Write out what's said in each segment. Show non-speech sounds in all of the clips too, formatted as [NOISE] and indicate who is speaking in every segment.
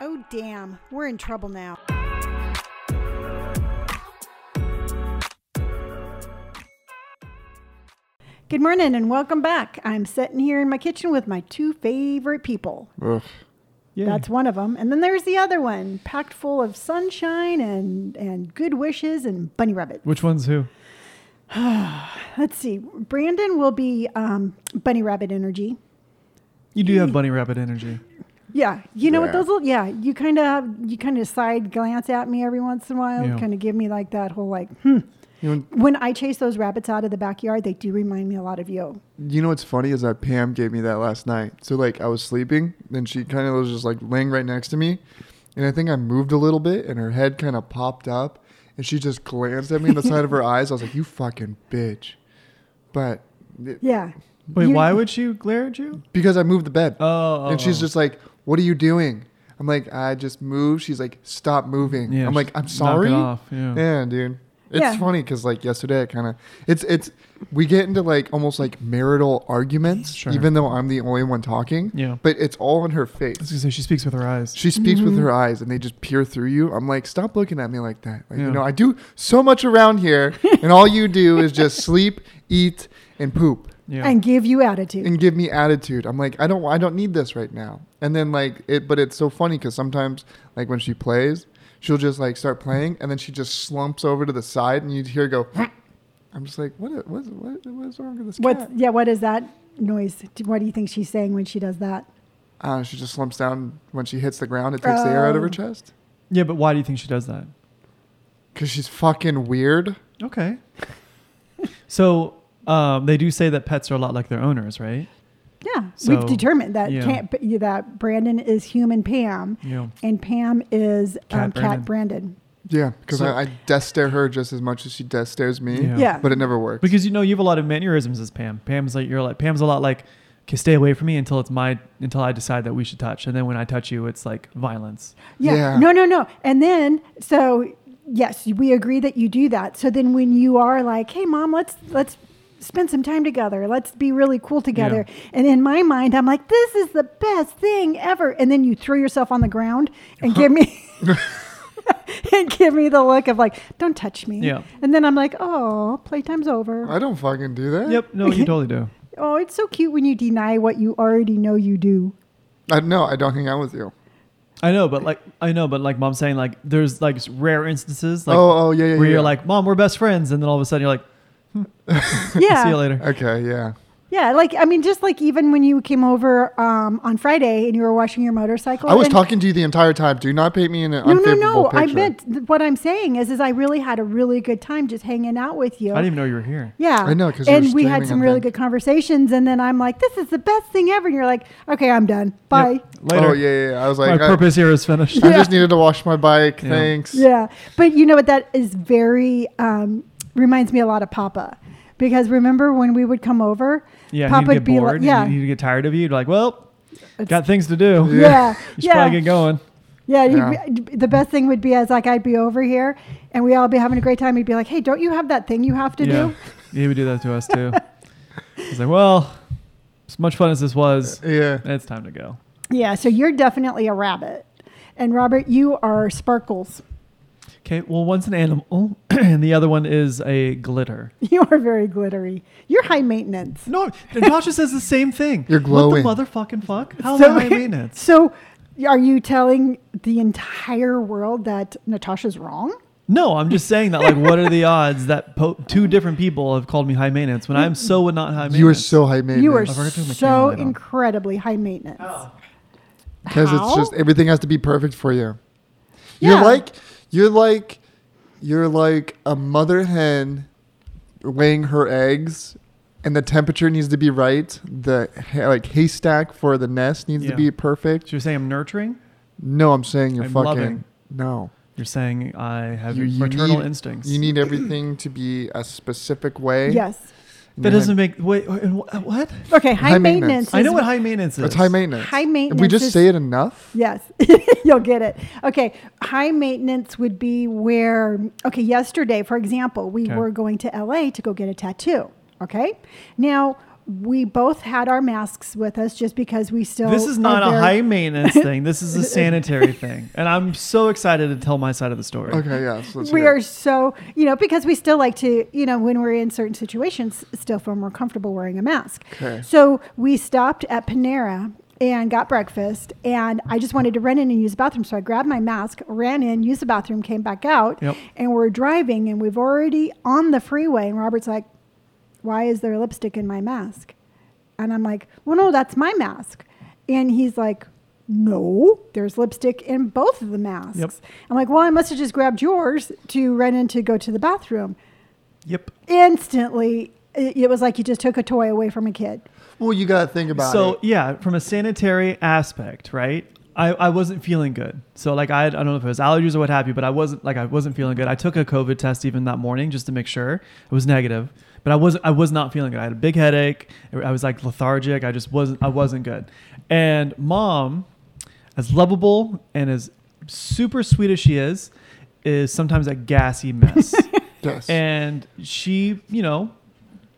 Speaker 1: Oh, damn. We're in trouble now. Good morning and welcome back. I'm sitting here in my kitchen with my two favorite people.
Speaker 2: Ugh.
Speaker 3: Yeah.
Speaker 1: That's one of them. And then there's the other one, packed full of sunshine and, and good wishes and bunny rabbit.
Speaker 3: Which one's who?
Speaker 1: Let's see. Brandon will be um, bunny rabbit energy.
Speaker 3: You do have bunny rabbit energy.
Speaker 1: Yeah, you know what
Speaker 2: Yeah.
Speaker 1: those? Little, yeah, you kind of you kind of side glance at me every once in a while,
Speaker 3: Yeah.
Speaker 1: kind of give me like that whole like. Hmm.
Speaker 2: You know,
Speaker 1: When I chase those rabbits out of the backyard, they do remind me a lot of you.
Speaker 2: you know what's funny is that Pam gave me that last night. So like I was sleeping, and she kind of was just like laying right next to me, and I think I moved a little bit, and her head kind of popped up, and she just glanced at me in the side of
Speaker 3: [LAUGHS]
Speaker 2: her eyes. I was like, "You fucking bitch," but it-
Speaker 1: Yeah.
Speaker 3: Wait,
Speaker 1: You-
Speaker 3: why would she glare at you?
Speaker 2: because I moved the bed,
Speaker 3: Oh,
Speaker 2: and she's
Speaker 3: oh.
Speaker 2: just like, "What are you doing?" I'm like, "I just moved." She's like, "Stop moving."
Speaker 3: Yeah,
Speaker 2: I'm like,
Speaker 3: just
Speaker 2: "I'm
Speaker 3: knock it
Speaker 2: sorry."
Speaker 3: off, yeah.
Speaker 2: dude. It's
Speaker 1: Yeah.
Speaker 2: funny because like yesterday, I kind of it's it's we get into like almost like marital arguments,
Speaker 3: Sure.
Speaker 2: even though I'm the only one talking.
Speaker 3: Yeah.
Speaker 2: but it's all in her
Speaker 3: I was
Speaker 2: face.
Speaker 3: gonna say she speaks with her eyes.
Speaker 2: She speaks
Speaker 3: Mm-hmm.
Speaker 2: with her eyes, and they just peer through you. I'm like, stop looking at me like that. Like,
Speaker 3: Yeah.
Speaker 2: You know, I do so much around here, and all you do is
Speaker 3: [LAUGHS]
Speaker 2: just sleep, eat, and poop
Speaker 3: Yeah.
Speaker 1: And give you attitude.
Speaker 2: and give me attitude. I'm like, I don't, I don't need this right now. And then like it, but it's so funny because sometimes like when she plays, she'll just like start playing, and then she just slumps over to the side, and you'd hear her go. [CLEARS THROAT] I'm just like, what, i- what, what, what is wrong with this
Speaker 1: What's
Speaker 2: cat?
Speaker 1: yeah? What is that noise? Do- What do you think she's saying when she does that?
Speaker 2: Uh, she just slumps down when she hits the ground. It takes the air out of her
Speaker 1: Oh.
Speaker 2: chest
Speaker 3: yeah, but why do you think she does that?
Speaker 2: because she's fucking weird.
Speaker 3: Okay. so um, they do say that pets are a lot like their owners, right?
Speaker 1: Yeah,
Speaker 3: So,
Speaker 1: we've determined that
Speaker 3: yeah.
Speaker 1: can't be- that Brandon is human Pam,
Speaker 3: Yeah.
Speaker 1: and Pam is
Speaker 3: Cat
Speaker 1: um,
Speaker 3: Brandon.
Speaker 1: Cat Brandon.
Speaker 2: Yeah, because
Speaker 3: So-
Speaker 2: I, I death stare her just as much as she death stares me.
Speaker 3: Yeah.
Speaker 1: Yeah.
Speaker 2: but it never works.
Speaker 3: Because you know you have a lot of mannerisms as Pam. Pam's like you're like Pam's a lot like, okay, stay away from me until it's my until I decide that we should touch, and then when I touch you, it's like
Speaker 1: [GASPS]
Speaker 3: violence.
Speaker 1: Yeah.
Speaker 2: Yeah.
Speaker 1: No, no, no. And then so yes, we agree that you do that. So then when you are like, "Hey mom, let's let's spend some time together. Let's be really cool together." And in my mind, I'm like, "This is the best thing ever." And then you throw yourself on the ground and give me
Speaker 3: [LAUGHS]
Speaker 1: and give me the look of like, "Don't touch me."
Speaker 3: Yeah.
Speaker 1: And then I'm like, "Oh, playtime's over."
Speaker 2: I don't fucking do that.
Speaker 3: Yep. No, you totally do.
Speaker 1: Oh, it's so cute when you deny what you already know you do.
Speaker 2: I, no, I don't hang out with you.
Speaker 3: I know, but like I know, but like mom's saying, like there's like rare instances, like
Speaker 2: Oh, oh, yeah, yeah,
Speaker 3: where
Speaker 2: yeah.
Speaker 3: you're like, mom, we're best friends, and then all of a sudden you're like,
Speaker 1: Yeah.
Speaker 3: [LAUGHS] see you later.
Speaker 2: Okay, yeah.
Speaker 1: Yeah, like I mean, just like even when you came over um, on Friday and you were washing your motorcycle.
Speaker 2: I was
Speaker 1: and-
Speaker 2: talking to you the entire time. Do not paint me in an
Speaker 1: No, no,
Speaker 2: unfavorable
Speaker 1: no. I
Speaker 2: picture.
Speaker 1: meant th- what I'm saying is, is I really had a really good time just hanging out with you.
Speaker 3: I didn't even know you were here.
Speaker 1: yeah,
Speaker 2: I know, 'cause you were
Speaker 1: and we had
Speaker 2: streaming,
Speaker 1: some
Speaker 2: I
Speaker 1: really good
Speaker 2: think.
Speaker 1: conversations, and then I'm like, "This is the best thing ever," and you're like, "Okay, I'm done. Bye."
Speaker 3: Yep. Later.
Speaker 2: Oh yeah, yeah. yeah. I was
Speaker 3: My
Speaker 2: like, I,
Speaker 3: purpose here is finished.
Speaker 2: I just needed to wash my bike.
Speaker 3: Yeah.
Speaker 2: Thanks.
Speaker 1: Yeah, but you know what? That is very um, reminds me a lot of Papa, because remember when we would come over,
Speaker 3: [LAUGHS] Yeah,
Speaker 1: Papa
Speaker 3: he'd get
Speaker 1: would be
Speaker 3: bored.
Speaker 1: like,
Speaker 3: and
Speaker 1: "Yeah,
Speaker 3: he'd get tired of you. You'd be like, well, got things to do.
Speaker 1: yeah, yeah."
Speaker 3: [LAUGHS] you should probably get going.
Speaker 1: Yeah, he'd
Speaker 2: Yeah.
Speaker 1: Be, the best thing would be as like I'd be over here and we all be having a great time. He'd be like, "Hey, don't you have that thing you have to
Speaker 3: yeah,
Speaker 1: do?"
Speaker 3: he would do that
Speaker 1: [LAUGHS]
Speaker 3: to us too. He's like, well, as much fun as this was,
Speaker 2: Yeah.
Speaker 3: it's time to go.
Speaker 1: Yeah, so you're definitely a rabbit, and Robert, you are sparkles. [LAUGHS]
Speaker 3: Okay, well, one's an animal, [CLEARS THROAT] and the other one is a glitter.
Speaker 1: You are very glittery. You're high maintenance.
Speaker 3: No, Natasha says the same thing.
Speaker 2: You're glowing.
Speaker 3: What the motherfucking fuck? How am I maintenance?
Speaker 1: [LAUGHS] So, are you telling the entire world that Natasha's wrong?
Speaker 3: No, I'm just saying that. Like, what are the odds that po- two different people have called me high maintenance when I'm so not high maintenance?
Speaker 2: You were so high maintenance.
Speaker 1: You are
Speaker 3: I forgot to turn my Oh.
Speaker 1: so
Speaker 3: camera light on.
Speaker 1: incredibly high maintenance.
Speaker 2: because it's
Speaker 1: How?
Speaker 2: just everything has to be perfect for you.
Speaker 1: Yeah.
Speaker 2: You're like you're like you're like a mother hen laying her eggs, and the temperature needs to be right. The ha- like haystack for the nest needs
Speaker 3: Yeah.
Speaker 2: to be perfect.
Speaker 3: So you're saying I'm nurturing.
Speaker 2: No, I'm saying you're
Speaker 3: I'm
Speaker 2: fucking
Speaker 3: loving.
Speaker 2: no.
Speaker 3: You're saying I have
Speaker 2: You- you
Speaker 3: maternal
Speaker 2: need-
Speaker 3: instincts.
Speaker 2: You need everything to be a specific way.
Speaker 1: Yes.
Speaker 3: that doesn't make wait. and wh- What?
Speaker 1: Okay, high,
Speaker 2: High maintenance.
Speaker 1: maintenance.
Speaker 3: I
Speaker 1: is
Speaker 3: know what high maintenance is.
Speaker 2: It's high maintenance.
Speaker 1: High
Speaker 2: If we
Speaker 1: maintenance
Speaker 2: just
Speaker 1: is-
Speaker 2: say it enough,
Speaker 1: Yes, [LAUGHS] you'll get it. Okay, high maintenance would be where, okay, yesterday, for example, we
Speaker 3: Okay.
Speaker 1: were going to LA to go get a tattoo. Okay, now we both had our masks with us just because we still.
Speaker 3: This is not
Speaker 1: are
Speaker 3: a
Speaker 1: very-
Speaker 3: high maintenance thing. This
Speaker 1: [LAUGHS]
Speaker 3: is a sanitary thing. And I'm so excited to tell my side of the story.
Speaker 2: Okay, yeah. So let's
Speaker 1: We
Speaker 2: hear
Speaker 1: are
Speaker 2: it.
Speaker 1: so, you know, because we still like to, you know, when we're in certain situations, still feel more comfortable wearing a mask.
Speaker 2: Okay.
Speaker 1: So we stopped at Panera and got breakfast, and I just wanted to run in and use the bathroom. So I grabbed my mask, ran in, used the bathroom, came back out,
Speaker 3: Yep.
Speaker 1: and we're driving, and we've already on the freeway, and Robert's like, "Why is there lipstick in my mask?" And I'm like, well, no, that's my mask. And he's like, no, there's lipstick in both of the masks.
Speaker 3: Yep.
Speaker 1: I'm like, well, I must have just grabbed yours to run in to go to the bathroom.
Speaker 3: Yep.
Speaker 1: Instantly, it, it was like you just took a toy away from a kid.
Speaker 2: Well, you got to think about
Speaker 3: so
Speaker 2: it.
Speaker 3: yeah from a sanitary aspect right I, I wasn't feeling good so like I, I don't know if it was allergies or what have you but i wasn't like i wasn't feeling good i took a covid test even that morning just to make sure it was negative but i wasn't i was not feeling good i had a big headache i was like lethargic i just wasn't i wasn't good and mom as lovable and as super sweet as she is is sometimes a gassy mess
Speaker 2: Yes.
Speaker 3: and she, you know,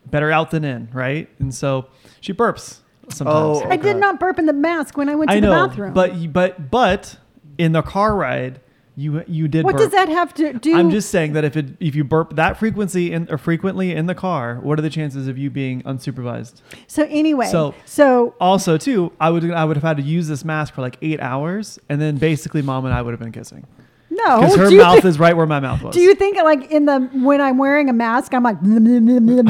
Speaker 3: better out than in, right? And so she burps sometimes.
Speaker 2: Oh,
Speaker 1: I did
Speaker 2: Okay.
Speaker 1: not burp in the mask when I went to
Speaker 3: I
Speaker 1: the
Speaker 3: know,
Speaker 1: bathroom.
Speaker 3: but you- but but in the car ride, you you did.
Speaker 1: what
Speaker 3: burp.
Speaker 1: does that have to do?
Speaker 3: I'm just saying that if it if you burp that frequency in or frequently in the car, what are the chances of you being unsupervised?
Speaker 1: so anyway,
Speaker 3: So-
Speaker 1: so
Speaker 3: Also, too, I would I would have had to use this mask for like eight hours, and then basically, mom and I would have been kissing
Speaker 1: no.
Speaker 3: because uh, her
Speaker 1: Oh, do you
Speaker 3: mouth
Speaker 1: think-
Speaker 3: is right where my mouth was.
Speaker 1: Do you think like in the when I'm wearing a mask, I'm like, [LAUGHS]
Speaker 3: I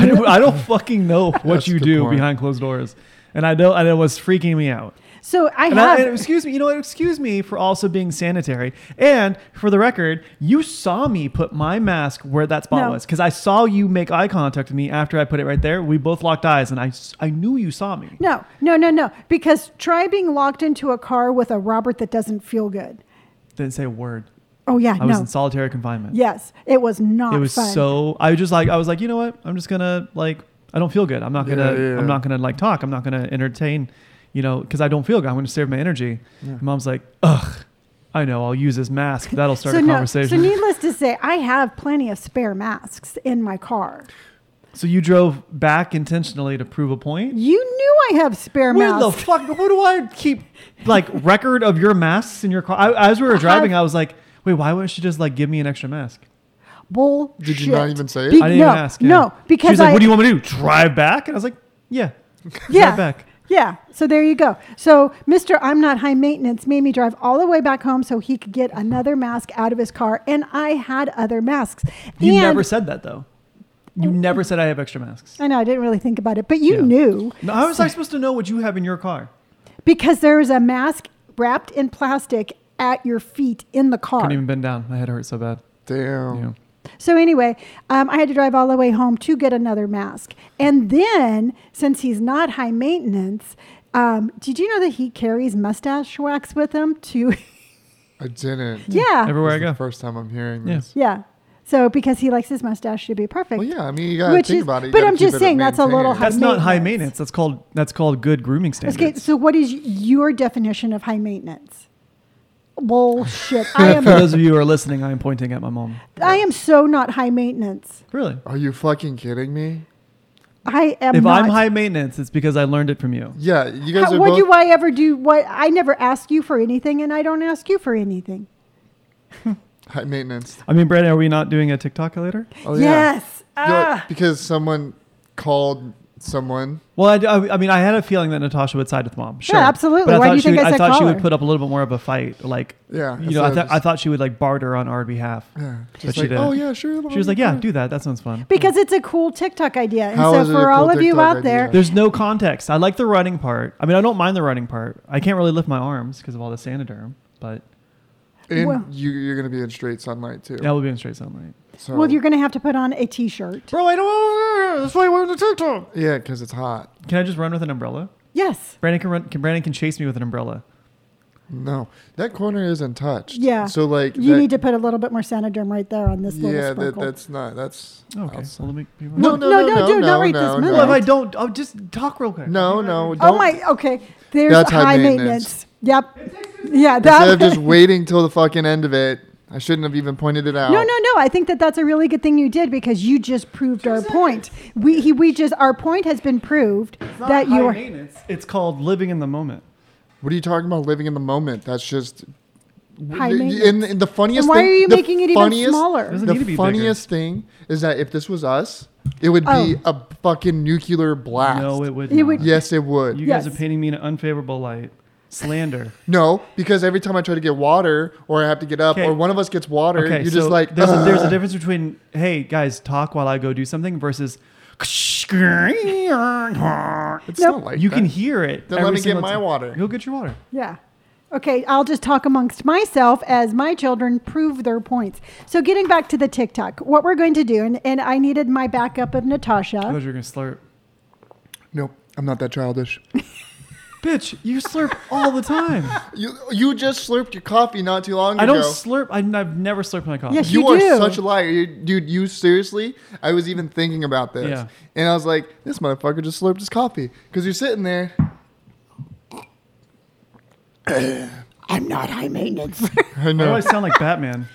Speaker 3: don't, I don't fucking know what
Speaker 2: That's
Speaker 3: you
Speaker 2: a good
Speaker 3: do
Speaker 2: point.
Speaker 3: behind closed doors, and I know, and it was freaking me out.
Speaker 1: so I
Speaker 3: And, I,
Speaker 1: have.
Speaker 3: and excuse me, you know what? Excuse me for also being sanitary. And for the record, you saw me put my mask where that spot
Speaker 1: No.
Speaker 3: was because I saw you make eye contact with me after I put it right there. We both locked eyes, and I, s- I knew you saw me.
Speaker 1: No, no, no, no. Because try being locked into a car with a Robert that doesn't feel good.
Speaker 3: Didn't say a word.
Speaker 1: Oh yeah,
Speaker 3: I
Speaker 1: no.
Speaker 3: was in solitary confinement.
Speaker 1: yes, it was not.
Speaker 3: it was
Speaker 1: fun.
Speaker 3: so. I was just like, I was like, you know what? I'm just gonna like, I don't feel good. I'm not gonna.
Speaker 2: Yeah, yeah.
Speaker 3: I'm not gonna like talk. I'm not gonna entertain. You know, because I don't feel good. I'm gonna save my energy.
Speaker 2: Yeah.
Speaker 3: Mom's like, ugh. I know. I'll use this mask. That'll start
Speaker 1: so
Speaker 3: a
Speaker 1: no,
Speaker 3: conversation.
Speaker 1: So needless to say, I have plenty of spare masks in my car.
Speaker 3: So you drove back intentionally to prove a point?
Speaker 1: You knew I have spare
Speaker 3: Where the
Speaker 1: masks.
Speaker 3: fuck? What do I keep
Speaker 1: [LAUGHS]
Speaker 3: like record of your masks in your car? I, as we were driving, I was like, wait, why wouldn't she just like give me an extra mask?
Speaker 1: Bullshit.
Speaker 2: Did you not even say it?
Speaker 1: Be-
Speaker 3: I didn't
Speaker 1: no,
Speaker 3: even ask. yeah.
Speaker 1: No, because
Speaker 3: she was like,
Speaker 1: I,
Speaker 3: what do you want me to do? Drive back? And I was like, yeah,
Speaker 1: yeah,
Speaker 3: drive back.
Speaker 1: Yeah. So there you go. So Mr. I'm not high maintenance made me drive all the way back home so he could get another mask out of his car, and I had other masks.
Speaker 3: You
Speaker 1: and Oh.
Speaker 3: never said that though. You never said I have extra masks.
Speaker 1: I know I didn't really think about it, but you
Speaker 3: Yeah.
Speaker 1: knew
Speaker 3: No, how was I supposed to know what you have in your car?
Speaker 1: because there was a mask wrapped in plastic at your feet in the car.
Speaker 3: Couldn't even bend down. My head hurt so bad.
Speaker 1: Oh.
Speaker 2: Damn.
Speaker 3: Yeah.
Speaker 1: So anyway, um, I had to drive all the way home to get another mask. And then, since he's not high maintenance, um, did you know that he carries mustache wax with him to? [LAUGHS]
Speaker 3: Hmm.
Speaker 2: I didn't.
Speaker 1: yeah,
Speaker 3: Everywhere I
Speaker 2: This is
Speaker 3: go.
Speaker 2: the First time I'm hearing
Speaker 3: Yeah.
Speaker 2: this.
Speaker 1: yeah. So because he likes his mustache to be perfect.
Speaker 2: Well, yeah. I mean, you gotta
Speaker 1: Which
Speaker 2: think
Speaker 1: is-
Speaker 2: about it. You
Speaker 1: but
Speaker 2: gotta
Speaker 1: I'm
Speaker 2: keep
Speaker 1: just
Speaker 2: it
Speaker 1: saying that's a little
Speaker 2: maintained.
Speaker 1: high-
Speaker 3: That's not high
Speaker 1: Maintenance.
Speaker 3: maintenance. That's called that's called good grooming standards.
Speaker 1: Okay, so what is your definition of high maintenance?
Speaker 3: [LAUGHS]
Speaker 1: Bullshit. I
Speaker 3: For
Speaker 1: am.
Speaker 3: those of you who are listening, I am pointing at my mom.
Speaker 1: I am so not high maintenance.
Speaker 3: Really?
Speaker 2: Are you fucking kidding me?
Speaker 1: I am.
Speaker 3: if
Speaker 1: not.
Speaker 3: I'm high maintenance, it's because I learned it from you.
Speaker 2: Yeah, you guys
Speaker 1: How,
Speaker 2: are
Speaker 1: what
Speaker 2: both.
Speaker 1: do I ever do? What I never ask you for anything, and I don't ask you for anything.
Speaker 2: high maintenance.
Speaker 3: I mean, Brandon, are we not doing a TikTok later?
Speaker 2: Oh yeah.
Speaker 1: yes.
Speaker 2: You know,
Speaker 1: Ah.
Speaker 2: because someone called someone.
Speaker 3: Well, I, I, I mean, I had a feeling that Natasha would side with mom. Sure,
Speaker 1: absolutely.
Speaker 3: But I
Speaker 1: Why do
Speaker 3: thought
Speaker 1: you
Speaker 3: she
Speaker 1: think
Speaker 3: would-
Speaker 1: I said
Speaker 3: thought she
Speaker 1: call
Speaker 3: would
Speaker 1: her?
Speaker 3: put up a little bit more of a fight, like
Speaker 2: Yeah,
Speaker 3: you know, I,
Speaker 2: instead
Speaker 3: th-
Speaker 2: of
Speaker 3: I
Speaker 2: just-
Speaker 3: thought she would like barter on our behalf.
Speaker 2: Uh, Yeah.
Speaker 3: But
Speaker 2: Just
Speaker 3: she
Speaker 2: like,
Speaker 3: didn't.
Speaker 2: oh yeah, sure.
Speaker 3: She was like, "Yeah, do that. That sounds fun."
Speaker 1: Because it's a cool TikTok idea. And
Speaker 2: How
Speaker 1: so
Speaker 2: is it
Speaker 1: for
Speaker 2: a cool
Speaker 1: all of you
Speaker 2: TikTok
Speaker 1: out
Speaker 2: idea?
Speaker 1: there,
Speaker 3: There's no context. I like the running part. I mean, I don't mind the running part. I can't really lift my arms because of all the sanoderm, but
Speaker 2: And
Speaker 1: Well-
Speaker 2: you, you're gonna be in straight sunlight too.
Speaker 3: that would be in straight sunlight.
Speaker 2: So.
Speaker 1: well, you're going to have to put on a t-shirt.
Speaker 2: Bro, I don't. That's why I wanted to TikTok. Yeah, because it's hot.
Speaker 3: Can I just run with an umbrella?
Speaker 1: Yes.
Speaker 3: Brandon can run. Can Brandon can chase me with an umbrella?
Speaker 2: No, that corner is untouched.
Speaker 1: Yeah.
Speaker 2: So like,
Speaker 1: You
Speaker 2: that-
Speaker 1: need to put a little bit more Sanoderm right there on this
Speaker 2: Yeah,
Speaker 1: little
Speaker 2: that,
Speaker 1: sprinkle.
Speaker 2: that's not. That's
Speaker 3: Okay.
Speaker 2: outside.
Speaker 3: Well, let me. be-
Speaker 1: No, no, no, dude, not right this minute.
Speaker 3: Well, if I don't, I'll just talk real quick.
Speaker 2: No, no. Don't.
Speaker 1: oh my. Okay. There's
Speaker 2: That's high
Speaker 1: high
Speaker 2: maintenance.
Speaker 1: maintenance. Yep. Yeah.
Speaker 2: Instead
Speaker 1: [LAUGHS]
Speaker 2: of
Speaker 1: That.
Speaker 2: just waiting till the fucking end of it, I shouldn't have even pointed it out.
Speaker 1: No, no, no. I think that that's a really good thing you did because you just proved our point. We he, we just our point has been proved that you are
Speaker 3: maintenance. It's called living in the moment.
Speaker 2: What are you talking about? Living in the moment. That's just.
Speaker 1: High
Speaker 2: and,
Speaker 1: maintenance.
Speaker 2: and the
Speaker 1: And
Speaker 2: funniest
Speaker 1: why
Speaker 2: thing,
Speaker 1: are you
Speaker 2: the
Speaker 1: making it even
Speaker 2: funniest-
Speaker 1: smaller?
Speaker 3: Doesn't need to
Speaker 2: The
Speaker 3: be
Speaker 2: funniest thing is that if this was us, it would be
Speaker 1: Oh.
Speaker 2: a fucking nuclear blast.
Speaker 3: No, it would.
Speaker 1: It
Speaker 3: not.
Speaker 1: would-
Speaker 2: Yes, it would.
Speaker 3: You guys
Speaker 1: Yes.
Speaker 3: are painting me in an unfavorable light. Slander.
Speaker 2: no, because every time I try to get water, or I have to get up,
Speaker 3: Okay.
Speaker 2: or one of us gets water, [LAUGHS]
Speaker 3: Okay,
Speaker 2: you're
Speaker 3: so
Speaker 2: just like,
Speaker 3: there's a, there's a
Speaker 2: "Ugh."
Speaker 3: difference between hey guys talk while I go do something
Speaker 2: [LAUGHS]
Speaker 3: versus
Speaker 1: Nope.
Speaker 2: It's not like
Speaker 3: you
Speaker 2: that.
Speaker 3: can hear it.
Speaker 2: Then let
Speaker 3: every
Speaker 2: me get
Speaker 3: single
Speaker 2: my
Speaker 3: time.
Speaker 2: water.
Speaker 3: Go get your water.
Speaker 1: Yeah. Okay, I'll just talk amongst myself as my children prove their points. So, getting back to the TikTok, what we're going to do, and, and I needed my backup of
Speaker 3: I
Speaker 1: Natasha.
Speaker 3: thought you were gonna slurp.
Speaker 2: Nope, I'm not that childish. [LAUGHS]
Speaker 3: Bitch,
Speaker 1: [LAUGHS]
Speaker 3: you slurp all the time.
Speaker 2: you you just slurped your coffee not too long ago.
Speaker 3: I don't slurp. I, have never slurped my coffee.
Speaker 1: Yes,
Speaker 2: you,
Speaker 1: You
Speaker 2: are
Speaker 1: do.
Speaker 2: such a liar, you, dude. You seriously? I was even thinking about this,
Speaker 3: Yeah.
Speaker 2: and I was like, this motherfucker just slurped his coffee because you're
Speaker 1: [LAUGHS]
Speaker 2: sitting there.
Speaker 1: I'm not high maintenance.
Speaker 2: I
Speaker 3: I
Speaker 2: know.
Speaker 3: always sound like Batman.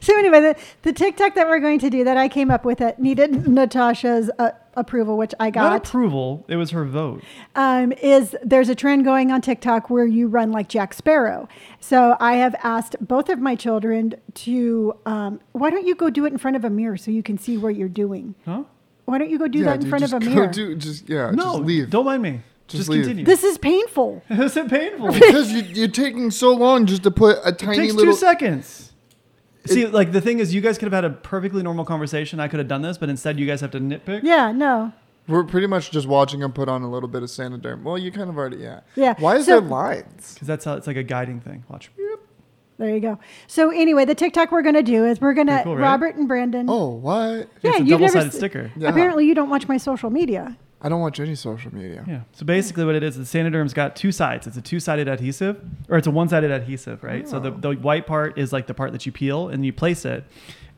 Speaker 1: so, anyway, the, the TikTok that we're going to do that I came up with that needed Natasha's uh, approval, which I
Speaker 3: Not
Speaker 1: got,
Speaker 3: approval. It was her vote.
Speaker 1: um, is there's a trend going on TikTok where you run like Jack Sparrow. So, I have asked both of my children to, um, why don't you go do it in front of a mirror so you can see what you're doing?
Speaker 3: Huh?
Speaker 1: Why don't you go do
Speaker 2: Yeah,
Speaker 1: that in
Speaker 2: dude,
Speaker 1: front of
Speaker 2: just
Speaker 1: a
Speaker 2: go
Speaker 1: mirror?
Speaker 2: do- just yeah,
Speaker 3: No,
Speaker 2: just leave.
Speaker 3: Don't mind me.
Speaker 2: Just
Speaker 3: Just,
Speaker 2: leave.
Speaker 3: [LAUGHS] continue.
Speaker 1: This is painful.
Speaker 3: this is painful. it
Speaker 2: because you, you're taking so long just to put a tiny
Speaker 3: takes
Speaker 2: little.
Speaker 3: two seconds. See, like the thing is, you guys could have had a perfectly normal conversation. I could have done this, but instead, you guys have to nitpick.
Speaker 1: Yeah, no.
Speaker 2: We're pretty much just watching him put on a little bit of Sanoderm. Well, you kind of already yeah.
Speaker 1: Yeah,
Speaker 2: Why is
Speaker 1: so-
Speaker 2: there lines?
Speaker 3: Because that's how it's like a guiding thing. Watch.
Speaker 1: There you go. So anyway, the TikTok we're gonna do is we're gonna
Speaker 3: Pretty cool, right?
Speaker 1: Robert and Brandon.
Speaker 2: Oh, what?
Speaker 1: yeah,
Speaker 3: it's a
Speaker 1: you've never
Speaker 3: double-sided
Speaker 1: s-
Speaker 3: sticker.
Speaker 2: Yeah.
Speaker 1: Apparently, you don't watch my social media.
Speaker 2: I don't watch any social media.
Speaker 3: Yeah. So basically, what it is, the Sanoderm's got two sides. It's a two-sided adhesive, or it's a one-sided adhesive, right? So the,
Speaker 1: Oh.
Speaker 3: the white part is like the part that you peel and you place it,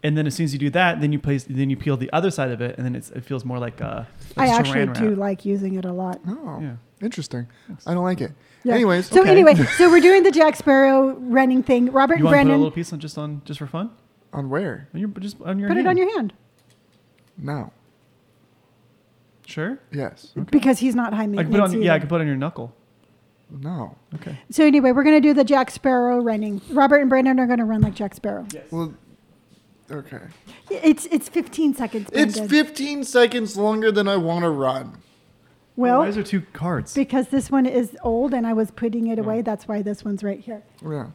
Speaker 3: and then as soon as you do that, then you place, then you peel the other side of it, and then it's, it feels more like a.
Speaker 1: I
Speaker 3: a
Speaker 1: actually
Speaker 3: saran
Speaker 1: do
Speaker 3: wrap.
Speaker 1: like using it a lot.
Speaker 2: Oh,
Speaker 3: Yeah.
Speaker 2: interesting. I don't like it.
Speaker 1: Yeah.
Speaker 2: Anyways,
Speaker 1: so
Speaker 3: okay. [LAUGHS]
Speaker 1: anyway, so we're doing the Jack Sparrow running thing. Robert and
Speaker 3: You want to put a
Speaker 1: Brandon,
Speaker 3: little
Speaker 1: put,
Speaker 3: piece on just on just for fun?
Speaker 2: on where?
Speaker 3: On your just on your.
Speaker 1: it
Speaker 3: hand.
Speaker 1: on your hand
Speaker 2: No.
Speaker 3: Sure.
Speaker 2: Yes.
Speaker 1: because he's not high
Speaker 3: I can
Speaker 1: maintenance.
Speaker 3: put it on. Yeah, I
Speaker 1: either.
Speaker 3: can put it on your knuckle.
Speaker 2: No.
Speaker 3: Okay.
Speaker 1: So anyway, we're gonna do the Jack Sparrow running. Robert and Brandon are gonna run like Jack Sparrow.
Speaker 2: Well, okay.
Speaker 1: It's it's 15 seconds.
Speaker 2: It's
Speaker 1: Brandon.
Speaker 2: 15 seconds longer than I want to run.
Speaker 1: well,
Speaker 3: Why is there two cards?
Speaker 1: because this one is old and I was putting
Speaker 3: Oh.
Speaker 1: it away. That's why this one's right here.
Speaker 2: Yeah.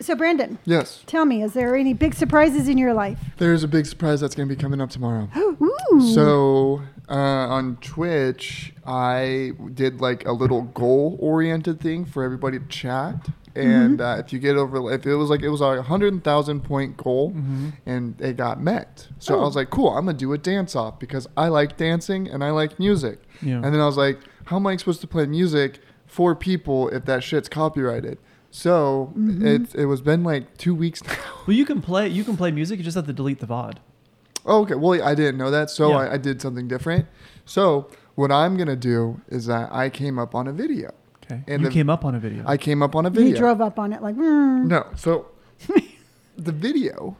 Speaker 1: So Brandon,
Speaker 2: Yes.
Speaker 1: Tell me, is there any big surprises in your life? [GASPS]
Speaker 2: There is a big surprise that's going to be coming up tomorrow.
Speaker 1: Ooh.
Speaker 2: So uh, on Twitch, I did like a little goal-oriented thing for everybody to chat. And uh, if you get over, if it was like it was a hundred thousand point goal,
Speaker 3: Mm-hmm.
Speaker 2: and it got met, so I was like, cool, I'm gonna do a dance off because I like dancing and I like music.
Speaker 3: Yeah.
Speaker 2: And then I was like, how am I supposed to play music for people if that shit's copyrighted? So it it was been like two weeks [LAUGHS] now.
Speaker 3: Well, you can play. You can play music. You just have to delete the VOD.
Speaker 2: Oh, okay. Well, I didn't know that, so
Speaker 3: Yeah.
Speaker 2: I, I did something different. So what I'm gonna do is that I came up on a video.
Speaker 3: Okay.
Speaker 2: And
Speaker 3: you
Speaker 2: the-
Speaker 3: came up on a video.
Speaker 2: I came up on a
Speaker 1: He
Speaker 2: video.
Speaker 1: drove up on it like, mm.
Speaker 2: no, so the video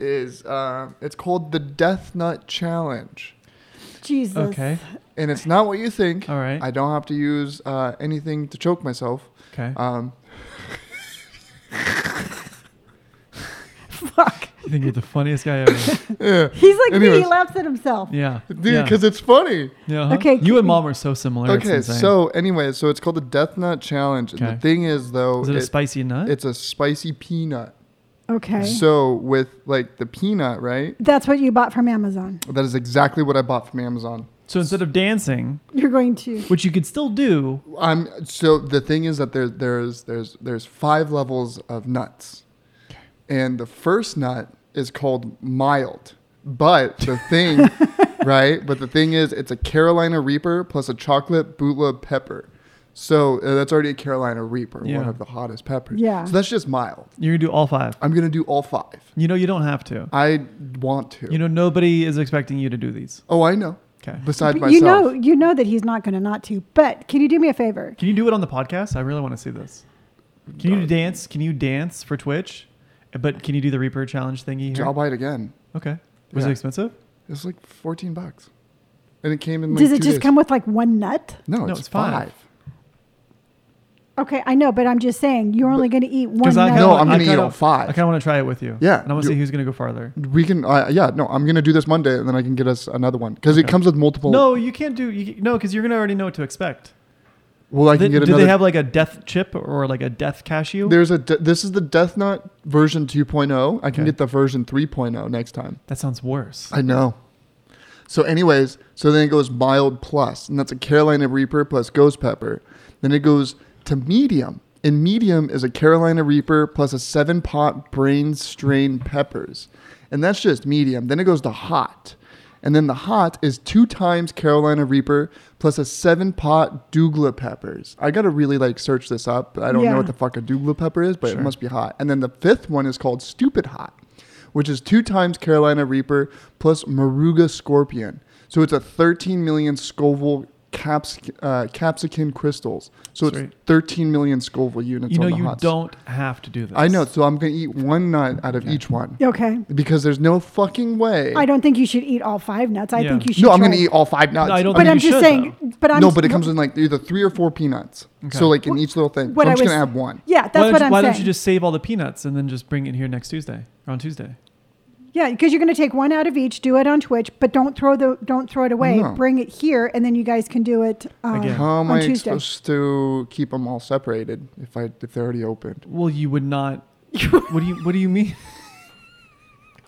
Speaker 2: is uh, it's called the Death Nut Challenge,
Speaker 1: Jesus.
Speaker 3: okay.
Speaker 2: and it's not what you think.
Speaker 3: All right.
Speaker 2: I don't have to use uh, anything to choke myself.
Speaker 3: Okay. [LAUGHS]
Speaker 2: Um,
Speaker 1: [LAUGHS] Fuck.
Speaker 3: you think you're the funniest
Speaker 2: [LAUGHS]
Speaker 3: guy ever?
Speaker 2: yeah.
Speaker 1: He's like me. He
Speaker 2: Anyways.
Speaker 1: laughs at himself.
Speaker 3: Yeah.
Speaker 2: Dude, because it's funny.
Speaker 3: Yeah, uh-huh.
Speaker 1: Okay,
Speaker 3: You
Speaker 1: keep-
Speaker 3: and mom are so similar. it's
Speaker 2: okay,
Speaker 3: insane.
Speaker 2: so anyway, so it's called the Death Nut Challenge, and
Speaker 3: Okay.
Speaker 2: the thing is though,
Speaker 3: is it, a
Speaker 2: it-
Speaker 3: spicy nut?
Speaker 2: it's a spicy peanut.
Speaker 1: Okay.
Speaker 2: So with like the peanut, right?
Speaker 1: That's what you bought from Amazon.
Speaker 2: That is exactly what I bought from Amazon.
Speaker 3: so instead of dancing,
Speaker 1: You're going to.
Speaker 3: which you could still do,
Speaker 2: I'm so the thing is that there there's there's there's five levels of nuts. And the first nut is called mild. But the
Speaker 1: [LAUGHS]
Speaker 2: thing, right? But the thing is it's a Carolina Reaper plus a chocolate bootleg pepper. So uh, that's already a Carolina Reaper, one
Speaker 3: Yeah.
Speaker 2: of the hottest peppers.
Speaker 1: Yeah.
Speaker 2: So that's just mild.
Speaker 3: you're gonna do all five.
Speaker 2: I'm going to do all five.
Speaker 3: You know you don't have to.
Speaker 2: I want to.
Speaker 3: You know nobody is expecting you to do these.
Speaker 2: oh, I know.
Speaker 3: Okay.
Speaker 2: Beside
Speaker 1: But
Speaker 2: myself.
Speaker 1: you know, you know that he's not going to not to. But can you do me a favor?
Speaker 3: Can you do it on the podcast? I really want to see this. Can you dance? Can you dance for Twitch? But can you do the Reaper challenge thingy here?
Speaker 2: I'll buy it again.
Speaker 3: Okay. Was
Speaker 2: Yeah.
Speaker 3: it expensive?
Speaker 2: It's like fourteen bucks, and it came in. Like
Speaker 1: Does it
Speaker 2: two
Speaker 1: just
Speaker 2: days.
Speaker 1: come with like one nut?
Speaker 2: No,
Speaker 3: No,
Speaker 2: it's,
Speaker 3: it's five.
Speaker 2: five.
Speaker 1: Okay, I know, but I'm just saying you're only going to eat one
Speaker 3: Because I
Speaker 1: nut.
Speaker 3: kinda
Speaker 2: No,
Speaker 3: want-
Speaker 2: I'm
Speaker 3: I
Speaker 2: gonna eat
Speaker 3: kinda-
Speaker 2: all five.
Speaker 3: I kind of want to try it with you.
Speaker 2: Yeah.
Speaker 3: And I want
Speaker 2: Do-
Speaker 3: to see who's going to go farther.
Speaker 2: We can, uh, yeah, no, I'm gonna do this Monday, and then I can get us another one because it
Speaker 3: Okay.
Speaker 2: comes with multiple.
Speaker 3: No, you can't do. You, no, because you're going to already know what to expect.
Speaker 2: well, I
Speaker 3: Th-
Speaker 2: can get
Speaker 3: do
Speaker 2: another.
Speaker 3: they have like a death chip or like a death cashew?
Speaker 2: there's a. de- This is the Death Knot version 2.0. I can
Speaker 3: Okay.
Speaker 2: get the version 3.0 next time.
Speaker 3: that sounds worse.
Speaker 2: I know. So, anyways, so then it goes mild plus, and that's a Carolina Reaper plus Ghost Pepper. Then it goes to medium, and medium is a Carolina Reaper plus a seven pot brain strain peppers, and that's just medium. Then it goes to hot, and then the hot is two times Carolina Reaper plus a seven pot Dougla peppers. I gotta really like search this up. I don't
Speaker 1: Yeah.
Speaker 2: know what the fuck a Dougla pepper is, but
Speaker 3: Sure.
Speaker 2: it must be hot. And then the fifth one is called Stupid Hot, which is two times Carolina Reaper plus Maruga Scorpion. So it's a 13 million Scoville caps, uh, capsicum crystals. So it's
Speaker 3: Sweet.
Speaker 2: 13 million Scoville units
Speaker 3: You know,
Speaker 2: on the
Speaker 3: you
Speaker 2: hots.
Speaker 3: don't have to do this.
Speaker 2: I know. So I'm going to eat one nut out of
Speaker 3: Okay.
Speaker 2: each one
Speaker 1: Okay.
Speaker 2: because there's no fucking way.
Speaker 1: I don't think you should eat all five nuts. I
Speaker 3: Yeah.
Speaker 1: think you should.
Speaker 2: no, I'm
Speaker 1: try-
Speaker 2: going to eat all five nuts.
Speaker 3: No, I don't
Speaker 2: I'm
Speaker 1: But
Speaker 3: think
Speaker 1: I'm
Speaker 3: you
Speaker 1: just
Speaker 3: should,
Speaker 1: saying. But I'm
Speaker 2: no, but it comes in like either three or four peanuts.
Speaker 3: Okay.
Speaker 2: So like in each little thing.
Speaker 1: What
Speaker 2: so
Speaker 1: I
Speaker 2: I'm just
Speaker 1: was
Speaker 2: gonna have one.
Speaker 1: Yeah, that's
Speaker 3: why don't
Speaker 1: what
Speaker 3: you,
Speaker 1: I'm
Speaker 3: why
Speaker 1: saying.
Speaker 3: don't you just save all the peanuts and then just bring it here next Tuesday or on Tuesday?
Speaker 1: yeah, because you're going to take one out of each, do it on Twitch, but don't throw the don't throw it away.
Speaker 2: No.
Speaker 1: Bring it here, and then you guys can do it um,
Speaker 3: Again.
Speaker 2: How am
Speaker 1: on
Speaker 2: I
Speaker 1: Tuesday.
Speaker 2: supposed to keep them all separated if I if they're already opened?
Speaker 3: Well, you would not. [LAUGHS] what do you What do you mean?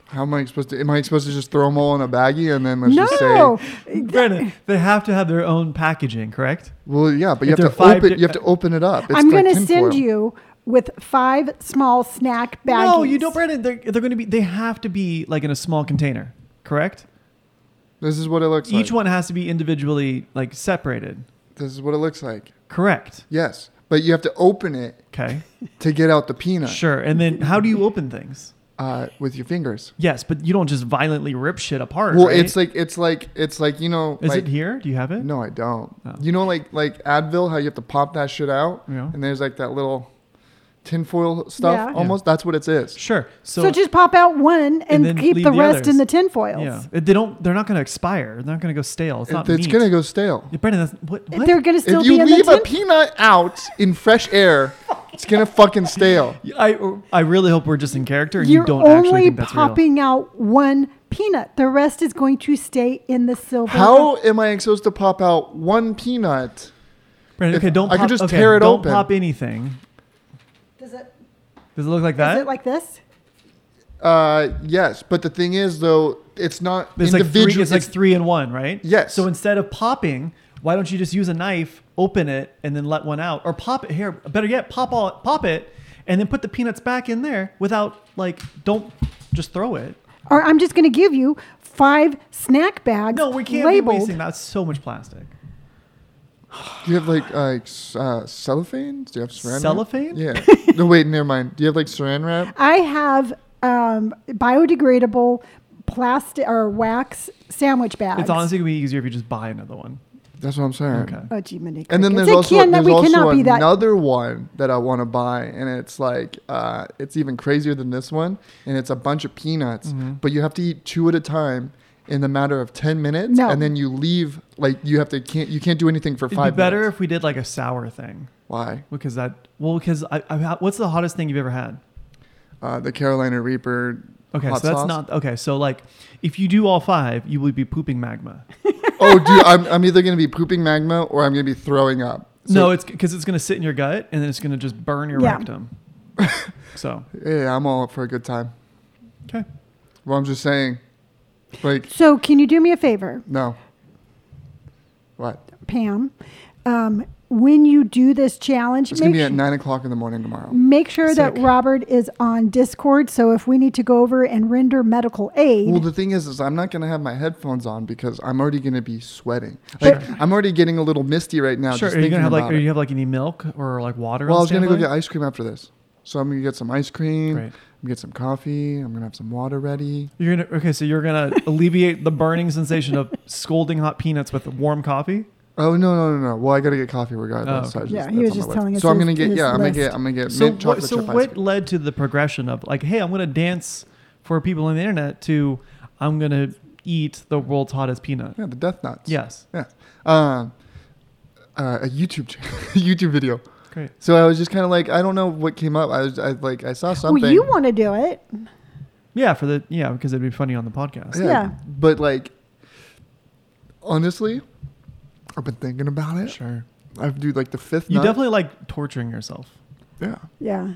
Speaker 2: How am I supposed to? Am I supposed to just throw them all in a baggie and then let's just
Speaker 1: No,
Speaker 2: say?
Speaker 3: Brandon, they have to have their own packaging, correct?
Speaker 2: Well, yeah, but you
Speaker 3: If
Speaker 2: have
Speaker 3: they're
Speaker 2: to
Speaker 3: five
Speaker 2: open.
Speaker 3: di-
Speaker 2: you have to open it up. It's
Speaker 1: I'm
Speaker 2: like
Speaker 1: going to
Speaker 2: tin
Speaker 1: send
Speaker 2: foil.
Speaker 1: you with five small snack bags.
Speaker 3: No, you don't, Brandon. They're, they're going to be. They have to be like in a small container, correct?
Speaker 2: This is what it looks like.
Speaker 3: Each one has to be individually like separated,
Speaker 2: This is what it looks like.
Speaker 3: correct?
Speaker 2: Yes, but you have to open it
Speaker 3: Okay,
Speaker 2: to get out the peanut.
Speaker 3: sure. And then how do you open things?
Speaker 2: Uh, with your fingers.
Speaker 3: Yes, but you don't just violently rip shit apart.
Speaker 2: Well,
Speaker 3: right?
Speaker 2: it's like it's like it's like you know.
Speaker 3: Is
Speaker 2: like,
Speaker 3: it here? Do you have it?
Speaker 2: No, I don't.
Speaker 3: Oh.
Speaker 2: You know, like like Advil, how you have to pop that shit out,
Speaker 3: Yeah.
Speaker 2: and there's like that little tinfoil stuff.
Speaker 1: Yeah. Yeah.
Speaker 2: Almost, that's what it is.
Speaker 3: Sure.
Speaker 1: So,
Speaker 3: So,
Speaker 1: just pop out one and,
Speaker 3: then
Speaker 1: keep
Speaker 3: leave
Speaker 1: the,
Speaker 3: the
Speaker 1: rest
Speaker 3: others.
Speaker 1: in the tin foils.
Speaker 3: yeah, they don't. They're not going to expire. They're not going to go stale. It's not.
Speaker 2: It- it's
Speaker 3: meat.
Speaker 2: gonna go stale.
Speaker 3: Yeah, Brandon, that's what? what?
Speaker 1: They're going to still
Speaker 2: if you
Speaker 1: be in
Speaker 2: leave
Speaker 1: the
Speaker 2: a
Speaker 1: tin.
Speaker 2: peanut out in fresh air, it's
Speaker 3: [LAUGHS]
Speaker 2: gonna fucking stale.
Speaker 3: I I really hope we're just in character. and
Speaker 1: You're
Speaker 3: you don't actually
Speaker 1: only
Speaker 3: think that's real.
Speaker 1: popping out one peanut. The rest is going to stay in the silver.
Speaker 2: How am I supposed to pop out one peanut?
Speaker 3: Brandon,
Speaker 2: If-
Speaker 3: okay, don't.
Speaker 2: I
Speaker 3: Pop,
Speaker 2: could just
Speaker 3: okay,
Speaker 2: tear it
Speaker 3: don't
Speaker 2: open.
Speaker 3: pop anything.
Speaker 1: Does it,
Speaker 3: Does it look like that?
Speaker 1: is it like this?
Speaker 2: Uh, yes, but the thing is though, it's not
Speaker 3: it's like three.
Speaker 2: individual.
Speaker 3: It's like three in one, right?
Speaker 2: Yes.
Speaker 3: So instead of popping, why don't you just use a knife, open it, and then let one out, or pop it here? Better yet, pop all, pop it, and then put the peanuts back in there without like, don't just throw it.
Speaker 1: Or I'm just going to give you five snack bags.
Speaker 3: No, we can't
Speaker 1: labeled.
Speaker 3: be wasting that. That's so much plastic.
Speaker 2: Do you have like uh, s- uh, cellophane? Do you have saran?
Speaker 3: Cellophane?
Speaker 2: Wrap? Yeah. no, wait, never mind. Do you have like saran wrap?
Speaker 1: I have um, biodegradable plastic or wax sandwich bags.
Speaker 3: It's honestly gonna be easier if you just buy another one.
Speaker 2: That's what I'm saying.
Speaker 3: Okay.
Speaker 1: Oh, gee, mini
Speaker 2: And then
Speaker 1: crickets.
Speaker 2: there's
Speaker 1: It
Speaker 2: also,
Speaker 1: can-
Speaker 2: there's
Speaker 1: we
Speaker 2: also
Speaker 1: cannot be that.
Speaker 2: another one that I want to buy, and it's like uh, it's even crazier than this one, and it's a bunch of peanuts,
Speaker 3: Mm-hmm.
Speaker 2: but you have to eat two at a time in the matter of ten minutes,
Speaker 1: No.
Speaker 2: and then you leave. Like you have to can't you can't do anything for
Speaker 3: It'd
Speaker 2: five.
Speaker 3: be better
Speaker 2: minutes.
Speaker 3: if we did like a sour thing
Speaker 2: Why?
Speaker 3: because that. Well, because I, I ha- what's the hottest thing you've ever had?
Speaker 2: Uh, the Carolina Reaper.
Speaker 3: Okay,
Speaker 2: hot
Speaker 3: so that's
Speaker 2: sauce.
Speaker 3: not okay. So like, if you do all five, you would be pooping magma.
Speaker 2: [LAUGHS] oh, dude, I'm I'm either gonna be pooping magma or I'm gonna be throwing up. [LAUGHS] So,
Speaker 3: no, it's because it's gonna sit in your gut and then it's gonna just burn your
Speaker 1: Yeah.
Speaker 2: [LAUGHS]
Speaker 3: rectum. so
Speaker 2: yeah, I'm all up for a good time.
Speaker 3: okay,
Speaker 2: Well, I'm just saying, like,
Speaker 1: So, can you do me a favor,
Speaker 2: no. What?
Speaker 1: Pam? Um, when you do this challenge,
Speaker 2: It's gonna be
Speaker 1: make
Speaker 2: at
Speaker 1: su-
Speaker 2: nine o'clock in the morning tomorrow.
Speaker 1: Make sure that
Speaker 2: Sick.
Speaker 1: Robert is on Discord. So if we need to go over and render medical aid,
Speaker 2: Well, the thing is, is I'm not gonna have my headphones on because I'm already gonna be sweating.
Speaker 3: Sure.
Speaker 2: Like, I'm already getting a little misty right now.
Speaker 3: sure.
Speaker 2: Just
Speaker 3: Are you
Speaker 2: thinking
Speaker 3: gonna have like?
Speaker 2: about
Speaker 3: Are
Speaker 2: it.
Speaker 3: you have like any milk or like water?
Speaker 2: well, I
Speaker 3: on
Speaker 2: was gonna go get
Speaker 3: standby?
Speaker 2: ice cream after this, so I'm gonna get some ice cream.
Speaker 3: Right.
Speaker 2: I'm gonna get some coffee. I'm gonna have some water ready. [LAUGHS]
Speaker 3: You're gonna okay. So you're gonna alleviate the burning sensation of scolding hot peanuts with warm coffee.
Speaker 2: Oh no no no no! Well, I gotta get coffee regardless.
Speaker 3: Oh,
Speaker 2: so I
Speaker 3: okay.
Speaker 1: Yeah,
Speaker 2: just-
Speaker 1: he was
Speaker 2: that's on
Speaker 1: just
Speaker 2: my
Speaker 1: telling
Speaker 2: list.
Speaker 1: us
Speaker 2: So I'm
Speaker 1: his-
Speaker 2: gonna get
Speaker 1: his
Speaker 2: yeah, I'm gonna
Speaker 1: list.
Speaker 2: get I'm gonna get
Speaker 3: So,
Speaker 2: mint
Speaker 3: what,
Speaker 2: chocolate
Speaker 3: so
Speaker 2: chip ice
Speaker 3: what
Speaker 2: cream.
Speaker 3: led to the progression of like, hey, I'm gonna dance for people on the internet to I'm gonna eat the world's hottest peanut.
Speaker 2: Yeah, the death nuts.
Speaker 3: Yes,
Speaker 2: yeah. Um, uh, a YouTube channel, [LAUGHS] YouTube video.
Speaker 3: great.
Speaker 2: So I was just kind of like, I don't know what came up. I was I, like, I saw something.
Speaker 1: Well, you want to do it.
Speaker 3: Yeah, for the yeah, because it'd be funny on the podcast.
Speaker 1: Yeah.
Speaker 2: But like, honestly, I've been thinking about it.
Speaker 3: Sure.
Speaker 2: I've do like the fifth.
Speaker 3: You
Speaker 2: nut.
Speaker 3: definitely like torturing yourself.
Speaker 2: Yeah.
Speaker 1: Yeah.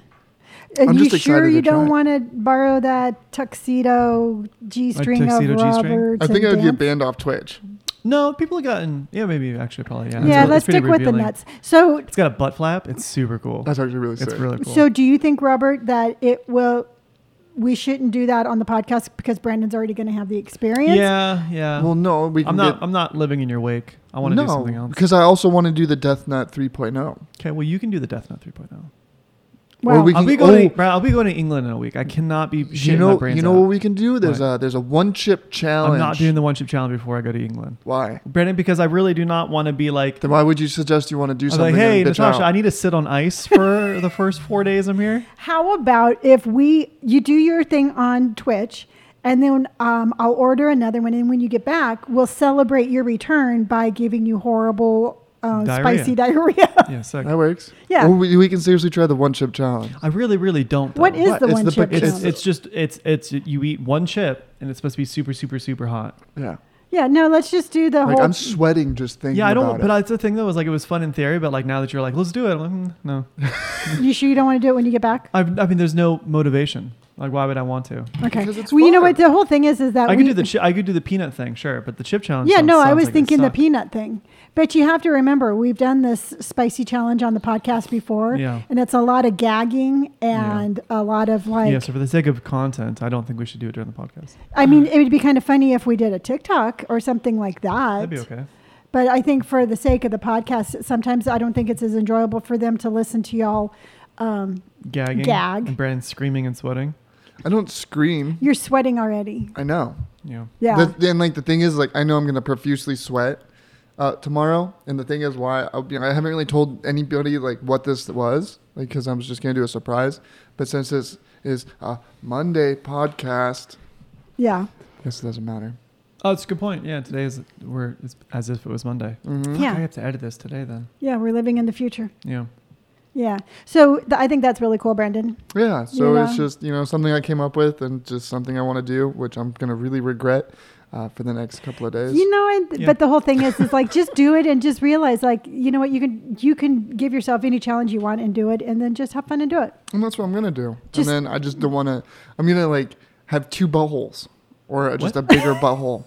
Speaker 1: And
Speaker 2: I'm
Speaker 1: you
Speaker 2: just
Speaker 1: sure
Speaker 2: excited
Speaker 1: you
Speaker 2: to try
Speaker 1: don't
Speaker 2: it.
Speaker 1: want to borrow that tuxedo G string
Speaker 3: tuxedo
Speaker 1: of
Speaker 3: G-string?
Speaker 1: Roberts?
Speaker 2: I think I
Speaker 1: and
Speaker 2: would get
Speaker 1: dance?
Speaker 2: banned off Twitch.
Speaker 3: No, people have gotten yeah, maybe actually probably yeah.
Speaker 1: Yeah,
Speaker 3: It's-
Speaker 1: let's
Speaker 3: it's pretty
Speaker 1: stick with the
Speaker 3: revealing.
Speaker 1: nuts. So,
Speaker 3: It's got a butt flap. It's super cool.
Speaker 2: That's actually really sick.
Speaker 3: it's really cool.
Speaker 1: so do you think Robert that it will? We shouldn't do that on the podcast because Brandon's already going to have the experience.
Speaker 3: yeah, yeah.
Speaker 2: well, no, we can
Speaker 3: I'm not.
Speaker 2: get-
Speaker 3: I'm not living in your wake. I want to
Speaker 2: no,
Speaker 3: do something else.
Speaker 2: because I also want to do the Death Nut 3.0.
Speaker 3: Okay, well, you can do the Death Note 3.0.
Speaker 1: Wow.
Speaker 2: Or we
Speaker 3: I'll
Speaker 2: can,
Speaker 3: be going.
Speaker 2: oh,
Speaker 3: To, Brad, I'll be going to England in a week. I cannot be shitting
Speaker 2: you
Speaker 3: my
Speaker 2: know,
Speaker 3: brains
Speaker 2: you know
Speaker 3: out.
Speaker 2: what we can do? There's
Speaker 3: What?
Speaker 2: a there's a one chip challenge.
Speaker 3: I'm not doing the one chip challenge before I go to England,
Speaker 2: Why?
Speaker 3: Brandon, because I really do not want to be like.
Speaker 2: Then why would you suggest you want to do
Speaker 3: I was
Speaker 2: something?
Speaker 3: like, hey,
Speaker 2: and bitch
Speaker 3: Natasha, I
Speaker 2: out?
Speaker 3: need to sit on ice for the first four days I'm here.
Speaker 1: How about if we you do your thing on Twitch? And then um, I'll order another one. And when you get back, we'll celebrate your return by giving you horrible, uh,
Speaker 3: Diarrhea.
Speaker 1: spicy diarrhea.
Speaker 3: [LAUGHS] Yeah, sick.
Speaker 2: that works.
Speaker 1: Yeah.
Speaker 2: Or we, we can seriously try the one chip challenge.
Speaker 3: I really, really don't. Though.
Speaker 1: What is
Speaker 2: What?
Speaker 1: the
Speaker 2: It's
Speaker 1: one
Speaker 2: the
Speaker 1: chip
Speaker 2: potato-
Speaker 3: It's
Speaker 1: challenge?
Speaker 3: it's just it's it's you eat one chip and it's supposed to be super super super hot.
Speaker 2: Yeah.
Speaker 1: Yeah, no, let's just do the
Speaker 2: Like
Speaker 1: whole.
Speaker 2: I'm sweating just thinking.
Speaker 3: Yeah, I don't.
Speaker 2: About
Speaker 3: But
Speaker 2: it.
Speaker 3: that's the thing though. Was like it was fun in theory, but like now that you're like, let's do it. I'm like, mm,
Speaker 2: [LAUGHS]
Speaker 3: no.
Speaker 1: you sure you don't want to do it when you get
Speaker 3: [LAUGHS]
Speaker 1: back?
Speaker 3: I've, I mean, there's no motivation. Like, why would I want to?
Speaker 1: Okay.
Speaker 2: Because it's
Speaker 1: well, you know
Speaker 2: fun.
Speaker 1: what? The whole thing is, is that
Speaker 3: I
Speaker 1: we,
Speaker 3: could do the chi- I could do the peanut thing, sure, but the chip challenge.
Speaker 1: Yeah,
Speaker 3: sounds-
Speaker 1: no, I
Speaker 3: sounds
Speaker 1: was
Speaker 3: like it
Speaker 1: thinking the
Speaker 3: sucked.
Speaker 1: peanut thing, but you have to remember we've done this spicy challenge on the podcast before,
Speaker 3: Yeah.
Speaker 1: and it's a lot of gagging and a lot of like.
Speaker 3: yeah, so for the sake of content, I don't think we should do it during the podcast.
Speaker 1: I mean, it would be kind of funny if we did a TikTok or something like that.
Speaker 3: That'd be okay.
Speaker 1: But I think for the sake of the podcast, sometimes I don't think it's as enjoyable for them to listen to y'all. Um,
Speaker 3: Gagging,
Speaker 1: Gag.
Speaker 3: and Brandon screaming and sweating.
Speaker 2: I don't scream.
Speaker 1: you're sweating already.
Speaker 2: I know.
Speaker 3: Yeah,
Speaker 1: Yeah.
Speaker 2: The, and like the thing is, like I know I'm gonna profusely sweat uh, tomorrow, and the thing is why I, you know, I haven't really told anybody like what this was, like because I was just gonna do a surprise. But since this is a Monday podcast,
Speaker 1: yeah.
Speaker 2: I guess it doesn't matter.
Speaker 3: oh, it's a good point. Yeah, today is we're it's as if it was Monday.
Speaker 2: Mhm.
Speaker 1: Yeah.
Speaker 3: I have to edit this today then.
Speaker 1: Yeah. We're living in the future.
Speaker 3: Yeah,
Speaker 1: Yeah. So th- I think that's really cool, Brandon.
Speaker 2: Yeah. So
Speaker 1: Yeah.
Speaker 2: it's just you know something I came up with, and just something I want to do, which I'm gonna really regret uh, for the next couple of days.
Speaker 1: You know, and
Speaker 3: Yeah.
Speaker 1: but the whole thing is, is like just do it and just realize, like you know what, you can you can give yourself any challenge you want and do it, and then just have fun and do it. [LAUGHS]
Speaker 2: And that's what I'm gonna do.
Speaker 1: Just-
Speaker 2: and then I just don't want to. I'm gonna like have two buttholes, or just
Speaker 3: What?
Speaker 1: [LAUGHS]
Speaker 2: a bigger butthole.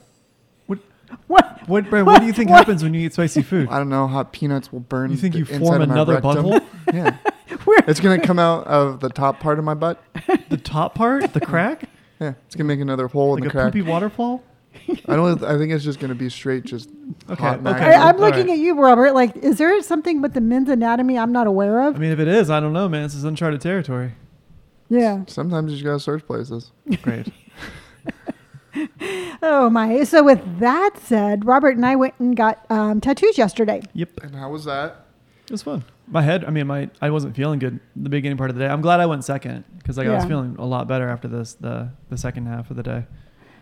Speaker 1: What?
Speaker 3: what, Brandon? What, do you think happens when you eat spicy food?
Speaker 2: I don't know. Hot peanuts will burn.
Speaker 3: You think
Speaker 2: the
Speaker 3: you
Speaker 2: inside
Speaker 3: form
Speaker 2: of my
Speaker 3: another
Speaker 2: rectum.
Speaker 3: butthole?
Speaker 2: [LAUGHS] Yeah,
Speaker 1: Where?
Speaker 2: it's gonna come out of the top part of my butt.
Speaker 3: the
Speaker 2: [LAUGHS]
Speaker 3: top part, the crack,
Speaker 2: Yeah, it's gonna make another hole
Speaker 3: like
Speaker 2: in
Speaker 3: a
Speaker 2: the crack.
Speaker 3: poopy waterfall.
Speaker 2: I don't. I think it's just gonna be straight. Just
Speaker 3: Okay,
Speaker 2: Hot
Speaker 3: okay.
Speaker 2: magnet.
Speaker 1: I, I'm
Speaker 3: all
Speaker 1: looking
Speaker 3: right.
Speaker 1: at you, Robert. Like, is there something with the men's anatomy I'm not aware
Speaker 3: I
Speaker 1: of?
Speaker 3: mean, if it is, I don't know, man. This is
Speaker 2: [LAUGHS]
Speaker 3: uncharted territory.
Speaker 1: Yeah.
Speaker 2: sometimes you just gotta search places.
Speaker 3: Great.
Speaker 1: Oh my. So with that said, Robert and I went and got um, tattoos yesterday.
Speaker 3: yep.
Speaker 2: And how was that?
Speaker 3: It was fun. My head, I mean, my I wasn't feeling good the beginning part of the day. I'm glad I went second because like I was
Speaker 1: Yeah.
Speaker 3: feeling a lot better after this the the second half of the day.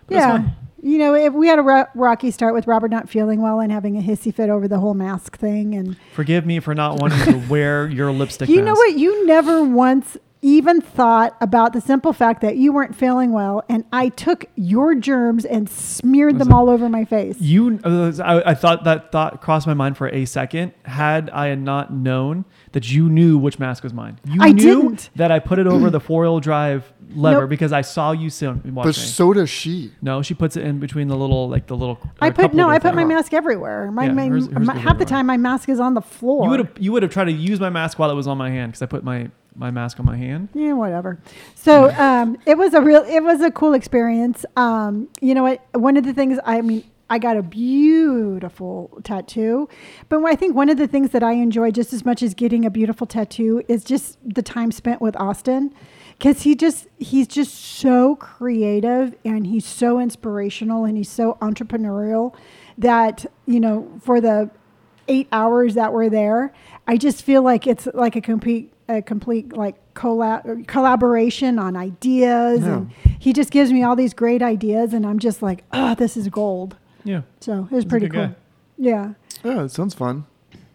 Speaker 3: But it's
Speaker 1: yeah.
Speaker 3: fun.
Speaker 1: You know, it, we had a ro- rocky start with Robert not feeling well and having a hissy fit over the whole mask thing, and
Speaker 3: Forgive me for not wanting
Speaker 2: [LAUGHS]
Speaker 3: to wear your lipstick.
Speaker 1: you know
Speaker 3: mask.
Speaker 1: what? You never once even thought about the simple fact that you weren't feeling well, and I took your germs and smeared them
Speaker 3: Listen.
Speaker 1: all over my face.
Speaker 3: You, uh, I, I thought that thought crossed my mind for a second. Had I had not known that you knew which mask was mine, you
Speaker 1: I
Speaker 3: knew
Speaker 1: didn't.
Speaker 3: that I put it over the four-wheel drive lever
Speaker 1: Nope.
Speaker 3: because I saw you sim- watching.
Speaker 2: But so does she.
Speaker 3: no, she puts it in between the little like the little.
Speaker 1: I
Speaker 3: a
Speaker 1: put
Speaker 3: couple
Speaker 1: no, I
Speaker 3: different-
Speaker 1: put my mask everywhere. My,
Speaker 3: Yeah,
Speaker 1: my,
Speaker 3: hers- hers
Speaker 1: my-
Speaker 3: goes
Speaker 1: half the
Speaker 3: everywhere.
Speaker 1: time my mask is on the floor.
Speaker 3: You would have you would have tried to use my mask while it was on my hand because I put my my mask on my hand.
Speaker 1: yeah, eh, whatever. So um, it was a real, it was a cool experience. Um, you know what? One of the things I mean, I got a beautiful tattoo, but I think one of the things that I enjoy just as much as getting a beautiful tattoo is just the time spent with Austin, because he just he's just so creative and he's so inspirational and he's so entrepreneurial that you know for the eight hours that we're there, I just feel like it's like a complete, a complete like collab, collaboration on ideas.
Speaker 2: Yeah.
Speaker 1: And he just gives me all these great ideas, and I'm just like, oh, this is gold.
Speaker 3: Yeah.
Speaker 1: So it was
Speaker 3: He's a
Speaker 1: pretty
Speaker 3: good
Speaker 1: cool.
Speaker 3: guy.
Speaker 1: Yeah.
Speaker 2: Yeah, it sounds fun.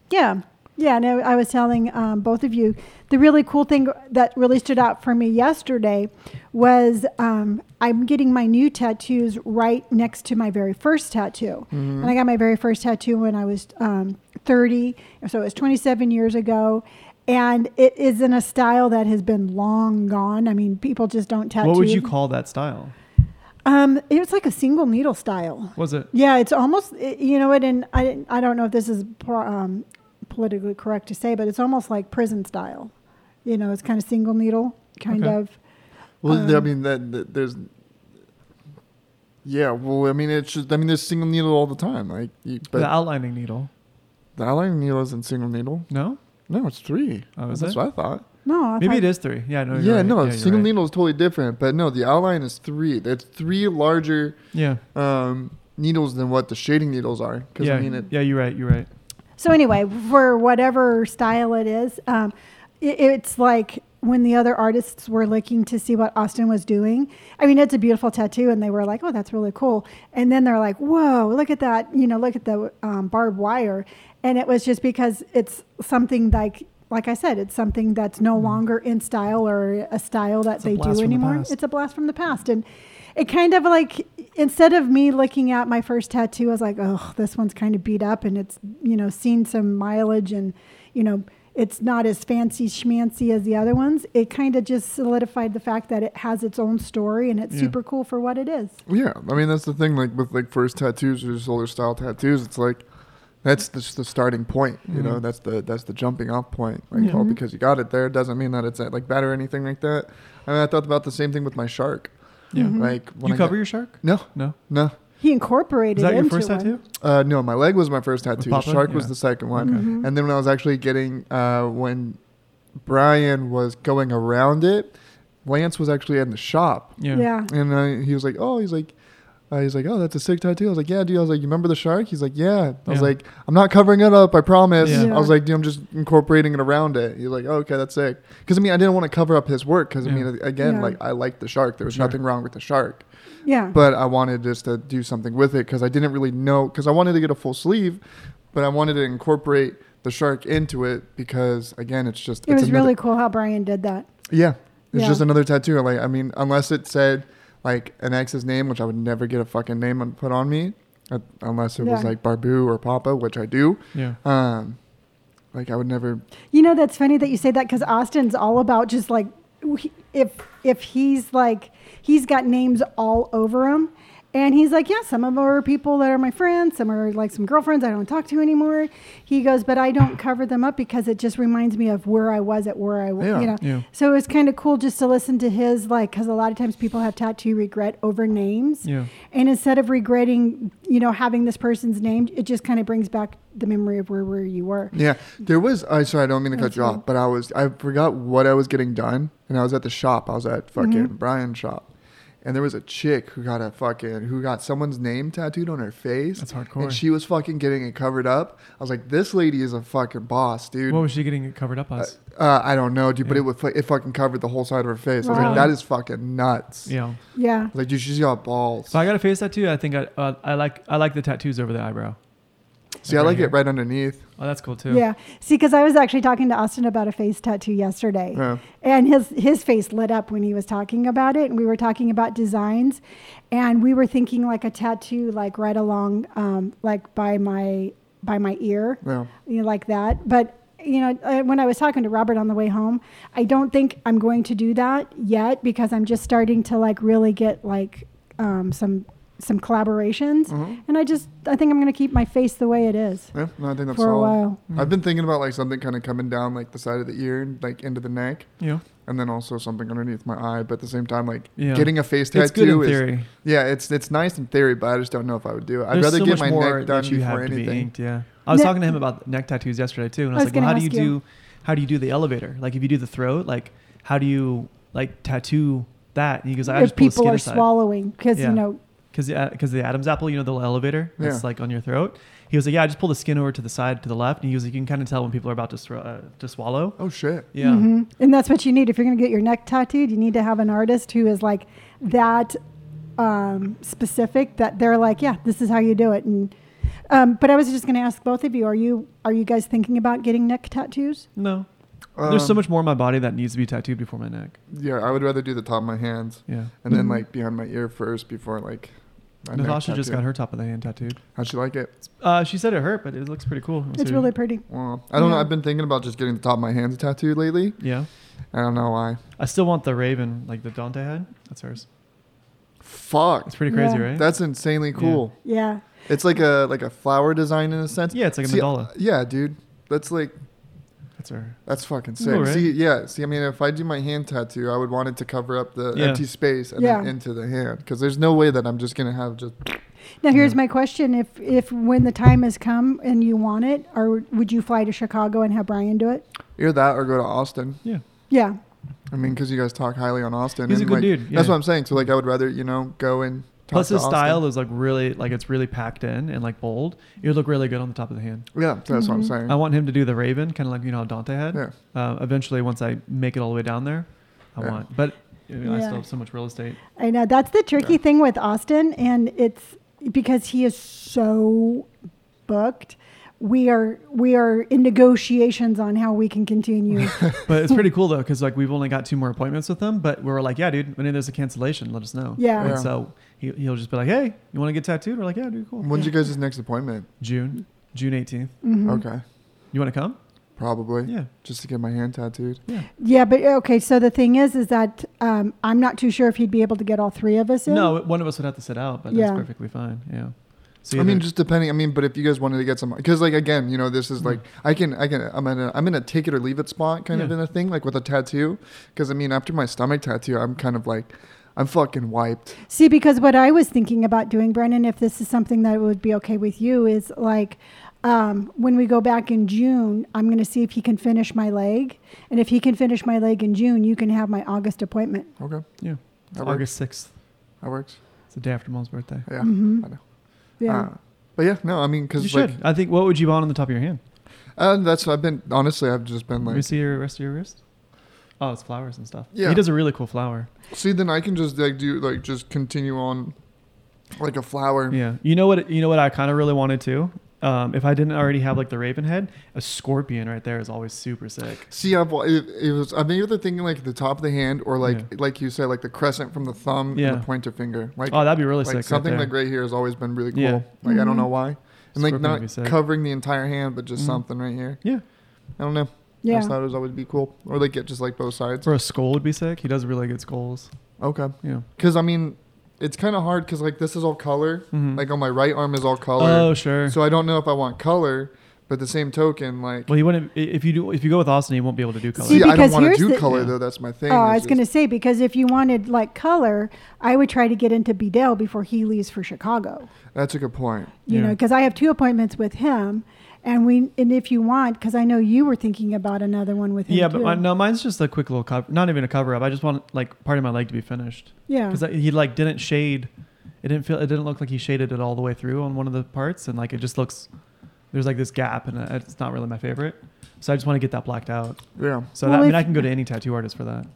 Speaker 1: Yeah. Yeah. And I, I was telling um, both of you the really cool thing that really stood out for me yesterday was um, I'm getting my new tattoos right next to my very first tattoo.
Speaker 3: Mm-hmm.
Speaker 1: And I got my very first tattoo when I was um, 30. So it was 27 years ago. And it is in a style that has been long gone. I mean, people just don't tattoo.
Speaker 3: What would you call that style?
Speaker 1: Um, it was like a single needle style.
Speaker 3: Was it?
Speaker 1: Yeah, it's almost i- you know what, and I didn't- I don't know if this is pro- um, politically correct to say, but it's almost like prison style. You know, it's kind of single needle, kind
Speaker 3: Okay.
Speaker 1: of.
Speaker 2: Well, I
Speaker 1: Um,
Speaker 2: mean that, that there's. Yeah, well, I mean it's just I mean there's single needle all the time, like you, but
Speaker 3: the outlining needle.
Speaker 2: the outlining needle isn't single needle.
Speaker 3: No?
Speaker 2: No, it's three.
Speaker 3: Oh, is
Speaker 2: That's
Speaker 3: it?
Speaker 2: what I thought.
Speaker 1: No, I
Speaker 3: Maybe
Speaker 1: thought-
Speaker 3: it is three. Yeah, no.
Speaker 2: yeah,
Speaker 3: you're right.
Speaker 2: no,
Speaker 3: you're
Speaker 2: single
Speaker 3: right.
Speaker 2: needle is totally different, but no, the outline is three. That's three larger
Speaker 3: Yeah.
Speaker 2: um, needles than what the shading needles are. Because
Speaker 3: Yeah.
Speaker 2: I mean it.
Speaker 3: yeah, you're right. You're right.
Speaker 1: So anyway, for whatever style it is, um, it, it's like when the other artists were looking to see what Austin was doing. I mean, it's a beautiful tattoo, and they were like, "Oh, that's really cool." And then they're like, "Whoa, look at that! You know, look at the um, barbed wire." And it was just because it's something like. Like I said, it's something that's no longer in style or a style that
Speaker 3: Hmm. a
Speaker 1: they
Speaker 3: blast
Speaker 1: do
Speaker 3: from the
Speaker 1: anymore.
Speaker 3: past.
Speaker 1: it's a blast from the past. And it kind of like instead of me looking at my first tattoo, I was like, oh, this one's kind of beat up and it's you know seen some mileage and you know it's not as fancy schmancy as the other ones. It kind of just solidified the fact that it has its own story and it's
Speaker 3: Yeah.
Speaker 1: super cool for what it is.
Speaker 2: Yeah, I mean that's the thing. Like with like first tattoos or just older style tattoos, it's like that's just the starting point. You know,
Speaker 3: Mhm.
Speaker 2: that's the that's the jumping off point. Like,
Speaker 1: Yeah.
Speaker 2: well,
Speaker 1: Mhm.
Speaker 2: because you got it there doesn't mean that it's uh, like bad or anything like that. I mean, I thought about the same thing with my shark.
Speaker 3: Yeah.
Speaker 1: Mhm.
Speaker 2: Like when
Speaker 3: Mm-hmm. You
Speaker 2: I
Speaker 3: cover
Speaker 2: got-
Speaker 3: your shark?
Speaker 2: no,
Speaker 3: No.
Speaker 2: no,
Speaker 1: He
Speaker 3: Is
Speaker 1: incorporated
Speaker 3: that
Speaker 1: it
Speaker 3: your
Speaker 1: into
Speaker 3: first
Speaker 1: one.
Speaker 3: tattoo?
Speaker 2: uh, no. My leg was my first
Speaker 3: With
Speaker 2: tattoo. The
Speaker 3: Papa?
Speaker 2: shark was
Speaker 3: Yeah.
Speaker 2: the second one.
Speaker 3: Okay.
Speaker 1: Mhm.
Speaker 2: And then when I was actually getting uh, when Brian was going around it, Lance was actually in the shop
Speaker 3: Yeah.
Speaker 1: yeah.
Speaker 2: And I, he was like, "Oh, he's like, uh, he's like, oh, that's a sick tattoo." I was like, "Yeah, dude." I was like, "You remember the shark?" He's like, "Yeah." I was
Speaker 3: Yeah.
Speaker 2: like, "I'm not covering it up. I promise."
Speaker 3: Yeah.
Speaker 2: I was like, "Dude, I'm just incorporating it around it." He's like, oh, "Okay, that's sick." Because I mean, I didn't want to cover up his work. Because I
Speaker 3: Yeah.
Speaker 2: mean, again,
Speaker 1: Yeah.
Speaker 2: like I liked the shark. There was
Speaker 3: Sure.
Speaker 2: nothing wrong with the shark,
Speaker 1: Yeah.
Speaker 2: but I wanted just to do something with it because I didn't really know. Because I wanted to get a full sleeve, but I wanted to incorporate the shark into it because again, it's just
Speaker 1: it
Speaker 2: it's
Speaker 1: was
Speaker 2: another-
Speaker 1: really cool how Brian did that.
Speaker 2: yeah. It's
Speaker 1: Yeah.
Speaker 2: just another tattoo. Like I mean, unless it said like an ex's name, which I would never get a fucking name on- put on me, uh, unless it was
Speaker 1: Yeah.
Speaker 2: like Barbu or Papa, which I do.
Speaker 3: Yeah.
Speaker 2: Um, like I would never.
Speaker 1: You know, that's funny that you say that because Austin's all about just like he- if if he's like he's got names all over him, and he's like, yeah, some of them are people that are my friends, some are like some girlfriends I don't talk to anymore. He goes, but I don't cover them up because it just reminds me of where I was at where I was,
Speaker 2: Yeah.
Speaker 1: you know.
Speaker 3: Yeah.
Speaker 1: So it was kind of cool just to listen to his like because a lot of times people have tattoo regret over names.
Speaker 3: Yeah.
Speaker 1: And instead of regretting, you know, having this person's name, it just kind of brings back the memory of where, where you were.
Speaker 2: [LAUGHS] Yeah, there was. I sorry, I don't mean to cut
Speaker 1: That's
Speaker 2: you
Speaker 1: fine.
Speaker 2: off, but I was. I forgot what I was getting done, and I was at the shop. I was
Speaker 3: Mm-hmm.
Speaker 2: at fucking Brian's shop, and there was a chick who got a fucking who got someone's name tattooed on her face.
Speaker 3: That's hardcore.
Speaker 2: And she was fucking getting it covered up. I was like, this lady is a fucking boss, dude.
Speaker 3: What was she getting it covered up
Speaker 2: Uh,
Speaker 3: as?
Speaker 2: uh, I don't know, dude, but
Speaker 3: Yeah.
Speaker 2: it was fu- it fucking covered the whole side of her face. I was
Speaker 1: Wow.
Speaker 2: like, that is fucking nuts.
Speaker 3: yeah.
Speaker 1: Yeah.
Speaker 2: Like, dude, she's got balls.
Speaker 3: So I got a face tattoo. I think I uh, I like I like the tattoos over the eyebrow.
Speaker 2: See, I like it right underneath.
Speaker 3: Oh, that's cool too.
Speaker 1: Yeah. See, because I was actually talking to Austin about a face tattoo yesterday,
Speaker 2: Yeah.
Speaker 1: and his his face lit up when he was talking about it, and we were talking about designs, and we were thinking like a tattoo, like right along, um, like by my by my ear,
Speaker 2: Yeah.
Speaker 1: you know, like that, but. You know, uh, when I was talking to Robert on the way home, I don't think I'm going to do that yet because I'm just starting to like really get like um, some some collaborations,
Speaker 2: Mhm.
Speaker 1: and I just I think I'm going to keep my face the way it is
Speaker 2: Yeah, no, I think that's
Speaker 1: for a
Speaker 2: solid.
Speaker 1: while.
Speaker 2: I've been thinking about like something kind of coming down like the side of the ear and like into the neck,
Speaker 3: Yeah.
Speaker 2: and then also something underneath my eye. But at the same time, like
Speaker 3: Yeah.
Speaker 2: getting a face tattoo
Speaker 3: It's good in
Speaker 2: is
Speaker 3: theory.
Speaker 2: yeah, it's it's nice in theory, but I just don't know if I would do it. I'd
Speaker 3: There's
Speaker 2: rather
Speaker 3: so
Speaker 2: get
Speaker 3: much
Speaker 2: my
Speaker 3: more
Speaker 2: neck done
Speaker 3: that you
Speaker 2: before
Speaker 3: have to be
Speaker 2: anything.
Speaker 3: inked, yeah. I was
Speaker 1: Ne-
Speaker 3: talking to him about neck tattoos yesterday too, and I was,
Speaker 1: I was
Speaker 3: like, well, how
Speaker 1: gonna
Speaker 3: do you,
Speaker 1: ask you.
Speaker 3: do how do you do the elevator? Like if you do the throat, like how do you like tattoo that? And he goes, I
Speaker 1: if
Speaker 3: just pull the
Speaker 1: people
Speaker 3: skin
Speaker 1: are
Speaker 3: aside
Speaker 1: swallowing because
Speaker 3: Yeah.
Speaker 1: you know
Speaker 3: uh, because the because the Adam's apple, you know, the little elevator that's
Speaker 2: Yeah.
Speaker 3: like on your throat. He was like, yeah, I just pull the skin over to the side to the left, and he was like, you can kind of tell when people are about to thro- uh, to swallow.
Speaker 2: Oh shit.
Speaker 3: Yeah.
Speaker 1: Mhm. And that's what you need. If you're going to get your neck tattooed, you need to have an artist who is like that um, specific that they're like, yeah, this is how you do it. And um, but I was just going to ask both of you: Are you are you guys thinking about getting neck tattoos?
Speaker 3: No.
Speaker 2: Um,
Speaker 3: There's so much more in my body that needs to be tattooed before my neck.
Speaker 2: Yeah, I would rather do the top of my hands
Speaker 3: Yeah.
Speaker 2: and then
Speaker 1: Mhm.
Speaker 2: like behind my ear first before like. my neck
Speaker 3: Mm-hmm. Natasha just
Speaker 2: tattoo.
Speaker 3: got her top of the hand tattooed.
Speaker 2: How'd she like it?
Speaker 3: Uh, she said it hurt, but it looks pretty cool. I'm
Speaker 1: It's
Speaker 3: serious.
Speaker 1: really pretty.
Speaker 2: Well, I don't know.
Speaker 1: Yeah.
Speaker 2: I've been thinking about just getting the top of my hands tattooed lately.
Speaker 3: Yeah.
Speaker 2: I don't know why.
Speaker 3: I still want the raven, like the Dante had. That's hers.
Speaker 2: Fuck.
Speaker 3: It's pretty crazy,
Speaker 1: Yeah.
Speaker 3: right?
Speaker 2: That's insanely cool.
Speaker 1: Yeah.
Speaker 2: It's like a like a flower design in a sense.
Speaker 3: yeah, it's like a
Speaker 2: See,
Speaker 3: mandala.
Speaker 2: Yeah, dude. That's like
Speaker 3: That's her.
Speaker 2: that's fucking
Speaker 3: Cool,
Speaker 2: sick.
Speaker 3: right?
Speaker 2: See, yeah. See, I mean, if I do my hand tattoo, I would want it to cover up the
Speaker 3: Yeah.
Speaker 2: empty space and then
Speaker 1: Yeah.
Speaker 2: into the hand because there's no way that I'm just gonna have just.
Speaker 1: Now here's
Speaker 3: Yeah.
Speaker 1: my question: If if when the time has come and you want it, or would you fly to Chicago and have Brian do it?
Speaker 2: Either that or go to Austin.
Speaker 3: Yeah.
Speaker 1: Yeah.
Speaker 2: I mean, because you guys talk highly on Austin.
Speaker 3: He's a
Speaker 2: and,
Speaker 3: good
Speaker 2: like,
Speaker 3: dude,
Speaker 2: That's
Speaker 3: yeah.
Speaker 2: what I'm saying. So like, I would rather you know go and. Talk
Speaker 3: Plus
Speaker 2: to
Speaker 3: his
Speaker 2: Austin.
Speaker 3: style is like really like it's really packed in and like bold. It would look really good on the top of the hand.
Speaker 2: Yeah, that's what I'm
Speaker 1: Mhm.
Speaker 2: saying.
Speaker 3: I want him to do the raven, kind of like you know how Dante had.
Speaker 2: yeah.
Speaker 3: Uh, eventually, once I make it all the way down there, I
Speaker 2: Yeah.
Speaker 3: want. But you know, I
Speaker 1: Yeah.
Speaker 3: still have so much real estate.
Speaker 1: I know that's the tricky
Speaker 2: Yeah.
Speaker 1: thing with Austin, and it's because he is so booked. We are we are in negotiations on how we can continue.
Speaker 3: But it's pretty cool though, because like we've only got two more appointments with him. But we were like, yeah, dude, when there's a cancellation, let us know.
Speaker 1: Yeah.
Speaker 3: And
Speaker 2: Yeah.
Speaker 3: so he, he'll just be like, hey, you want to get tattooed? We're like, yeah, dude, cool.
Speaker 2: When's you guys' next appointment?
Speaker 3: June, June 18th.
Speaker 1: Mhm.
Speaker 2: Okay.
Speaker 3: You want to come?
Speaker 2: Probably.
Speaker 3: Yeah.
Speaker 2: Just to get my hand tattooed.
Speaker 3: Yeah.
Speaker 1: Yeah, but okay. So the thing is, is that um, I'm not too sure if he'd be able to get all three of us in.
Speaker 3: No, one of us would have to sit out, but
Speaker 1: Yeah.
Speaker 3: that's perfectly fine. Yeah. So
Speaker 2: I mean,
Speaker 3: either-
Speaker 2: just depending. I mean, but if you guys wanted to get some, because like again, you know, this
Speaker 3: Mm-hmm.
Speaker 2: is like I can, I can, I'm in a, I'm in a take it or leave it spot kind of
Speaker 3: Yeah.
Speaker 2: in a thing, like with a tattoo. Because I mean, after my stomach tattoo, I'm kind of like, I'm fucking wiped.
Speaker 1: See, because what I was thinking about doing, Brennan, if this is something that would be okay with you, is like um, when we go back in June, I'm going to see if he can finish my leg, and if he can finish my leg in June, you can have my August appointment.
Speaker 2: Okay,
Speaker 3: yeah, it's
Speaker 2: That
Speaker 3: August 6th.
Speaker 2: that works.
Speaker 3: It's the day after mom's birthday.
Speaker 2: Yeah,
Speaker 1: Mhm.
Speaker 2: I know.
Speaker 1: Yeah.
Speaker 2: Uh, but yeah, no, I mean,
Speaker 3: You
Speaker 2: because like,
Speaker 3: should. I think, what would you want on the top of your hand?
Speaker 2: uh, that's I've been honestly, I've just been
Speaker 3: Let me
Speaker 2: like,
Speaker 3: see your rest of your wrist. Oh, it's flowers and stuff.
Speaker 2: Yeah.
Speaker 3: He does a really cool flower.
Speaker 2: see, then I can just like do like just continue on, like a flower.
Speaker 3: Yeah. You know what? You know what? I kind of really wanted to. Um, if I didn't already have like the raven head, a scorpion right there is always super sick.
Speaker 2: See, I've it, it was I'm either thinking like the top of the hand or like
Speaker 3: Yeah.
Speaker 2: like you said like the crescent from the thumb and
Speaker 3: Yeah.
Speaker 2: the pointer finger. Like
Speaker 3: oh, that'd be really
Speaker 2: like
Speaker 3: sick.
Speaker 2: something
Speaker 3: right
Speaker 2: like right here has always been really cool.
Speaker 3: Yeah.
Speaker 2: Like I don't
Speaker 1: Mhm.
Speaker 2: know why, and like
Speaker 3: Scorpion would be
Speaker 2: not
Speaker 3: sick.
Speaker 2: covering the entire hand, but just
Speaker 3: Mhm.
Speaker 2: something right here.
Speaker 3: Yeah.
Speaker 2: I don't know. I just
Speaker 1: yeah.
Speaker 2: thought it was always be cool, or like get just like both sides.
Speaker 3: Or a skull would be sick. He does really good skulls.
Speaker 2: Okay,
Speaker 3: Yeah.
Speaker 2: because I mean, it's kind of hard because like this is all color.
Speaker 3: Mhm.
Speaker 2: Like on my right arm is all color,
Speaker 3: oh sure.
Speaker 2: so I don't know if I want color. But the same token, like
Speaker 3: well, he wouldn't. i- If you do, if you go with Austin, he won't be able to do color.
Speaker 1: See,
Speaker 2: see, I don't
Speaker 1: because
Speaker 2: want to
Speaker 1: here's
Speaker 2: do
Speaker 1: the-
Speaker 2: color
Speaker 3: Yeah.
Speaker 2: though. That's my thing.
Speaker 1: Oh, I
Speaker 2: It's
Speaker 1: was going to
Speaker 2: just-
Speaker 1: say because if you wanted like color, I would try to get into Bedell before he leaves for Chicago.
Speaker 2: That's a good point.
Speaker 1: You know, 'cause
Speaker 3: Yeah.
Speaker 1: know, because I have two appointments with him, and we and if you want, because I know you were thinking about another one with him.
Speaker 3: Yeah, but
Speaker 1: too.
Speaker 3: my, no, mine's just a quick little cover. Not even a cover up. I just want like part of my leg to be finished
Speaker 1: yeah,
Speaker 3: because he like didn't shade. It didn't feel. It didn't look like he shaded it all the way through on one of the parts, and like it just looks. There's like this gap, and uh, it's not really my favorite. So I just want to get that blacked out.
Speaker 2: Yeah,
Speaker 3: So
Speaker 1: Well,
Speaker 3: that, I mean,
Speaker 1: if-
Speaker 3: I can go to any tattoo artist for that.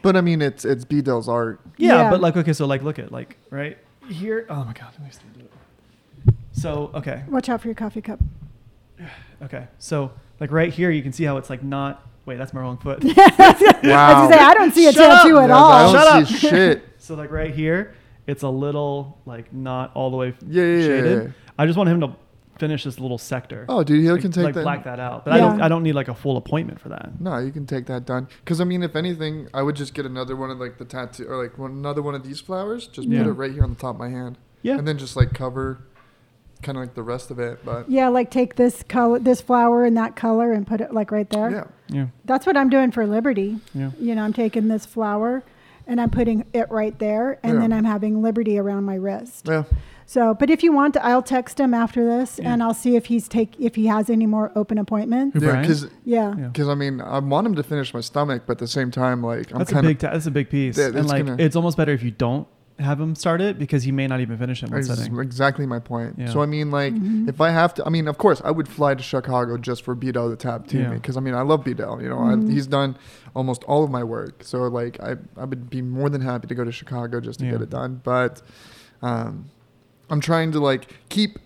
Speaker 2: but I mean, it's it's B Dell's art.
Speaker 3: Yeah,
Speaker 1: Yeah.
Speaker 3: but like okay, so like look at like right here. Oh my god, let me see. So okay,
Speaker 1: watch out for your coffee cup. [LAUGHS]
Speaker 3: okay, so like right here, you can see how it's like not. Wait, that's my
Speaker 1: [LAUGHS]
Speaker 3: wrong foot.
Speaker 1: [LAUGHS] I was
Speaker 2: Wow.
Speaker 1: gonna say I don't see a
Speaker 3: Shut up.
Speaker 1: tattoo at
Speaker 2: Yeah, I
Speaker 1: all.
Speaker 2: don't
Speaker 3: Shut up.
Speaker 2: see
Speaker 3: [LAUGHS]
Speaker 2: shit.
Speaker 3: So like right here, it's a little like not all the way
Speaker 2: Yeah, yeah, yeah,
Speaker 3: shaded.
Speaker 2: yeah.
Speaker 3: I just want him to finish this little sector.
Speaker 2: Oh, dude, he
Speaker 3: like,
Speaker 2: can take
Speaker 3: like
Speaker 2: that.
Speaker 3: black that out. But I
Speaker 1: Yeah.
Speaker 3: don't I don't need like a full appointment for that.
Speaker 2: No, you can take that done. Because I mean, if anything, I would just get another one of like the tattoo or like one, another one of these flowers. Just
Speaker 3: Yeah.
Speaker 2: put it right here on the top of my hand.
Speaker 3: Yeah.
Speaker 2: And then just like cover, kind of like the rest of it. But
Speaker 1: Yeah, like take this color, this flower, and that color, and put it like right there.
Speaker 2: yeah,
Speaker 3: Yeah.
Speaker 1: That's what I'm doing for Liberty.
Speaker 3: Yeah.
Speaker 1: You know, I'm taking this flower, and I'm putting it right there, and
Speaker 2: Yeah.
Speaker 1: then I'm having Liberty around my wrist.
Speaker 2: yeah,
Speaker 1: So, but if you want, I'll text him after this,
Speaker 3: Yeah.
Speaker 1: and I'll see if he's take if he has any more open
Speaker 3: Who,
Speaker 1: appointments.
Speaker 2: yeah.
Speaker 3: Brian?
Speaker 2: Because
Speaker 1: Yeah.
Speaker 3: Yeah.
Speaker 2: I mean, I want him to finish my stomach, but at the same time, like I'm
Speaker 3: That's a
Speaker 2: kind
Speaker 3: big
Speaker 2: of
Speaker 3: ta- that's a big piece.
Speaker 2: Yeah,
Speaker 3: and
Speaker 2: it's
Speaker 3: like
Speaker 2: gonna-
Speaker 3: it's almost better if you don't have him start it because he may not even finish it in one
Speaker 2: That's
Speaker 3: setting.
Speaker 2: exactly my point.
Speaker 3: Yeah.
Speaker 2: So I mean, like, if I have to, I mean, of course, I would fly to Chicago just for Bedell the Tap
Speaker 3: Yeah.
Speaker 2: teammate because I mean, I love Bedell. You know, I, he's done almost all of my work, so like, I I would be more than happy to go to Chicago just to
Speaker 3: Yeah.
Speaker 2: get it done. But um, I'm trying to like keep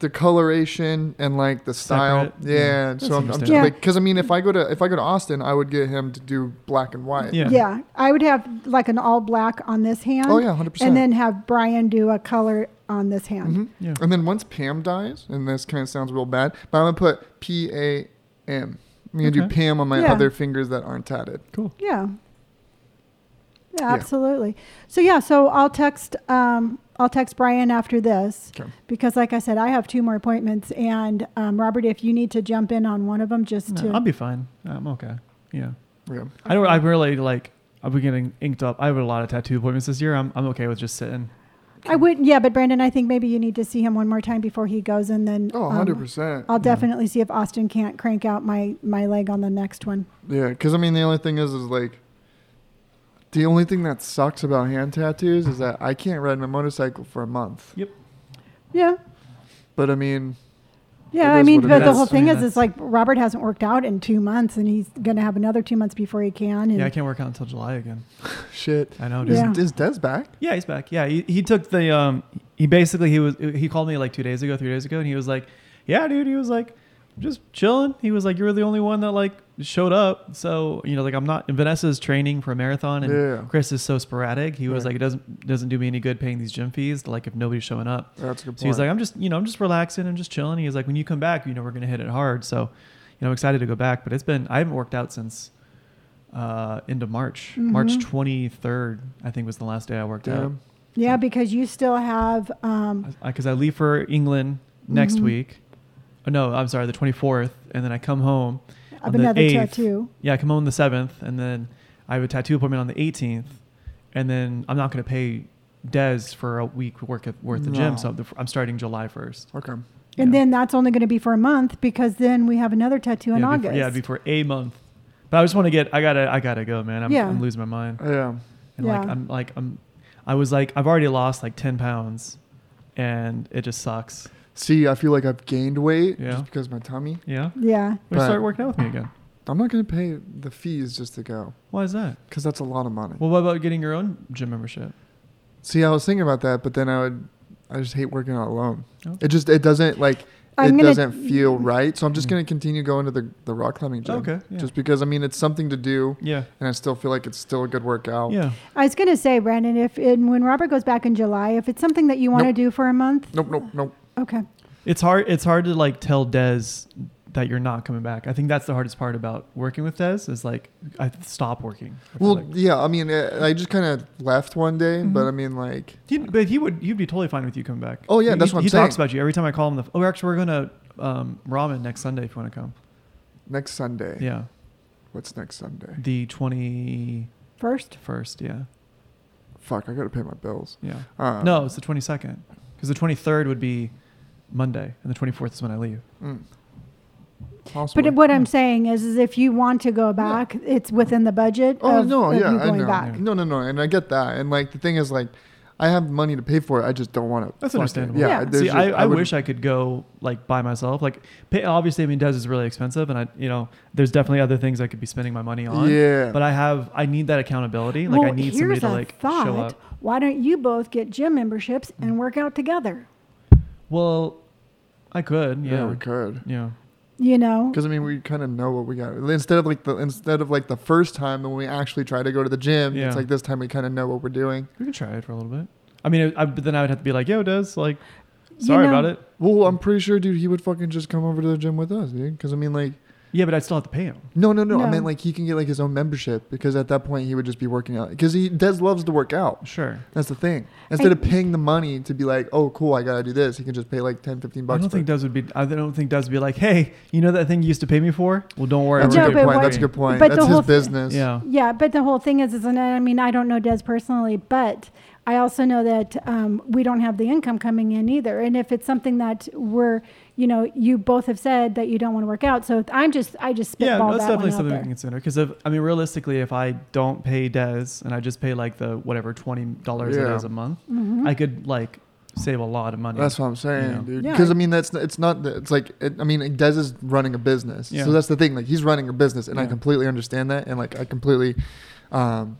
Speaker 2: the coloration and like the style.
Speaker 3: Separate.
Speaker 2: Yeah.
Speaker 3: Yeah.
Speaker 2: So I'm, I'm just
Speaker 1: understandable.
Speaker 2: like, because I mean, if I go to if I go to Austin, I would get him to do black and white.
Speaker 3: Yeah.
Speaker 1: Yeah. I would have like an all black on this hand.
Speaker 2: Oh yeah, hundred percent.
Speaker 1: And then have Brian do a color on this hand.
Speaker 2: Mhm.
Speaker 3: Yeah.
Speaker 2: And then once Pam dies, and this kind of sounds real bad, but I'm gonna put P A M. I'm gonna do
Speaker 3: Okay.
Speaker 2: Pam on my
Speaker 1: Yeah.
Speaker 2: other fingers that aren't tatted.
Speaker 3: Cool.
Speaker 1: Yeah.
Speaker 2: Yeah.
Speaker 1: Yeah, absolutely. So yeah, so I'll text um, I'll text Brian after this
Speaker 2: Okay.
Speaker 1: because, like I said, I have two more appointments. And um, Robert, if you need to jump in on one of them, just
Speaker 3: No,
Speaker 1: to
Speaker 3: I'll be fine. I'm okay. Yeah.
Speaker 2: Yeah.
Speaker 3: I don't. I really like. I'll be getting inked up. I have a lot of tattoo appointments this year. I'm, I'm okay with just sitting.
Speaker 1: I would yeah, but Brandon, I think maybe you need to see him one more time before he goes, and then
Speaker 2: Oh,
Speaker 1: um,
Speaker 2: 100%.
Speaker 1: I'll definitely see if Austin can't crank out my my leg on the next one.
Speaker 2: yeah, because I mean, the only thing is, is like, the only thing that sucks about hand tattoos is that I can't ride my motorcycle for a month.
Speaker 3: Yep.
Speaker 1: Yeah,
Speaker 2: But I mean, [LAUGHS]
Speaker 1: yeah.
Speaker 2: It
Speaker 1: I
Speaker 2: is
Speaker 1: mean,
Speaker 2: what it
Speaker 1: but the
Speaker 3: is.
Speaker 1: whole
Speaker 3: That's- I
Speaker 1: thing
Speaker 3: mean,
Speaker 1: is, it's like Robert hasn't worked out in two months, and he's gonna have another two months before he can. And
Speaker 2: Mm.
Speaker 3: Yeah, I can't work out until July again.
Speaker 2: shit.
Speaker 3: I know, dude.
Speaker 1: Yeah.
Speaker 3: Yeah,
Speaker 2: Is, is Des back?
Speaker 3: he's back. Yeah, he, he took the um. He basically he was he called me like two days ago, three days ago, and he was like, "Yeah, dude." He was like, "Just chilling." He was like, "You were the only one that like showed up." So you know, like I'm not. and Vanessa's training for a marathon, and
Speaker 2: Yeah.
Speaker 3: Chris is so sporadic. He was
Speaker 2: Right.
Speaker 3: like, "It doesn't doesn't do me any good paying these gym fees. Like if nobody's showing up."
Speaker 2: That's a good point.
Speaker 3: So he's like, I'm just, you know, I'm just relaxing, I'm just chilling. He's like, when you come back, you know, we're gonna hit it hard. So, you know, I'm excited to go back. But it's been, I haven't worked out since uh end of March, March
Speaker 2: Mm-hmm.
Speaker 3: 23rd, I think was the last day I worked
Speaker 2: Damn.
Speaker 1: Yeah, because you still have. Um,
Speaker 3: out. Because I, leave for England next
Speaker 1: Mm-hmm.
Speaker 3: week. Oh, no, I'm sorry, the 24th, and then I come home.
Speaker 1: Of
Speaker 3: on the
Speaker 1: another
Speaker 3: 8th.
Speaker 1: tattoo.
Speaker 3: Yeah, I come home the 7th, and then I have a tattoo appointment on the 18th, and then I'm not gonna pay Des for a week work at, worth of
Speaker 2: No.
Speaker 3: gym. So I'm- I'm starting July 1st.
Speaker 2: Okay.
Speaker 1: and
Speaker 3: Yeah.
Speaker 1: then that's only going to be for a month because then we have another tattoo in
Speaker 3: yeah, it'd be
Speaker 1: August.
Speaker 3: for- yeah, it'd be for a month. But I just want to get. I gotta. I gotta go, man. I'm,
Speaker 1: Yeah.
Speaker 3: I'm losing my mind.
Speaker 2: Yeah.
Speaker 3: And like
Speaker 1: Yeah.
Speaker 3: I'm like I'm. I was like I've already lost like ten pounds, and it just sucks.
Speaker 2: See, I feel like I've gained weight
Speaker 3: Yeah.
Speaker 2: just because my tummy.
Speaker 3: Yeah.
Speaker 1: yeah.
Speaker 3: Well,
Speaker 2: Right.
Speaker 3: start working out with me again.
Speaker 2: I'm not gonna pay the fees just to go
Speaker 3: Why is that?
Speaker 2: because that's a lot of money.
Speaker 3: Well, what about getting your own gym membership?
Speaker 2: See, I was thinking about that, but then I would, I just hate working out alone.
Speaker 3: Oh.
Speaker 2: It just, it doesn't like,
Speaker 1: I'm
Speaker 2: it
Speaker 1: gonna-
Speaker 2: doesn't feel right. So I'm just
Speaker 3: Mm.
Speaker 2: gonna continue going to the the rock climbing gym.
Speaker 3: Okay, yeah.
Speaker 2: Just because I mean it's something to do,
Speaker 3: Yeah.
Speaker 2: and I still feel like it's still a good workout.
Speaker 3: Oh. Yeah.
Speaker 1: I was going to say, Brandon, if and when Robert goes back in July, if it's something that you want to
Speaker 2: Nope.
Speaker 1: do for a month,
Speaker 2: Nope, nope, nope.
Speaker 1: okay.
Speaker 3: It's hard. It's hard to like tell Des that you're not coming back. I think that's the hardest part about working with Des is like I stop working. I feel
Speaker 2: Well,
Speaker 3: like. Mm-hmm.
Speaker 2: yeah. I mean, uh, I just kind of left one day, but I mean, like,
Speaker 3: He, but he would. He'd be totally fine with you coming back.
Speaker 2: Oh, yeah,
Speaker 3: He-
Speaker 2: that's what I'm
Speaker 3: he He talks
Speaker 2: saying.
Speaker 3: about you every time I call him. The oh, actually, we're gonna um, ramen next Sunday if you want to come.
Speaker 2: next Sunday.
Speaker 3: Yeah,
Speaker 2: What's next Sunday?
Speaker 3: the twenty
Speaker 1: First,
Speaker 3: first. Yeah,
Speaker 2: Fuck, I gotta pay my bills.
Speaker 3: yeah.
Speaker 2: Uh,
Speaker 3: no, it's the twenty second because the twenty third would be Monday, and the twenty fourth is when I leave.
Speaker 2: Mm. Possibly.
Speaker 1: but
Speaker 3: Hmm.
Speaker 1: what I'm saying is, is if you want to go back, it's within the budget.
Speaker 2: Oh
Speaker 1: of,
Speaker 2: no,
Speaker 1: of
Speaker 2: yeah,
Speaker 1: you
Speaker 2: I
Speaker 1: going
Speaker 2: know.
Speaker 1: back.
Speaker 2: No, no, no, and I get that. And like the thing is, like, I have money to pay for it. I just don't want to.
Speaker 3: That's understandable.
Speaker 2: Yeah,
Speaker 1: Yeah.
Speaker 2: there's
Speaker 3: See,
Speaker 2: just-
Speaker 3: I, I,
Speaker 2: would-
Speaker 3: wish I could go like by myself. Like, pay, obviously, I mean, Des is really expensive, and I, you know, there's definitely other things I could be spending my money on.
Speaker 2: Yeah.
Speaker 3: But I have, I need that accountability. Like,
Speaker 1: well,
Speaker 3: I need somebody
Speaker 1: here's
Speaker 3: to
Speaker 1: a
Speaker 3: like
Speaker 1: thought.
Speaker 3: show up. Hmm.
Speaker 1: Why don't you both get gym memberships and work out together?
Speaker 3: Well, I could.
Speaker 2: Yeah,
Speaker 3: Yeah.
Speaker 2: we could.
Speaker 3: Yeah.
Speaker 1: You know,
Speaker 2: Because I mean, we kind of know what we got. Instead of like the instead of like the first time when we actually try to go to the gym,
Speaker 3: Yeah.
Speaker 2: it's like this time we kind of know what we're doing.
Speaker 3: We can try it for a little bit. I mean, I, I- but then I would have to be like, "Yo, Des, like, sorry
Speaker 1: know-
Speaker 3: about it."
Speaker 2: Well, I'm pretty sure, dude, he would fucking just come over to the gym with us, dude. Because I mean, like,
Speaker 3: Yeah, but I'd still have to pay him.
Speaker 2: no, no, no, I
Speaker 1: No.
Speaker 2: meant like he can get like his own membership because at that point he would just be working out. Because he Des loves to work out.
Speaker 3: Sure.
Speaker 2: That's the thing. Instead of
Speaker 1: I-
Speaker 2: paying the money to be like, oh, cool, I gotta do this, he can just pay like 10, 15 bucks.
Speaker 3: I don't
Speaker 2: for
Speaker 3: think
Speaker 2: it.
Speaker 3: Des would be. I don't think Des would be like, "Hey, you know that thing you used to pay me for? Well, don't worry,
Speaker 2: that's
Speaker 1: No,
Speaker 2: a
Speaker 3: we're
Speaker 2: good
Speaker 1: but
Speaker 3: gonna
Speaker 2: point.
Speaker 1: what-
Speaker 3: pay
Speaker 2: That's a
Speaker 3: you
Speaker 2: good point.
Speaker 1: but the
Speaker 2: That's his
Speaker 1: whole thi-
Speaker 2: business.
Speaker 3: for it." Yeah.
Speaker 1: Yeah, but the whole thing is, is and I mean, I don't know Des personally, but I also know that um, we don't have the income coming in either. And if it's something that we're, you know, you both have said that you don't want to work out. So I'm just, I just
Speaker 3: Yeah,
Speaker 1: spitball
Speaker 3: that's
Speaker 1: that
Speaker 3: definitely
Speaker 1: one out
Speaker 3: something we
Speaker 1: there.
Speaker 3: can consider. Because if I mean, realistically, if I don't pay Des and I just pay like the whatever twenty dollars it
Speaker 2: Yeah. Mm-hmm.
Speaker 3: is a month,
Speaker 1: Mm-hmm.
Speaker 3: I could like save a lot of money.
Speaker 2: That's what I'm saying,
Speaker 3: Yeah.
Speaker 2: dude.
Speaker 1: Yeah.
Speaker 2: Because I mean, that's it's not. that- It's like it, I mean, Dez is running a business,
Speaker 3: Yeah.
Speaker 2: so that's the thing. Like he's running a business, and I
Speaker 3: Yeah.
Speaker 2: completely understand that, and like I completely. Um,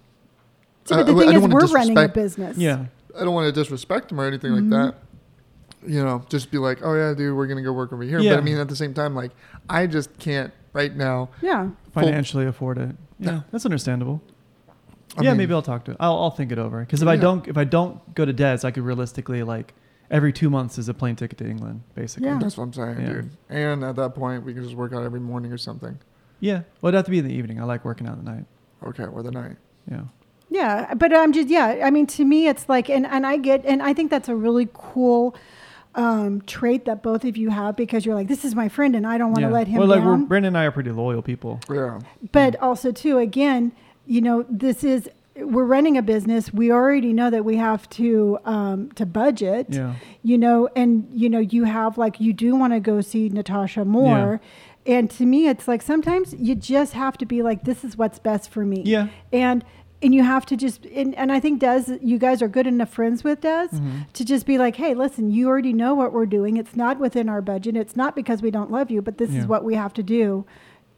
Speaker 1: See, but the
Speaker 2: I- I
Speaker 1: thing
Speaker 2: don't
Speaker 1: is,
Speaker 2: wanna
Speaker 1: we're running a
Speaker 2: disrespect-
Speaker 1: business.
Speaker 3: yeah,
Speaker 2: I don't want to disrespect him or anything
Speaker 1: Mhm.
Speaker 2: like that. You know, just be like, oh yeah, dude, we're gonna go work over here.
Speaker 3: Yeah.
Speaker 2: But I mean, at the same time, like I just can't right now.
Speaker 1: Yeah.
Speaker 2: Full-
Speaker 3: financially afford it. Yeah,
Speaker 2: Yeah.
Speaker 3: that's understandable.
Speaker 2: I
Speaker 3: yeah,
Speaker 2: mean,
Speaker 3: maybe I'll talk to. I'll, I'll think it over. Because if I
Speaker 2: Yeah.
Speaker 3: don't, if I don't go to Des, I could realistically like every two months is a plane ticket to England, basically.
Speaker 1: Yeah.
Speaker 3: Yeah.
Speaker 2: That's what I'm saying,
Speaker 3: Yeah.
Speaker 2: dude. And at that point, we can just work out every morning or something.
Speaker 3: Well, it'd have to be in the evening. I like working out at night.
Speaker 2: Okay, or the night.
Speaker 3: Yeah.
Speaker 1: Yeah, but I'm just yeah. I mean, to me, it's like, and and I get, and I think that's a really cool um, trait that both of you have because you're like, this is my friend, and I don't want to
Speaker 3: yeah.
Speaker 1: let him
Speaker 3: well, like we're,
Speaker 1: down.
Speaker 3: Brandon and I are pretty loyal people.
Speaker 2: Yeah.
Speaker 3: Mm.
Speaker 1: but also, too, again, you know, this is we're running a business. We already know that we have to um, to budget.
Speaker 3: Yeah.
Speaker 1: You know, and you know, you have like you do want to go see Natasha more. And to me, it's like sometimes you just have to be like, this is what's best for me
Speaker 3: Yeah.
Speaker 1: and and you have to just and, and i think des you guys are good enough friends with des
Speaker 3: Mm-hmm.
Speaker 1: to just be like hey listen you already know what we're doing it's not within our budget it's not because we don't love you but this
Speaker 3: Yeah.
Speaker 1: is what we have to do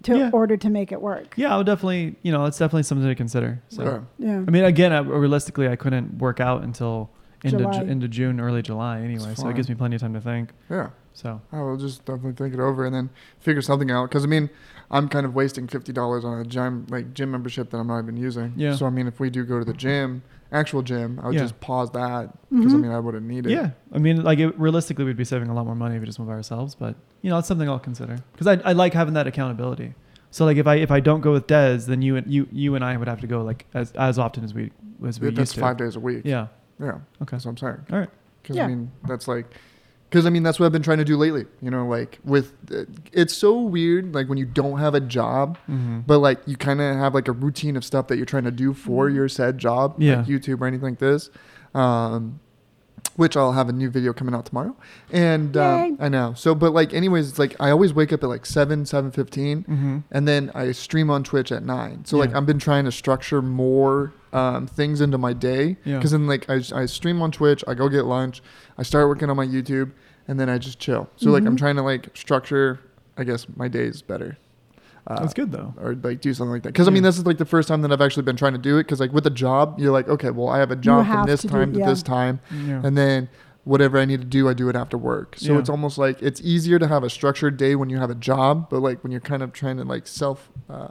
Speaker 1: to
Speaker 3: Yeah.
Speaker 1: order to make it work
Speaker 3: Yeah, I would definitely. You know, it's definitely something to consider. So.
Speaker 2: yeah.
Speaker 1: yeah
Speaker 3: I mean, uh, again, I, realistically, I couldn't work out until into
Speaker 1: July.
Speaker 3: Ju- into June, early July, anyway.
Speaker 2: It's
Speaker 3: So it
Speaker 2: fine.
Speaker 3: gives me plenty of time to think.
Speaker 2: Yeah.
Speaker 3: So
Speaker 2: I will just definitely think it over and then figure something out. Because I mean, I'm kind of wasting fifty dollars on a gym like gym membership that I'm not even using.
Speaker 3: Yeah.
Speaker 2: So I mean, if we do go to the gym, actual gym, I would
Speaker 3: Yeah.
Speaker 2: just pause that because I
Speaker 1: Mhm.
Speaker 2: mean, I wouldn't need it.
Speaker 3: yeah, I mean, like it, realistically, we'd be saving a lot more money if we just went by ourselves. But you know, it's something I'll consider because I, I like having that accountability. So like if I if I don't go with Dez, then you and you you and I would have to go like as as often as we as we
Speaker 2: Th-
Speaker 3: used
Speaker 2: That's
Speaker 3: to.
Speaker 2: five days a week.
Speaker 3: Yeah.
Speaker 2: Yeah.
Speaker 3: Okay.
Speaker 2: That's what I'm saying.
Speaker 3: All right.
Speaker 2: Because
Speaker 1: Yeah.
Speaker 2: I mean, that's like, because I mean, that's what I've been trying to do lately. You know, like with, uh, it's so weird, like when you don't have a job,
Speaker 3: Mm-hmm.
Speaker 2: but like you kind of have like a routine of stuff that you're trying to do for your said job,
Speaker 3: Mm. Yeah.
Speaker 2: like YouTube or anything like this. Um, which I'll have a new video coming out tomorrow, and uh,
Speaker 1: Yay.
Speaker 2: I know. So, but like, anyways, it's like I always wake up at like seven, seven fifteen,
Speaker 3: Mm-hmm.
Speaker 2: and then I stream on Twitch at nine. So like
Speaker 3: Yeah.
Speaker 2: I've been trying to structure more um, things into my day
Speaker 3: Yeah.
Speaker 2: because then like I, I stream on Twitch, I go get lunch, I start working on my YouTube, and then I just chill. So
Speaker 3: Mm-hmm.
Speaker 2: like I'm trying to like structure, I guess my days better. Uh,
Speaker 3: That's good though.
Speaker 2: Or like do something like that because I
Speaker 3: Yeah.
Speaker 2: mean this is like the first time that I've actually been trying to do it because like with a job you're like okay well I have a job
Speaker 1: have
Speaker 2: from this
Speaker 1: to do-
Speaker 2: time to
Speaker 1: yeah.
Speaker 2: this time
Speaker 3: Yeah.
Speaker 2: and then whatever I need to do, I do it after work. So
Speaker 3: Yeah.
Speaker 2: it's almost like it's easier to have a structured day when you have a job, but like when you're kind of trying to like self, uh,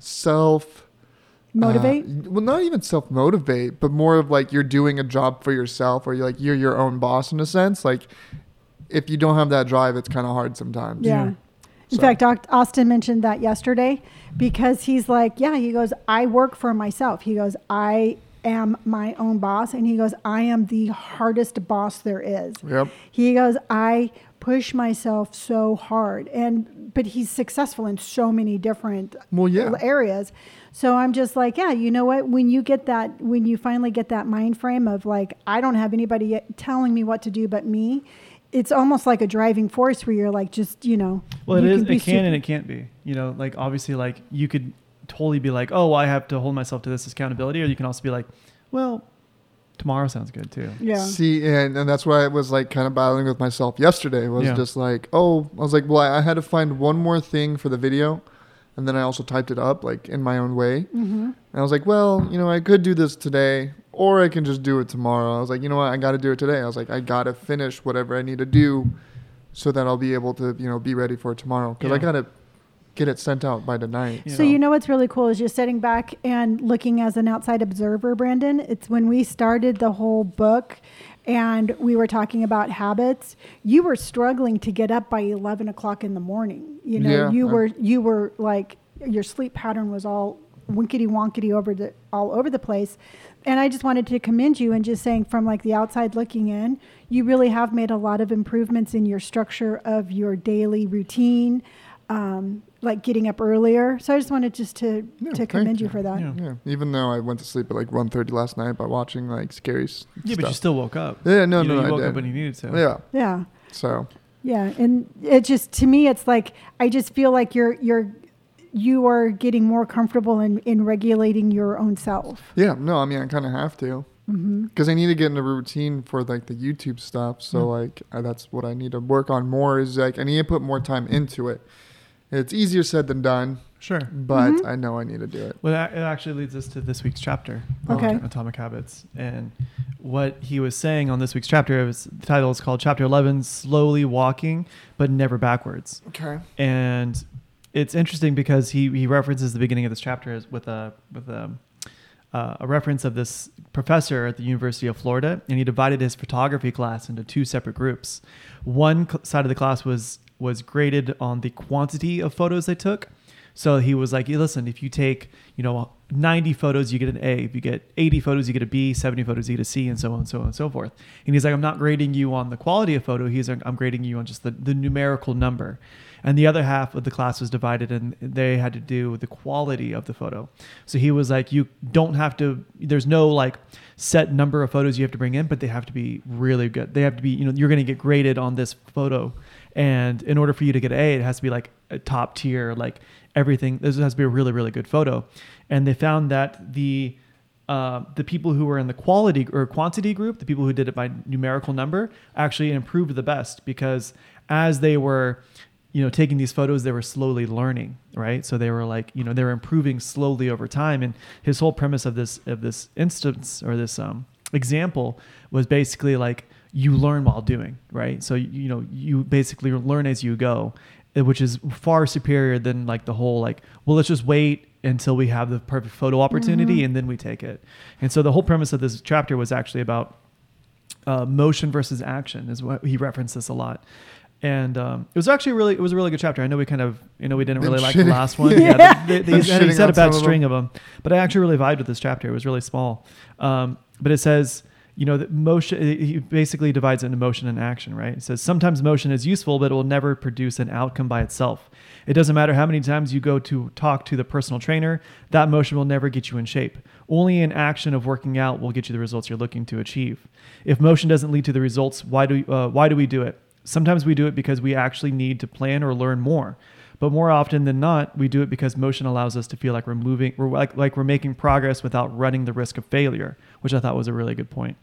Speaker 2: self
Speaker 1: motivate
Speaker 2: uh, well, not even self motivate, but more of like you're doing a job for yourself, or you're like you're your own boss in a sense. Like if you don't have that drive, it's kind of hard sometimes.
Speaker 1: yeah,
Speaker 3: yeah.
Speaker 1: In
Speaker 2: So-
Speaker 1: fact, Doc Austin mentioned that yesterday because he's like, Yeah, he goes, I work for myself. He goes, I am my own boss. And he goes, I am the hardest boss there is.
Speaker 2: Yep.
Speaker 1: He goes, I push myself so hard. And, but he's successful in so many different
Speaker 2: Well, yeah.
Speaker 1: areas. So I'm just like, yeah, you know what? When you get that, when you finally get that mind frame of like, I don't have anybody yet telling me what to do but me, it's almost like a driving force where you're like, just, you know,
Speaker 3: Well, it
Speaker 1: you
Speaker 3: is.
Speaker 1: be
Speaker 3: it can
Speaker 1: super-
Speaker 3: and it can't be. You know, like obviously, like you could totally be like, oh, I have to hold myself to this accountability, or you can also be like, well, tomorrow sounds good too.
Speaker 1: yeah.
Speaker 2: See, and, and that's why I was like kind of battling with myself yesterday. Was
Speaker 3: Yeah.
Speaker 2: just like, oh, I was like, well, I, I had to find one more thing for the video, and then I also typed it up like in my own way.
Speaker 1: hmm
Speaker 2: And I was like, well, you know, I could do this today, or I can just do it tomorrow. I was like, you know what, I got to do it today. I was like, I got to finish whatever I need to do, so that I'll be able to, you know, be ready for tomorrow. Because I
Speaker 3: Yeah.
Speaker 2: got to get it sent out by tonight.
Speaker 3: Yeah.
Speaker 1: So you know what's really cool is just sitting back and looking as an outside observer, Brandon. It's when we started the whole book and we were talking about habits, you were struggling to get up by eleven o'clock in the morning. You know,
Speaker 2: Yeah,
Speaker 1: you
Speaker 2: I-
Speaker 1: were you were like your sleep pattern was all winkety wonkety over the all over the place. And I just wanted to commend you and just saying from like the outside looking in, you really have made a lot of improvements in your structure of your daily routine um, like getting up earlier. So I just wanted just to
Speaker 2: Yeah,
Speaker 1: to
Speaker 2: thank
Speaker 1: commend you,
Speaker 2: you.
Speaker 1: for that.
Speaker 3: Yeah.
Speaker 2: Yeah, even though I went to sleep at like 1.30 last night by watching like scary s-
Speaker 3: Yeah, but you
Speaker 2: stuff.
Speaker 3: still woke up.
Speaker 2: yeah, no,
Speaker 3: you
Speaker 2: no,
Speaker 3: know, you
Speaker 2: I
Speaker 3: woke
Speaker 2: did.
Speaker 3: up when you needed to.
Speaker 2: yeah,
Speaker 1: Yeah.
Speaker 2: so
Speaker 1: Yeah, and it just to me, it's like I just feel like you're you're you are getting more comfortable in in regulating your own self.
Speaker 2: yeah, no, I mean I kind of have to
Speaker 3: Mm-hmm.
Speaker 1: hmm
Speaker 2: because I need to get into a routine for like the YouTube stuff. So
Speaker 3: Mm.
Speaker 2: like I, that's what I need to work on more is like I need to put more time into it. It's easier said than done,
Speaker 3: Sure.
Speaker 2: but
Speaker 3: Mm-hmm.
Speaker 1: Mhm.
Speaker 2: I know I need to do it.
Speaker 3: Well, that- it actually leads us to this week's chapter on
Speaker 1: Okay.
Speaker 3: Atomic Habits. And what he was saying on this week's chapter, it was, the title is called Chapter 11 Slowly Walking, but Never Backwards.
Speaker 2: Okay.
Speaker 3: And it's interesting because he, he references the beginning of this chapter as- with a, with a, uh, a reference of this professor at the University of Florida, and he divided his photography class into two separate groups. One cl- side of the class was was graded on the quantity of photos they took. So he was like, "Hey, "Listen, if you take you know 90 photos, you get an A. If you get 80 photos, you get a B. 70 photos, you get a C, and so on, so on, and so forth." And he's like, "I'm not grading you on the quality of photo. He's like, I'm grading you on just the, the numerical number." And the other half of the class was divided, and they had to do with the quality of the photo. So he was like, you don't have to, there's no like set number of photos you have to bring in, but they have to be really good. They have to be, you know, you're going to get graded on this photo. And in order for you to get A, it has to be like a top tier, like everything. This has to be a really, really good photo. And they found that the, uh, the people who were in the quality or quantity group, the people who did it by numerical number, actually improved the best because as they were, you know, taking these photos, they were slowly learning, right? So they were like, you know, they were improving slowly over time. And his whole premise of this of this instance or this um, example was basically like you learn while doing, right? So you, you know, you basically learn as you go, eh, which is far superior than like the whole like, well, let's just wait until we have the perfect photo opportunity
Speaker 2: Mm-hmm.
Speaker 3: and then we take it. And so the whole premise of this chapter was actually about uh, motion versus action is what he referenced this a lot. And um, it was actually really, it was a really good chapter. I know we kind of, you know, we didn't
Speaker 2: Been
Speaker 3: really like the
Speaker 2: shitting- [LAUGHS]
Speaker 3: last one.
Speaker 1: Yeah.
Speaker 3: Yeah, they, they,
Speaker 2: Been
Speaker 3: they said- he
Speaker 2: shitting
Speaker 3: said
Speaker 2: on
Speaker 3: a bad
Speaker 2: some of
Speaker 3: string of them, but I actually really vibed with this chapter. It was really small, um, but it says, you know, that motion. He basically divides it into motion and action, right? It says sometimes motion is useful, but it will never produce an outcome by itself. It doesn't matter how many times you go to talk to the personal trainer; that motion will never get you in shape. Only an action of working out will get you the results you're looking to achieve. If motion doesn't lead to the results, why do uh, why do we do it? Sometimes we do it because we actually need to plan or learn more. But more often than not, we do it because motion allows us to feel like we're moving, we're like, like we're making progress without running the risk of failure, which I thought was a really good point.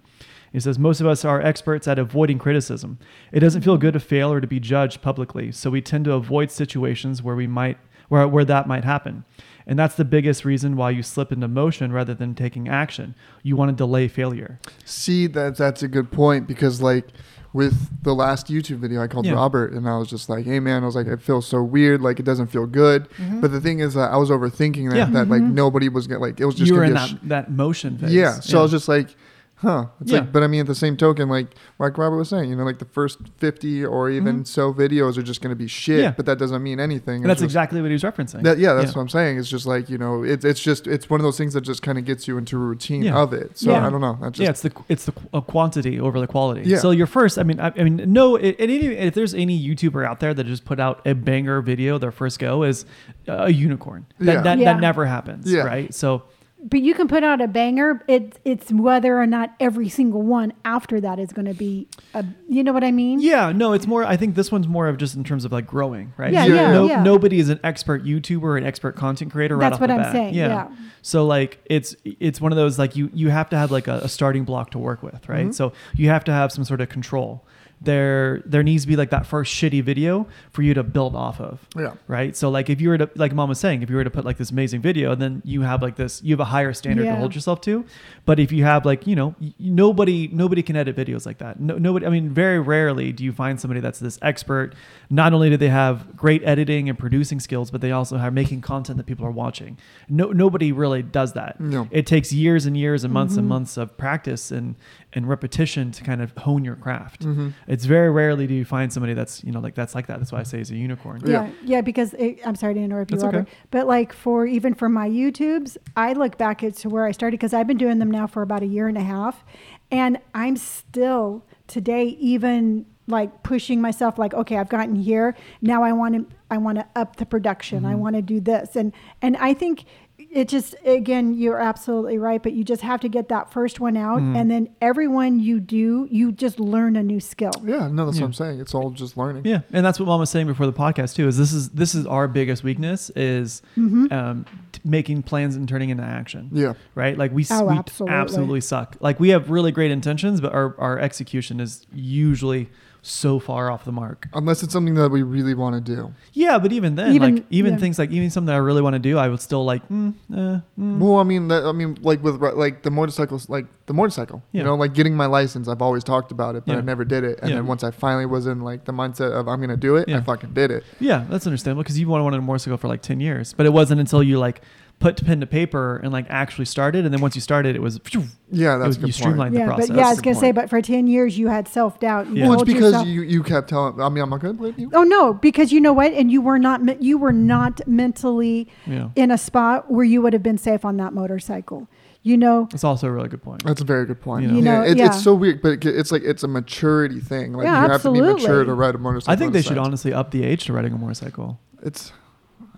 Speaker 3: He says, Most of us are experts at avoiding criticism. It doesn't feel good to fail or to be judged publicly, so we tend to avoid situations where we might where, where that might happen. And that's the biggest reason why you slip into motion rather than taking action. You want to delay failure.
Speaker 2: See that that's a good point because like with the last YouTube video, I called
Speaker 3: Yeah.
Speaker 2: Robert and I was just like, "Hey man," I was like, "It feels so weird. Like it doesn't feel good." But the thing is, that I was overthinking that
Speaker 3: Mm-hmm. Yeah. Mm-hmm.
Speaker 2: that like
Speaker 1: Mhm.
Speaker 2: nobody was gonna like it was just
Speaker 3: you were
Speaker 2: gonna
Speaker 3: in
Speaker 2: be a
Speaker 3: that,
Speaker 2: sh-
Speaker 3: that motion phase.
Speaker 2: yeah. So I was just like, "Huh." It's
Speaker 3: Yeah.
Speaker 2: like, but I mean, at the same token, like like Robert was saying, you know, like the first fifty or even so videos are just gonna be shit.
Speaker 3: Mm-hmm. Yeah.
Speaker 2: But that doesn't mean anything.
Speaker 3: And that's
Speaker 2: It's just-
Speaker 3: exactly what he was referencing.
Speaker 2: That, yeah, that's what I'm saying. It's just like you know, it's it's just it's one of those things that just kind of gets you into a routine
Speaker 3: Yeah.
Speaker 2: of it. So
Speaker 1: Yeah.
Speaker 2: I don't know. That's just
Speaker 3: yeah, it's the it's the qu- uh, quantity over the quality.
Speaker 2: Yeah.
Speaker 3: So your first, I mean, I, I mean, no, it, it, any- if there's any YouTuber out there that just put out a banger video, their first go is uh, a unicorn. That
Speaker 2: Yeah.
Speaker 3: that,
Speaker 1: Yeah.
Speaker 3: that never happens,
Speaker 2: Yeah.
Speaker 3: right? So
Speaker 1: But you can put out a banger. It's it's whether or not every single one after that is going to be a. You know what I mean?
Speaker 3: yeah, no, it's more. I think this one's more of just in terms of like growing, right?
Speaker 1: Yeah,
Speaker 2: Yeah, yeah,
Speaker 3: No,
Speaker 1: yeah.
Speaker 3: Nobody is an expert YouTuber, or an expert content creator. right
Speaker 1: That's
Speaker 3: off
Speaker 1: what
Speaker 3: the
Speaker 1: I'm
Speaker 3: bat.
Speaker 1: saying, yeah.
Speaker 3: So like it's it's one of those like you you have to have like a, a starting block to work with,
Speaker 1: Mm-hmm.
Speaker 3: right? So you have to have some sort of control. There there needs to be like that first shitty video for you to build off of.
Speaker 2: Yeah.
Speaker 3: Right. So like if you were to like mom was saying, if you were to put like this amazing video, then you have like this you have a higher standard
Speaker 1: Yeah.
Speaker 3: to hold yourself to. But if you have like, you know, y- nobody nobody can edit videos like that. No, nobody I mean, very rarely do you find somebody that's this expert. Not only do they have great editing and producing skills, but they also are making content that people are watching. No nobody really does that.
Speaker 2: No. Mm-hmm.
Speaker 3: It takes
Speaker 2: Mm-hmm.
Speaker 3: years and years and months and months of practice and and repetition to kind of hone your craft. It's very rarely do you find somebody that's you know like that's like that. That's why I say he's a unicorn.
Speaker 1: Yeah, yeah, because it, I'm sorry to interrupt you,
Speaker 3: That's
Speaker 1: Robert,
Speaker 3: okay.
Speaker 1: but like for even for my YouTubes, I look back at to where I started because I've been doing them now for about a year and a half, and I'm still today even like pushing myself like okay I've gotten here now I want to I want to up the production
Speaker 3: Mm-hmm.
Speaker 1: I want to do this and and I think it just again you're absolutely right but you just have to get that first one out
Speaker 3: Mm-hmm.
Speaker 1: and then everyone you do you just learn a new skill
Speaker 2: Yeah, no, that's what I'm saying. It's all just learning.
Speaker 3: Yeah, and that's what Mom was saying before the podcast too. Is this is this is our biggest weakness is
Speaker 1: Mm-hmm.
Speaker 3: um, t- making plans and turning into action.
Speaker 2: Yeah.
Speaker 3: right? Like we, s-
Speaker 1: Oh,
Speaker 3: we
Speaker 1: absolutely.
Speaker 3: absolutely. suck. Like we have really great intentions, but our our execution is usually so far off the mark.
Speaker 2: Unless it's something that we really want to do.
Speaker 3: Yeah, but even then,
Speaker 1: Even-
Speaker 3: like even
Speaker 1: yeah.
Speaker 3: things like even something I really want to do, I would still like. Mm, uh, mm.
Speaker 2: Well, I mean, that, I mean, like with ri- like the motorcycles, like the motorcycle.
Speaker 3: Yeah.
Speaker 2: You know, like getting my license. I've always talked about it, but
Speaker 3: Yeah.
Speaker 2: I never did it. And
Speaker 3: Yeah.
Speaker 2: then once I finally was in like the mindset of I'm gonna do it,
Speaker 3: Yeah.
Speaker 2: I fucking did it.
Speaker 3: Yeah, that's understandable because you wanted a motorcycle for like ten years, but it wasn't until you like put pen to paper and like actually started, and then once you started, it was.
Speaker 2: Yeah, that's a good
Speaker 3: it, was- you
Speaker 2: point.
Speaker 3: streamlined the
Speaker 1: yeah
Speaker 3: process.
Speaker 1: but yeah I
Speaker 2: That's
Speaker 1: was
Speaker 2: the
Speaker 1: gonna say
Speaker 2: point.
Speaker 1: but for 10 years you had self-doubt you
Speaker 3: Yeah.
Speaker 2: Well, it's
Speaker 1: told
Speaker 2: because
Speaker 1: yourself-
Speaker 2: you, you kept telling. I mean, I'm not gonna blame you.
Speaker 1: Oh no, because you know what, and you were not me- you were not mentally
Speaker 3: Yeah.
Speaker 1: in a spot where you would have been safe on that motorcycle. You know,
Speaker 2: Mm.
Speaker 3: That's also a really good point.
Speaker 2: That's a very good point.
Speaker 3: You know.
Speaker 1: You know,
Speaker 2: yeah, it,
Speaker 1: yeah.
Speaker 2: it's so weird, but it, it's like it's a maturity thing. Like
Speaker 1: Yeah,
Speaker 2: you have to be
Speaker 1: absolutely.
Speaker 2: mature to ride a motorcycle.
Speaker 3: I think they should
Speaker 2: on.
Speaker 3: honestly up the age to riding a motorcycle.
Speaker 2: It's,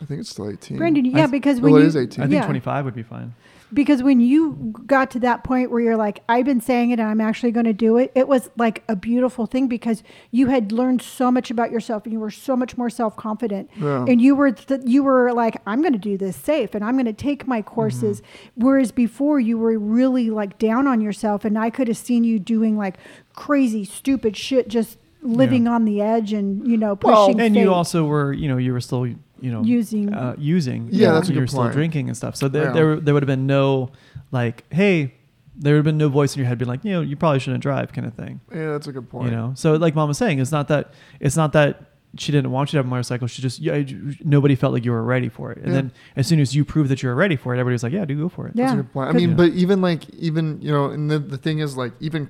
Speaker 2: I think it's still 18.
Speaker 1: Brandon,
Speaker 3: I
Speaker 1: yeah,
Speaker 3: s-
Speaker 1: because when
Speaker 2: well, it
Speaker 1: you
Speaker 2: is 18.
Speaker 3: I think
Speaker 1: Yeah.
Speaker 3: 25 would be fine.
Speaker 1: because when you got to that point where you're like, I've been saying it and I'm actually going to do it. It was like a beautiful thing because you had learned so much about yourself and you were so much more self confident,
Speaker 2: Yeah.
Speaker 1: and you were th- you were like, I'm going to do this safe and I'm going to take my courses.
Speaker 2: Mm-hmm.
Speaker 1: Whereas before you were really like down on yourself, and I could have seen you doing like crazy, stupid shit, just living on the edge and you know pushing.
Speaker 2: Well,
Speaker 3: and
Speaker 1: fate.
Speaker 3: you also were, you know, you were still, you know,
Speaker 1: Using.
Speaker 3: uh, using.
Speaker 2: Yeah,
Speaker 3: You
Speaker 2: that's
Speaker 3: know,
Speaker 2: a
Speaker 3: you were
Speaker 2: good
Speaker 3: still
Speaker 2: point.
Speaker 3: drinking and stuff. So there,
Speaker 2: Yeah.
Speaker 3: there, there would have been no, like, hey, there would have been no voice in your head being like, you know, you probably shouldn't drive, kind of thing.
Speaker 2: Yeah, that's a good point.
Speaker 3: You know, so like mom was saying, it's not that, it's not that she didn't want you to have a motorcycle. She just, yeah, you- nobody felt like you were ready for it. And
Speaker 2: Yeah.
Speaker 3: then as soon as you proved that you were ready for it, everybody was like, yeah, do go for it.
Speaker 1: Yeah.
Speaker 2: That's a good point. I
Speaker 1: Good-
Speaker 2: mean,
Speaker 3: Yeah.
Speaker 2: but even like, even, you know, and the, the thing is like, even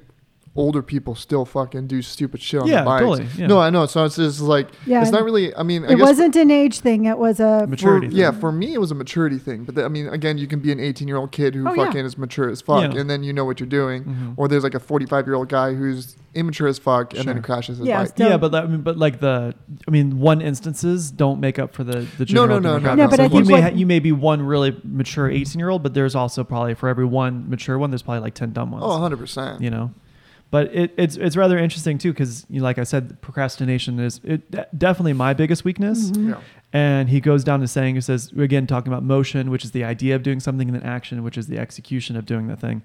Speaker 2: older people still fucking do stupid shit on
Speaker 3: Yeah,
Speaker 2: the bikes.
Speaker 3: totally, yeah.
Speaker 2: No, I know. So it's just like,
Speaker 1: Yeah,
Speaker 2: it's not
Speaker 1: and
Speaker 2: really, I mean, I
Speaker 1: it
Speaker 2: guess
Speaker 1: wasn't an age thing; it was a
Speaker 3: Maturity.
Speaker 2: for-
Speaker 3: thing.
Speaker 2: yeah, for me, it was a maturity thing. But the, I mean, again, you can be an 18 year old kid who
Speaker 1: Oh, yeah.
Speaker 2: fucking is mature as fuck,
Speaker 3: Yeah.
Speaker 2: and then you know what you're doing.
Speaker 3: Mhm.
Speaker 2: Or there's like a 45 year old guy who's immature as fuck, and
Speaker 3: Sure.
Speaker 2: then crashes his
Speaker 1: Yeah,
Speaker 2: bike.
Speaker 1: still-
Speaker 3: yeah, but that, I mean, but like the, I mean, one instances don't make up for the
Speaker 2: No,
Speaker 3: the general.
Speaker 2: no, no, no,
Speaker 3: demographic.
Speaker 2: No, but
Speaker 3: So
Speaker 2: I
Speaker 3: you
Speaker 2: think
Speaker 3: may
Speaker 1: what-
Speaker 3: ha- you may be one really mature eighteen year old, but there's also probably for every one mature one, there's probably like ten dumb ones.
Speaker 2: Oh, 100%.
Speaker 3: You know, but it, it's it's rather interesting too because you know, like I said, procrastination is it, de- definitely my biggest weakness.
Speaker 1: Mm-hmm.
Speaker 2: Yeah.
Speaker 3: And he goes down to saying, he says, again, talking about motion, which is the idea of doing something, and then action, which is the execution of doing the thing.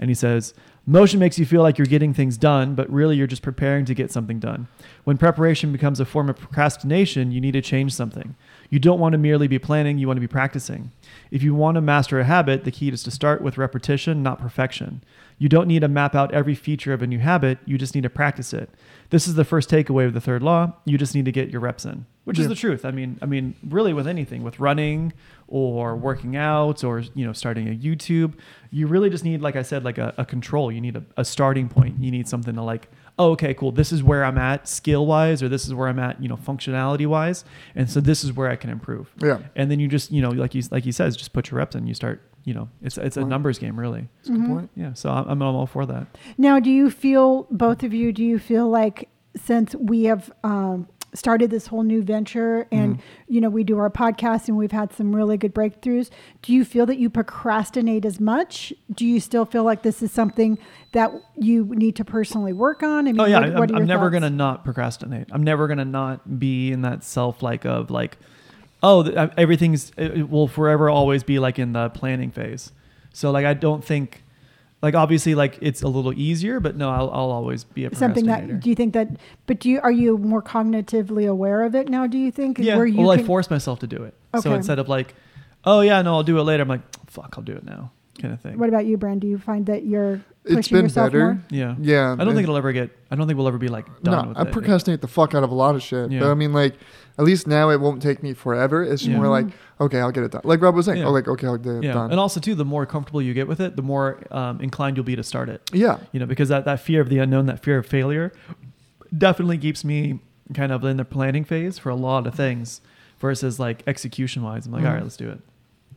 Speaker 3: And he says, motion makes you feel like you're getting things done, but really you're just preparing to get something done. When preparation becomes a form of procrastination, you need to change something. You don't want to merely be planning, you want to be practicing. If you want to master a habit, the key is to start with repetition, not perfection. You don't need to map out every feature of a new habit, you just need to practice it. This is the first takeaway of the third law. You just need to get your reps in, which is
Speaker 2: Yeah.
Speaker 3: the truth. I mean, I mean, really with anything, with running or working out or you know starting a YouTube, you really just need, like I said, like a, a control. You need a, a starting point. You need something to like, oh, okay, cool. This is where I'm at skill wise, or this is where I'm at, you know, functionality wise, and so this is where I can improve.
Speaker 2: Yeah.
Speaker 3: And then you just, you know, like he like he says, just put your reps in. You start, you know, it's it's a
Speaker 2: point.
Speaker 3: numbers game, really.
Speaker 2: That's a good point.
Speaker 3: Yeah. So I'm, I'm all for that.
Speaker 1: Now, do you feel, both of you, do you feel like since we have um, started this whole new venture and,
Speaker 3: Mm-hmm.
Speaker 1: you know, we do our podcast and we've had some really good breakthroughs, do you feel that you procrastinate as much? Do you still feel like this is something that you need to personally work on? I mean,
Speaker 3: Oh yeah,
Speaker 1: what-
Speaker 3: I'm,
Speaker 1: what are
Speaker 3: I'm
Speaker 1: your
Speaker 3: never
Speaker 1: thoughts?
Speaker 3: gonna not procrastinate. I'm never gonna not be in that self like of like, oh, th- I- everything's it, it will forever always be like in the planning phase. So like I don't think, like obviously like it's a little easier, but no, I'll, I'll always be a
Speaker 1: Something
Speaker 3: procrastinator.
Speaker 1: that, do you think that, but do you, are you more cognitively aware of it now, do you think?
Speaker 3: yeah.
Speaker 1: Where you
Speaker 3: well, I
Speaker 1: can-
Speaker 3: force myself to do it. So
Speaker 1: Okay.
Speaker 3: instead of like, oh yeah, no, I'll do it later. I'm like, fuck, I'll do it now, kind of thing.
Speaker 1: what about you, Brand? Do you find that you're pushing
Speaker 2: It's been
Speaker 1: yourself
Speaker 2: better.
Speaker 1: more? [LAUGHS]
Speaker 3: yeah.
Speaker 2: Yeah,
Speaker 3: I don't
Speaker 2: it-
Speaker 3: think it'll ever get. I don't think we'll ever be like done
Speaker 2: no,
Speaker 3: with
Speaker 2: I
Speaker 3: it.
Speaker 2: procrastinate the fuck out of a lot of shit.
Speaker 3: Yeah.
Speaker 2: But I mean, like, at least now it won't take me forever. It's
Speaker 3: Yeah.
Speaker 2: more like, okay, I'll get it done. Like Rob was saying,
Speaker 3: Yeah.
Speaker 2: oh, like, okay, I'll get it
Speaker 3: yeah.
Speaker 2: done.
Speaker 3: And also too, the more comfortable you get with it, the more um, inclined you'll be to start it.
Speaker 2: yeah.
Speaker 3: you know because that, that fear of the unknown that fear of failure definitely keeps me kind of in the planning phase for a lot of things versus like execution wise. I'm like,
Speaker 2: Mhm.
Speaker 3: all
Speaker 1: Mm-hmm.
Speaker 3: right, let's do it.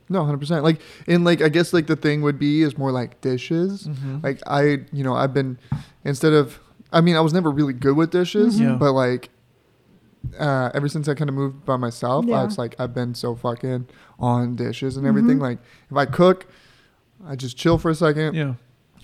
Speaker 2: No, hundred percent. Like, and like, I guess like the thing would be is more like dishes.
Speaker 3: Mhm.
Speaker 2: Like I, you know, I've been instead of, I mean, I was never really good with dishes,
Speaker 3: Mhm. Yeah.
Speaker 2: but like, uh, ever since I kind of moved by myself,
Speaker 1: Yeah.
Speaker 2: I was like, I've been so fucking on dishes and everything. Like, if I cook, I just chill for a second,
Speaker 3: Yeah.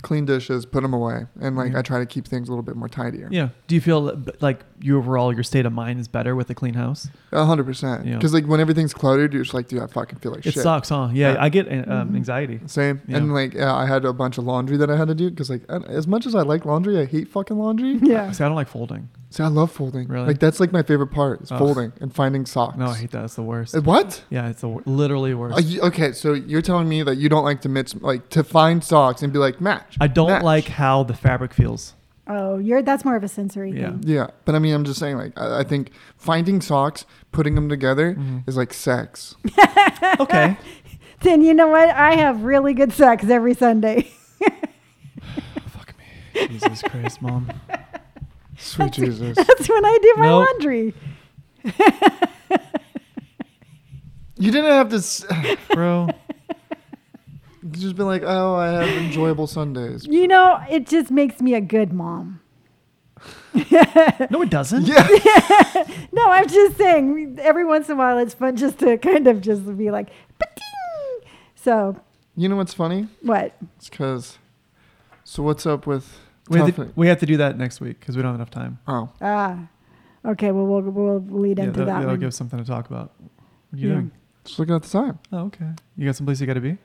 Speaker 2: clean dishes, put them away, and like
Speaker 3: Yeah.
Speaker 2: I try to keep things a little bit more tidier.
Speaker 3: Yeah. Do you feel b- like you overall, your state of mind is better with a clean house?
Speaker 2: A hundred percent.
Speaker 3: Yeah.
Speaker 2: Because like when everything's cluttered, you're just like, dude, I fucking feel like
Speaker 3: It
Speaker 2: shit.
Speaker 3: sucks, huh? Yeah.
Speaker 2: Yeah.
Speaker 3: I get uh, um,
Speaker 1: Mhm.
Speaker 3: anxiety.
Speaker 2: Same.
Speaker 3: Yeah.
Speaker 2: And like uh, I had a bunch of laundry that I had to do because like I- as much as I like laundry, I hate fucking
Speaker 3: [LAUGHS]
Speaker 2: laundry.
Speaker 1: Yeah.
Speaker 3: See, I don't like folding.
Speaker 2: See, I love folding.
Speaker 3: Really?
Speaker 2: Like that's like my favorite part is
Speaker 3: Ugh.
Speaker 2: folding and finding socks.
Speaker 3: No, I hate that. It's the worst.
Speaker 2: Uh, What?
Speaker 3: Yeah, it's the wor- literally worst.
Speaker 2: Are you- okay, so you're telling me that you don't like to mix, like to find socks and be like match.
Speaker 3: I don't
Speaker 2: match.
Speaker 3: like how the fabric feels.
Speaker 1: Oh, you're that's more of a sensory
Speaker 3: Yeah.
Speaker 1: thing.
Speaker 2: Yeah, but I mean, I'm just saying, like I, I think finding socks, putting them together,
Speaker 3: Mhm.
Speaker 2: is like
Speaker 3: [LAUGHS]
Speaker 2: sex.
Speaker 3: Okay.
Speaker 1: [LAUGHS] Then you know what? I have really good sex every Sunday.
Speaker 3: Fuck me. Jesus Christ, mom.
Speaker 2: Sweet Jesus.
Speaker 1: That's when I do my
Speaker 3: No.
Speaker 1: laundry. [LAUGHS]
Speaker 2: You didn't have to. S-
Speaker 3: [LAUGHS]
Speaker 2: [SIGHS]
Speaker 3: Bro.
Speaker 2: you just been like, oh, I have enjoyable
Speaker 3: [LAUGHS]
Speaker 2: Sundays.
Speaker 1: You know, it just makes me a good mom. [LAUGHS]
Speaker 3: No, it doesn't.
Speaker 2: Yeah.
Speaker 1: No, I'm just saying. Every once in a while, it's fun just to kind of just be like, "Ba-ting!" so
Speaker 2: You know what's funny?
Speaker 1: what?
Speaker 2: It's because. So what's up with?
Speaker 3: We, have to,
Speaker 2: tough-
Speaker 3: we have to do that next week because we don't have enough time.
Speaker 2: oh,
Speaker 1: Ah, okay. Well, we'll we'll lead into
Speaker 3: that,
Speaker 1: that.
Speaker 3: will
Speaker 1: one.
Speaker 3: give something to talk about. What are you
Speaker 1: Yeah.
Speaker 3: doing?
Speaker 2: just looking at the time.
Speaker 3: Oh, okay. You got someplace you got to be?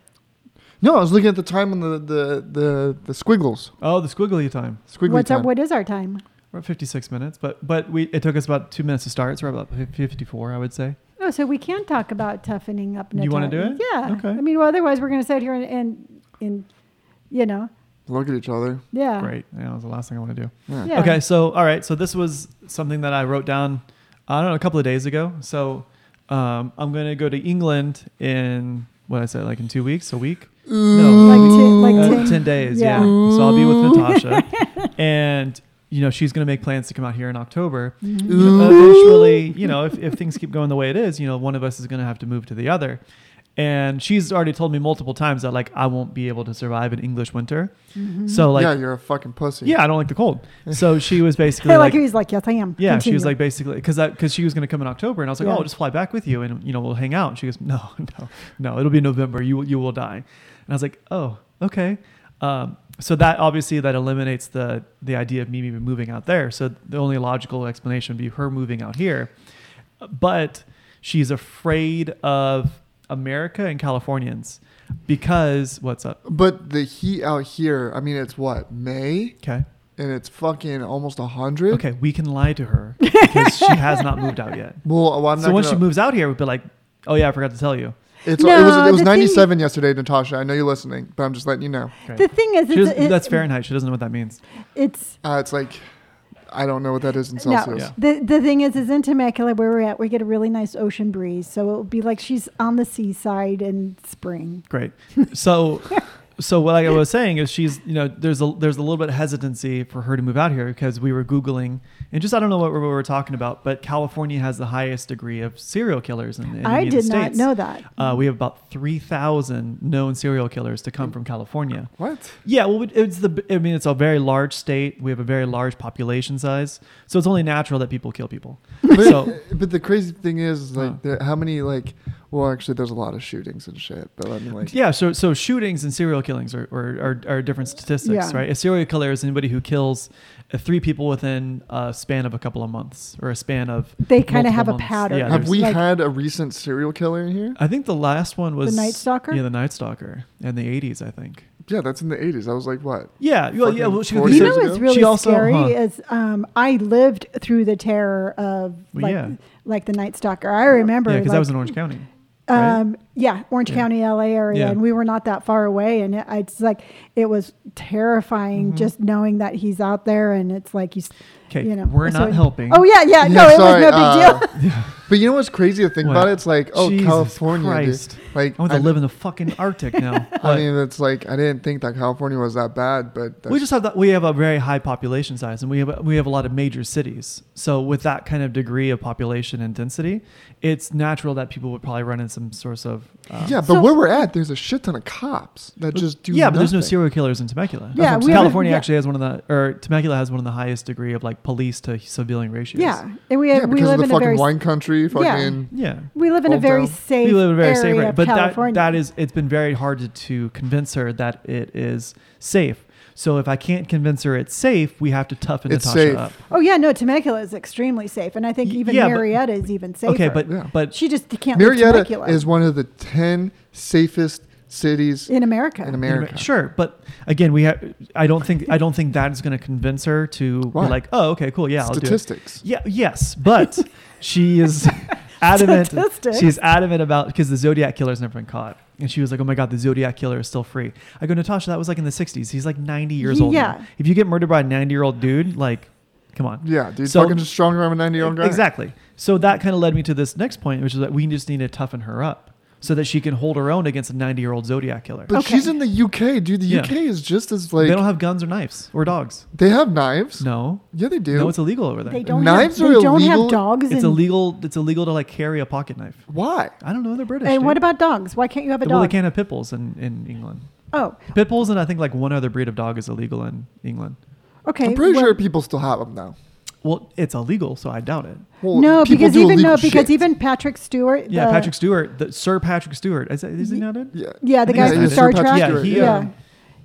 Speaker 2: No, I was looking at the time on the the the, the squiggles.
Speaker 3: Oh, the squiggly time.
Speaker 2: Squiggly
Speaker 1: What's
Speaker 2: time.
Speaker 1: our, what is our time?
Speaker 3: We're at 56 minutes, but but we it took us about two minutes to start, so we're about fif- 54, I would say.
Speaker 1: Oh, so we can talk about toughening up.
Speaker 3: You wanna do
Speaker 1: Natalia.
Speaker 3: it?
Speaker 1: Yeah.
Speaker 3: Okay.
Speaker 1: I mean, well, otherwise we're going to sit here and, and and you know,
Speaker 2: Look at each other.
Speaker 1: yeah.
Speaker 3: Great. Yeah, that was the last thing I want to do.
Speaker 2: Yeah.
Speaker 1: Yeah.
Speaker 3: Okay, so all right, so this was something that I wrote down, I don't know, a couple of days ago. So um, I'm gonna go to England in what I said, like in two weeks, a week, No.
Speaker 1: Like ten, like
Speaker 3: Uh,
Speaker 1: ten.
Speaker 3: ten days,
Speaker 1: yeah.
Speaker 3: yeah. So I'll be with
Speaker 1: [LAUGHS]
Speaker 2: Ooh.
Speaker 3: Natasha, and you know she's gonna make plans to come out here in October.
Speaker 1: Mhm.
Speaker 3: You know, eventually, you know, if, if things keep going the way it is, you know, one of us is going to have to move to the other. And she's already told me multiple times that like I won't be able to survive an English winter.
Speaker 1: Mm-hmm.
Speaker 3: So like
Speaker 2: yeah,
Speaker 3: yeah,
Speaker 2: you're a fucking pussy.
Speaker 3: I don't like the cold. So she was basically
Speaker 1: [LAUGHS] like,
Speaker 3: like,
Speaker 1: he's like, yes, I am.
Speaker 3: yeah, she was
Speaker 1: Continue.
Speaker 3: like basically because because she was going to come in October, and I was like,
Speaker 1: Yeah.
Speaker 3: oh, I'll just fly back with you, and you know, we'll hang out. And she goes, no, [LAUGHS] no, no, it'll be November. You will- you will die. And I was like, oh, okay. Um, so that obviously that eliminates the the idea of me even moving out there. So the only logical explanation would be her moving out here, but she's afraid of America and Californians because what's up?
Speaker 2: But the heat out here, I mean, it's what May,
Speaker 3: Okay.
Speaker 2: and it's fucking almost a hundred.
Speaker 3: Okay, we can lie
Speaker 1: [LAUGHS]
Speaker 3: to her because she has not moved out yet.
Speaker 2: Well, well, I'm
Speaker 3: so
Speaker 2: not
Speaker 3: once
Speaker 2: gonna,
Speaker 3: she moves out here, we'd be like, oh yeah, I forgot to tell you.
Speaker 2: it's
Speaker 1: No,
Speaker 2: it was it
Speaker 1: the
Speaker 2: was
Speaker 1: thing-
Speaker 2: 97 yesterday, Natasha. I know you're listening, but I'm just letting you know.
Speaker 3: Right.
Speaker 1: The thing is,
Speaker 3: She
Speaker 1: it's,
Speaker 3: doesn't-
Speaker 1: it-
Speaker 3: that's Fahrenheit. She doesn't know what that means.
Speaker 1: It's
Speaker 2: Uh, it's like, I don't know what that is in
Speaker 1: No,
Speaker 2: Celsius.
Speaker 3: Yeah.
Speaker 1: the the thing is, is in Temecula where we're at, we get a really nice ocean breeze, so it'll be like she's on the seaside in spring. [LAUGHS]
Speaker 3: Great. So, so what I was saying is she's you know there's a there's a little bit of hesitancy for her to move out here because we were googling and just I don't know what we were talking about, but California has the highest degree of serial killers in, in the
Speaker 1: I
Speaker 3: United
Speaker 1: did not
Speaker 3: States.
Speaker 1: know that.
Speaker 3: Uh, we have about three thousand known serial killers to
Speaker 1: Mm.
Speaker 3: come from California. [LAUGHS]
Speaker 2: What?
Speaker 3: Yeah, well, it- it's the. I mean, it's a very large state. We have a very large population size, so it's only natural that people kill
Speaker 1: [LAUGHS]
Speaker 3: people.
Speaker 2: But, uh,
Speaker 3: so
Speaker 2: but the crazy thing is, is like,
Speaker 3: Huh.
Speaker 2: there, how many like? Well, actually, there's a lot of shootings and shit. But I mean, like,
Speaker 3: yeah, so so shootings and serial killings are are, are, are different statistics,
Speaker 1: Yeah.
Speaker 3: right? A serial killer is anybody who kills uh, three people within a span of a couple of months or a span of.
Speaker 1: They kinda
Speaker 3: multiple
Speaker 1: have a
Speaker 3: months.
Speaker 1: pattern.
Speaker 3: Yeah,
Speaker 2: have
Speaker 3: have
Speaker 2: we
Speaker 1: like-
Speaker 2: had a recent serial killer in here?
Speaker 3: I think the last one was
Speaker 1: Night Stalker?
Speaker 3: Yeah, the Night Stalker in the eighties, I think.
Speaker 2: Yeah, that's in the 80s. I was like, what?
Speaker 3: Yeah, well, yeah.
Speaker 2: Fucking
Speaker 3: Well, she,
Speaker 2: forty
Speaker 1: You
Speaker 2: years
Speaker 1: know
Speaker 2: ago?
Speaker 1: what's really
Speaker 3: she also,
Speaker 1: scary
Speaker 3: huh.
Speaker 1: is um, I lived through the terror of
Speaker 3: Well,
Speaker 1: like,
Speaker 3: yeah.
Speaker 1: like the Night Stalker. I remember
Speaker 3: yeah, because
Speaker 1: like,
Speaker 3: that was in Orange County. right?
Speaker 1: um, yeah, Orange
Speaker 3: Yeah.
Speaker 1: County, LA area,
Speaker 3: Yeah.
Speaker 1: and we were not that far away. And it, it's like it was terrifying just knowing that he's out there, and it's like he's
Speaker 3: Mm-hmm. Okay,
Speaker 1: you know,
Speaker 3: we're
Speaker 1: so-
Speaker 3: not helping.
Speaker 1: Oh yeah, yeah. No,
Speaker 2: Yeah,
Speaker 1: it
Speaker 2: sorry,
Speaker 1: was no big
Speaker 2: uh,
Speaker 1: deal.
Speaker 2: [LAUGHS] But you know what's crazy to think
Speaker 3: What?
Speaker 2: about? It's like, oh,
Speaker 3: Jesus
Speaker 2: California. dude.
Speaker 3: Christ.
Speaker 2: Like,
Speaker 3: I want to live in the fucking Arctic
Speaker 2: [LAUGHS]
Speaker 3: now.
Speaker 2: I
Speaker 3: What?
Speaker 2: mean, it's like I didn't think that California was that bad, but that's,
Speaker 3: we just have that. We have a very high population size, and we have we have a lot of major cities. So with that kind of degree of population and density, it's natural that people would probably run into some source of um,
Speaker 2: uh, yeah. But
Speaker 1: So-
Speaker 2: where we're at, there's a shit ton of cops that just do.
Speaker 3: yeah, but there's no
Speaker 2: nothing.
Speaker 3: serial killers in Temecula.
Speaker 1: Yeah,
Speaker 3: That's what I'm
Speaker 1: we
Speaker 3: saying.
Speaker 1: have-
Speaker 3: California
Speaker 1: yeah.
Speaker 3: actually has one of the or Temecula has one of the highest degree of like police to civilian
Speaker 1: [LAUGHS]
Speaker 3: ratios.
Speaker 1: Yeah, and we
Speaker 2: Yeah,
Speaker 1: we
Speaker 2: because
Speaker 1: live
Speaker 2: of the
Speaker 1: in a
Speaker 2: fucking
Speaker 1: very
Speaker 2: wine country. Fucking.
Speaker 1: Yeah.
Speaker 3: yeah.
Speaker 1: we live in a
Speaker 2: Old
Speaker 1: very
Speaker 2: town.
Speaker 1: safe
Speaker 3: we live in a very
Speaker 1: area
Speaker 3: safe area,
Speaker 1: of
Speaker 3: but that,
Speaker 1: California.
Speaker 3: that is it's been very hard to, to convince her that it is safe. So if I can't convince her it's safe, we have to toughen
Speaker 2: It's
Speaker 3: Natasha uh,
Speaker 2: safe.
Speaker 3: up.
Speaker 1: Oh yeah, no, Temecula is extremely safe, and I think
Speaker 3: Y-
Speaker 1: even
Speaker 3: yeah, but-
Speaker 1: Marietta is even safer.
Speaker 3: Okay, but
Speaker 2: Yeah.
Speaker 3: but
Speaker 1: she just can't leave
Speaker 2: Marietta
Speaker 1: Temecula
Speaker 2: is one of the ten safest cities
Speaker 1: in America.
Speaker 2: in America.
Speaker 3: Sure, but again, we have. I don't think I don't think that is going to convince her to
Speaker 2: Why?
Speaker 3: be like, oh, okay, cool, yeah, I'll do it.
Speaker 2: Statistics.
Speaker 3: Yeah, yes, but
Speaker 1: [LAUGHS]
Speaker 3: she is adamant.
Speaker 1: Statistics.
Speaker 3: She's adamant about because the Zodiac killer's never been caught, and she was like, "Oh my god, the Zodiac killer is still free." I go, Natasha, that was like in the '60s. He's like 90 years old. now.
Speaker 1: Yeah.
Speaker 3: If you get murdered by a 90 year old dude, like, come on.
Speaker 2: Yeah, dude.
Speaker 3: So-
Speaker 2: fucking just strong arm a ninety year old guy.
Speaker 3: Exactly. So that kind of led me to this next point, which is that we just need to toughen her up so that she can hold her own against a 90 year old Zodiac killer.
Speaker 2: But
Speaker 1: Okay.
Speaker 2: she's in the UK, dude. The
Speaker 3: Yeah.
Speaker 2: UK is just as like
Speaker 3: they don't have guns or knives or dogs.
Speaker 2: they have knives.
Speaker 3: No.
Speaker 2: Yeah, they do.
Speaker 3: No, it's illegal over there.
Speaker 1: They don't
Speaker 2: Knives
Speaker 1: have,
Speaker 2: are
Speaker 1: they don't
Speaker 2: illegal?
Speaker 1: have dogs. in,
Speaker 3: it's illegal. It's illegal to like carry a pocket knife.
Speaker 2: Why?
Speaker 3: I don't know. They're British.
Speaker 1: And
Speaker 3: dude.
Speaker 1: what about dogs? Why can't you have a
Speaker 3: Well, they
Speaker 1: dog?
Speaker 3: can't have pit bulls in, in England.
Speaker 1: oh,
Speaker 3: Pit bulls and I think like one other breed of dog is illegal in England.
Speaker 1: okay.
Speaker 2: I'm pretty
Speaker 1: well-
Speaker 2: sure people still have them now.
Speaker 3: Well, it's illegal, so I doubt it.
Speaker 2: Well,
Speaker 1: no,
Speaker 2: people
Speaker 1: because
Speaker 2: do
Speaker 1: even
Speaker 2: illegal
Speaker 1: no, because
Speaker 2: shit.
Speaker 1: even Patrick Stewart.
Speaker 3: Yeah,
Speaker 1: the-
Speaker 3: Patrick Stewart, the, Sir Patrick Stewart, is, that, is he
Speaker 1: Ye-
Speaker 3: not it?
Speaker 2: yeah,
Speaker 1: Yeah, the
Speaker 3: I think
Speaker 1: guy
Speaker 3: it's
Speaker 1: from
Speaker 3: Patrick
Speaker 1: Star
Speaker 2: Stewart.
Speaker 1: Trek.
Speaker 2: Yeah, he,
Speaker 1: yeah.
Speaker 3: um,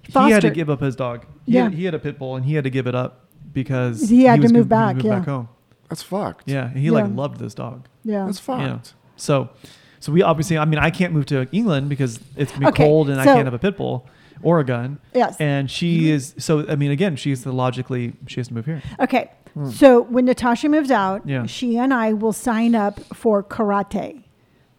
Speaker 3: He had to
Speaker 1: Foster.
Speaker 3: give up his dog. He, had,
Speaker 1: Yeah.
Speaker 3: he had a pit bull and he had to give it up because
Speaker 1: He had to
Speaker 3: was
Speaker 1: move
Speaker 3: gonna- he
Speaker 1: back,
Speaker 3: moved
Speaker 1: yeah.
Speaker 3: back home.
Speaker 2: That's fucked.
Speaker 3: Yeah, and he
Speaker 1: Yeah.
Speaker 3: like loved this dog.
Speaker 1: yeah.
Speaker 2: that's fucked.
Speaker 3: Yeah. So, so we obviously, I mean, I can't move to England because it's gonna be
Speaker 1: Okay,
Speaker 3: cold and I
Speaker 1: so-
Speaker 3: can't have a pit bull or a gun.
Speaker 1: Yes. Mm-hmm.
Speaker 3: And she is so. I mean, again, she's the logically she has to move here.
Speaker 1: Okay. So when Natasha moves out,
Speaker 3: Hmm. Yeah.
Speaker 1: she and I will sign up for karate.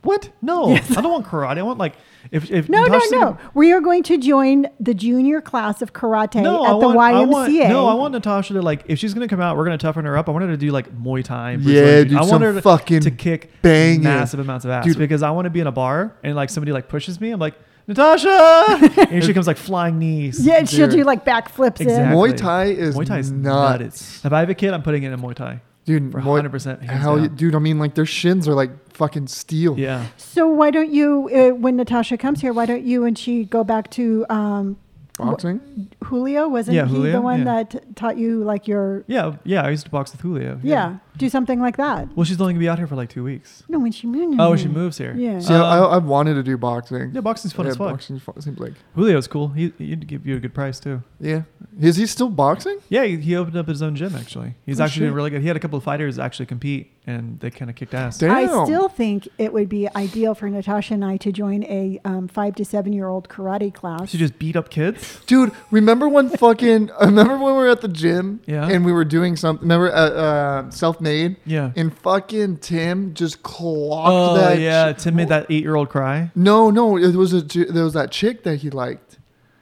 Speaker 3: What?
Speaker 1: [LAUGHS]
Speaker 3: No, I don't want karate. I want like if if
Speaker 1: No,
Speaker 3: Natasha's
Speaker 1: no,
Speaker 3: gonna-
Speaker 1: no. We are going to join the junior class of karate
Speaker 3: No,
Speaker 1: at
Speaker 3: I
Speaker 1: the
Speaker 3: want, I
Speaker 1: YMCA.
Speaker 3: want- no, I want Natasha to like if she's gonna come out, we're gonna toughen her up. I want her to do like Muay Thai. Brazilian
Speaker 2: Yeah,
Speaker 3: Jiu-Jitsu.
Speaker 2: dude,
Speaker 3: I want
Speaker 2: some
Speaker 3: her to,
Speaker 2: fucking
Speaker 3: to kick
Speaker 2: banger.
Speaker 3: massive amounts of ass
Speaker 2: Dude.
Speaker 3: because I want to be in a bar and like somebody like pushes me. I'm like Natasha,
Speaker 1: [LAUGHS]
Speaker 3: and she comes like flying knees.
Speaker 1: Yeah, and she'll
Speaker 2: Dude.
Speaker 1: do like backflips.
Speaker 3: Exactly.
Speaker 1: In.
Speaker 2: Muay Thai is
Speaker 3: Muay Thai is
Speaker 2: nuts.
Speaker 3: nuts. If I have a kid, I'm putting it in Muay Thai.
Speaker 2: Dude,
Speaker 3: For
Speaker 2: Muay-
Speaker 3: 100% hands
Speaker 2: Hell, yeah,
Speaker 3: down.
Speaker 2: dude. I mean, like their shins are like fucking steel.
Speaker 3: Yeah.
Speaker 1: So why don't you, uh, when Natasha comes here, why don't you and she go back to um,
Speaker 2: Boxing.
Speaker 1: Julio? Wasn't
Speaker 3: Yeah,
Speaker 1: he
Speaker 3: Julio,
Speaker 1: the one
Speaker 3: yeah.
Speaker 1: that taught you like your
Speaker 3: Yeah. Yeah. I used to box with Julio.
Speaker 1: yeah, do something like that?
Speaker 3: Well, she's only going to be out here for like two weeks.
Speaker 1: No, when she moves.
Speaker 3: Oh, she moves here.
Speaker 1: Mm-hmm.
Speaker 3: Um,
Speaker 1: Yeah.
Speaker 2: See, I, I, I've wanted to do boxing.
Speaker 3: Yeah, boxing's fun
Speaker 2: yeah,
Speaker 3: as fuck.
Speaker 2: boxing's fun. Seems like
Speaker 3: Julio's cool. He, he'd give you a good price too.
Speaker 2: yeah. Is he still boxing?
Speaker 3: Yeah, he, he opened up his own gym actually. He's
Speaker 2: Oh,
Speaker 3: actually doing
Speaker 2: shit.
Speaker 3: really good. He had a couple of fighters actually compete, and they kind of kicked ass.
Speaker 2: Damn.
Speaker 1: I still think it would be ideal for Natasha and I to join a um, five to seven year old karate class.
Speaker 3: She just beat up kids.
Speaker 2: Dude, remember when fucking? [LAUGHS] remember when we were at the gym?
Speaker 3: Yeah.
Speaker 2: And we were doing something. Remember, uh, uh, self made.
Speaker 3: Yeah.
Speaker 2: And fucking Tim just clocked
Speaker 3: Oh
Speaker 2: that.
Speaker 3: yeah,
Speaker 2: chi-
Speaker 3: Tim made that eight-year-old cry.
Speaker 2: No, no, it was a ju- there was that chick that he liked.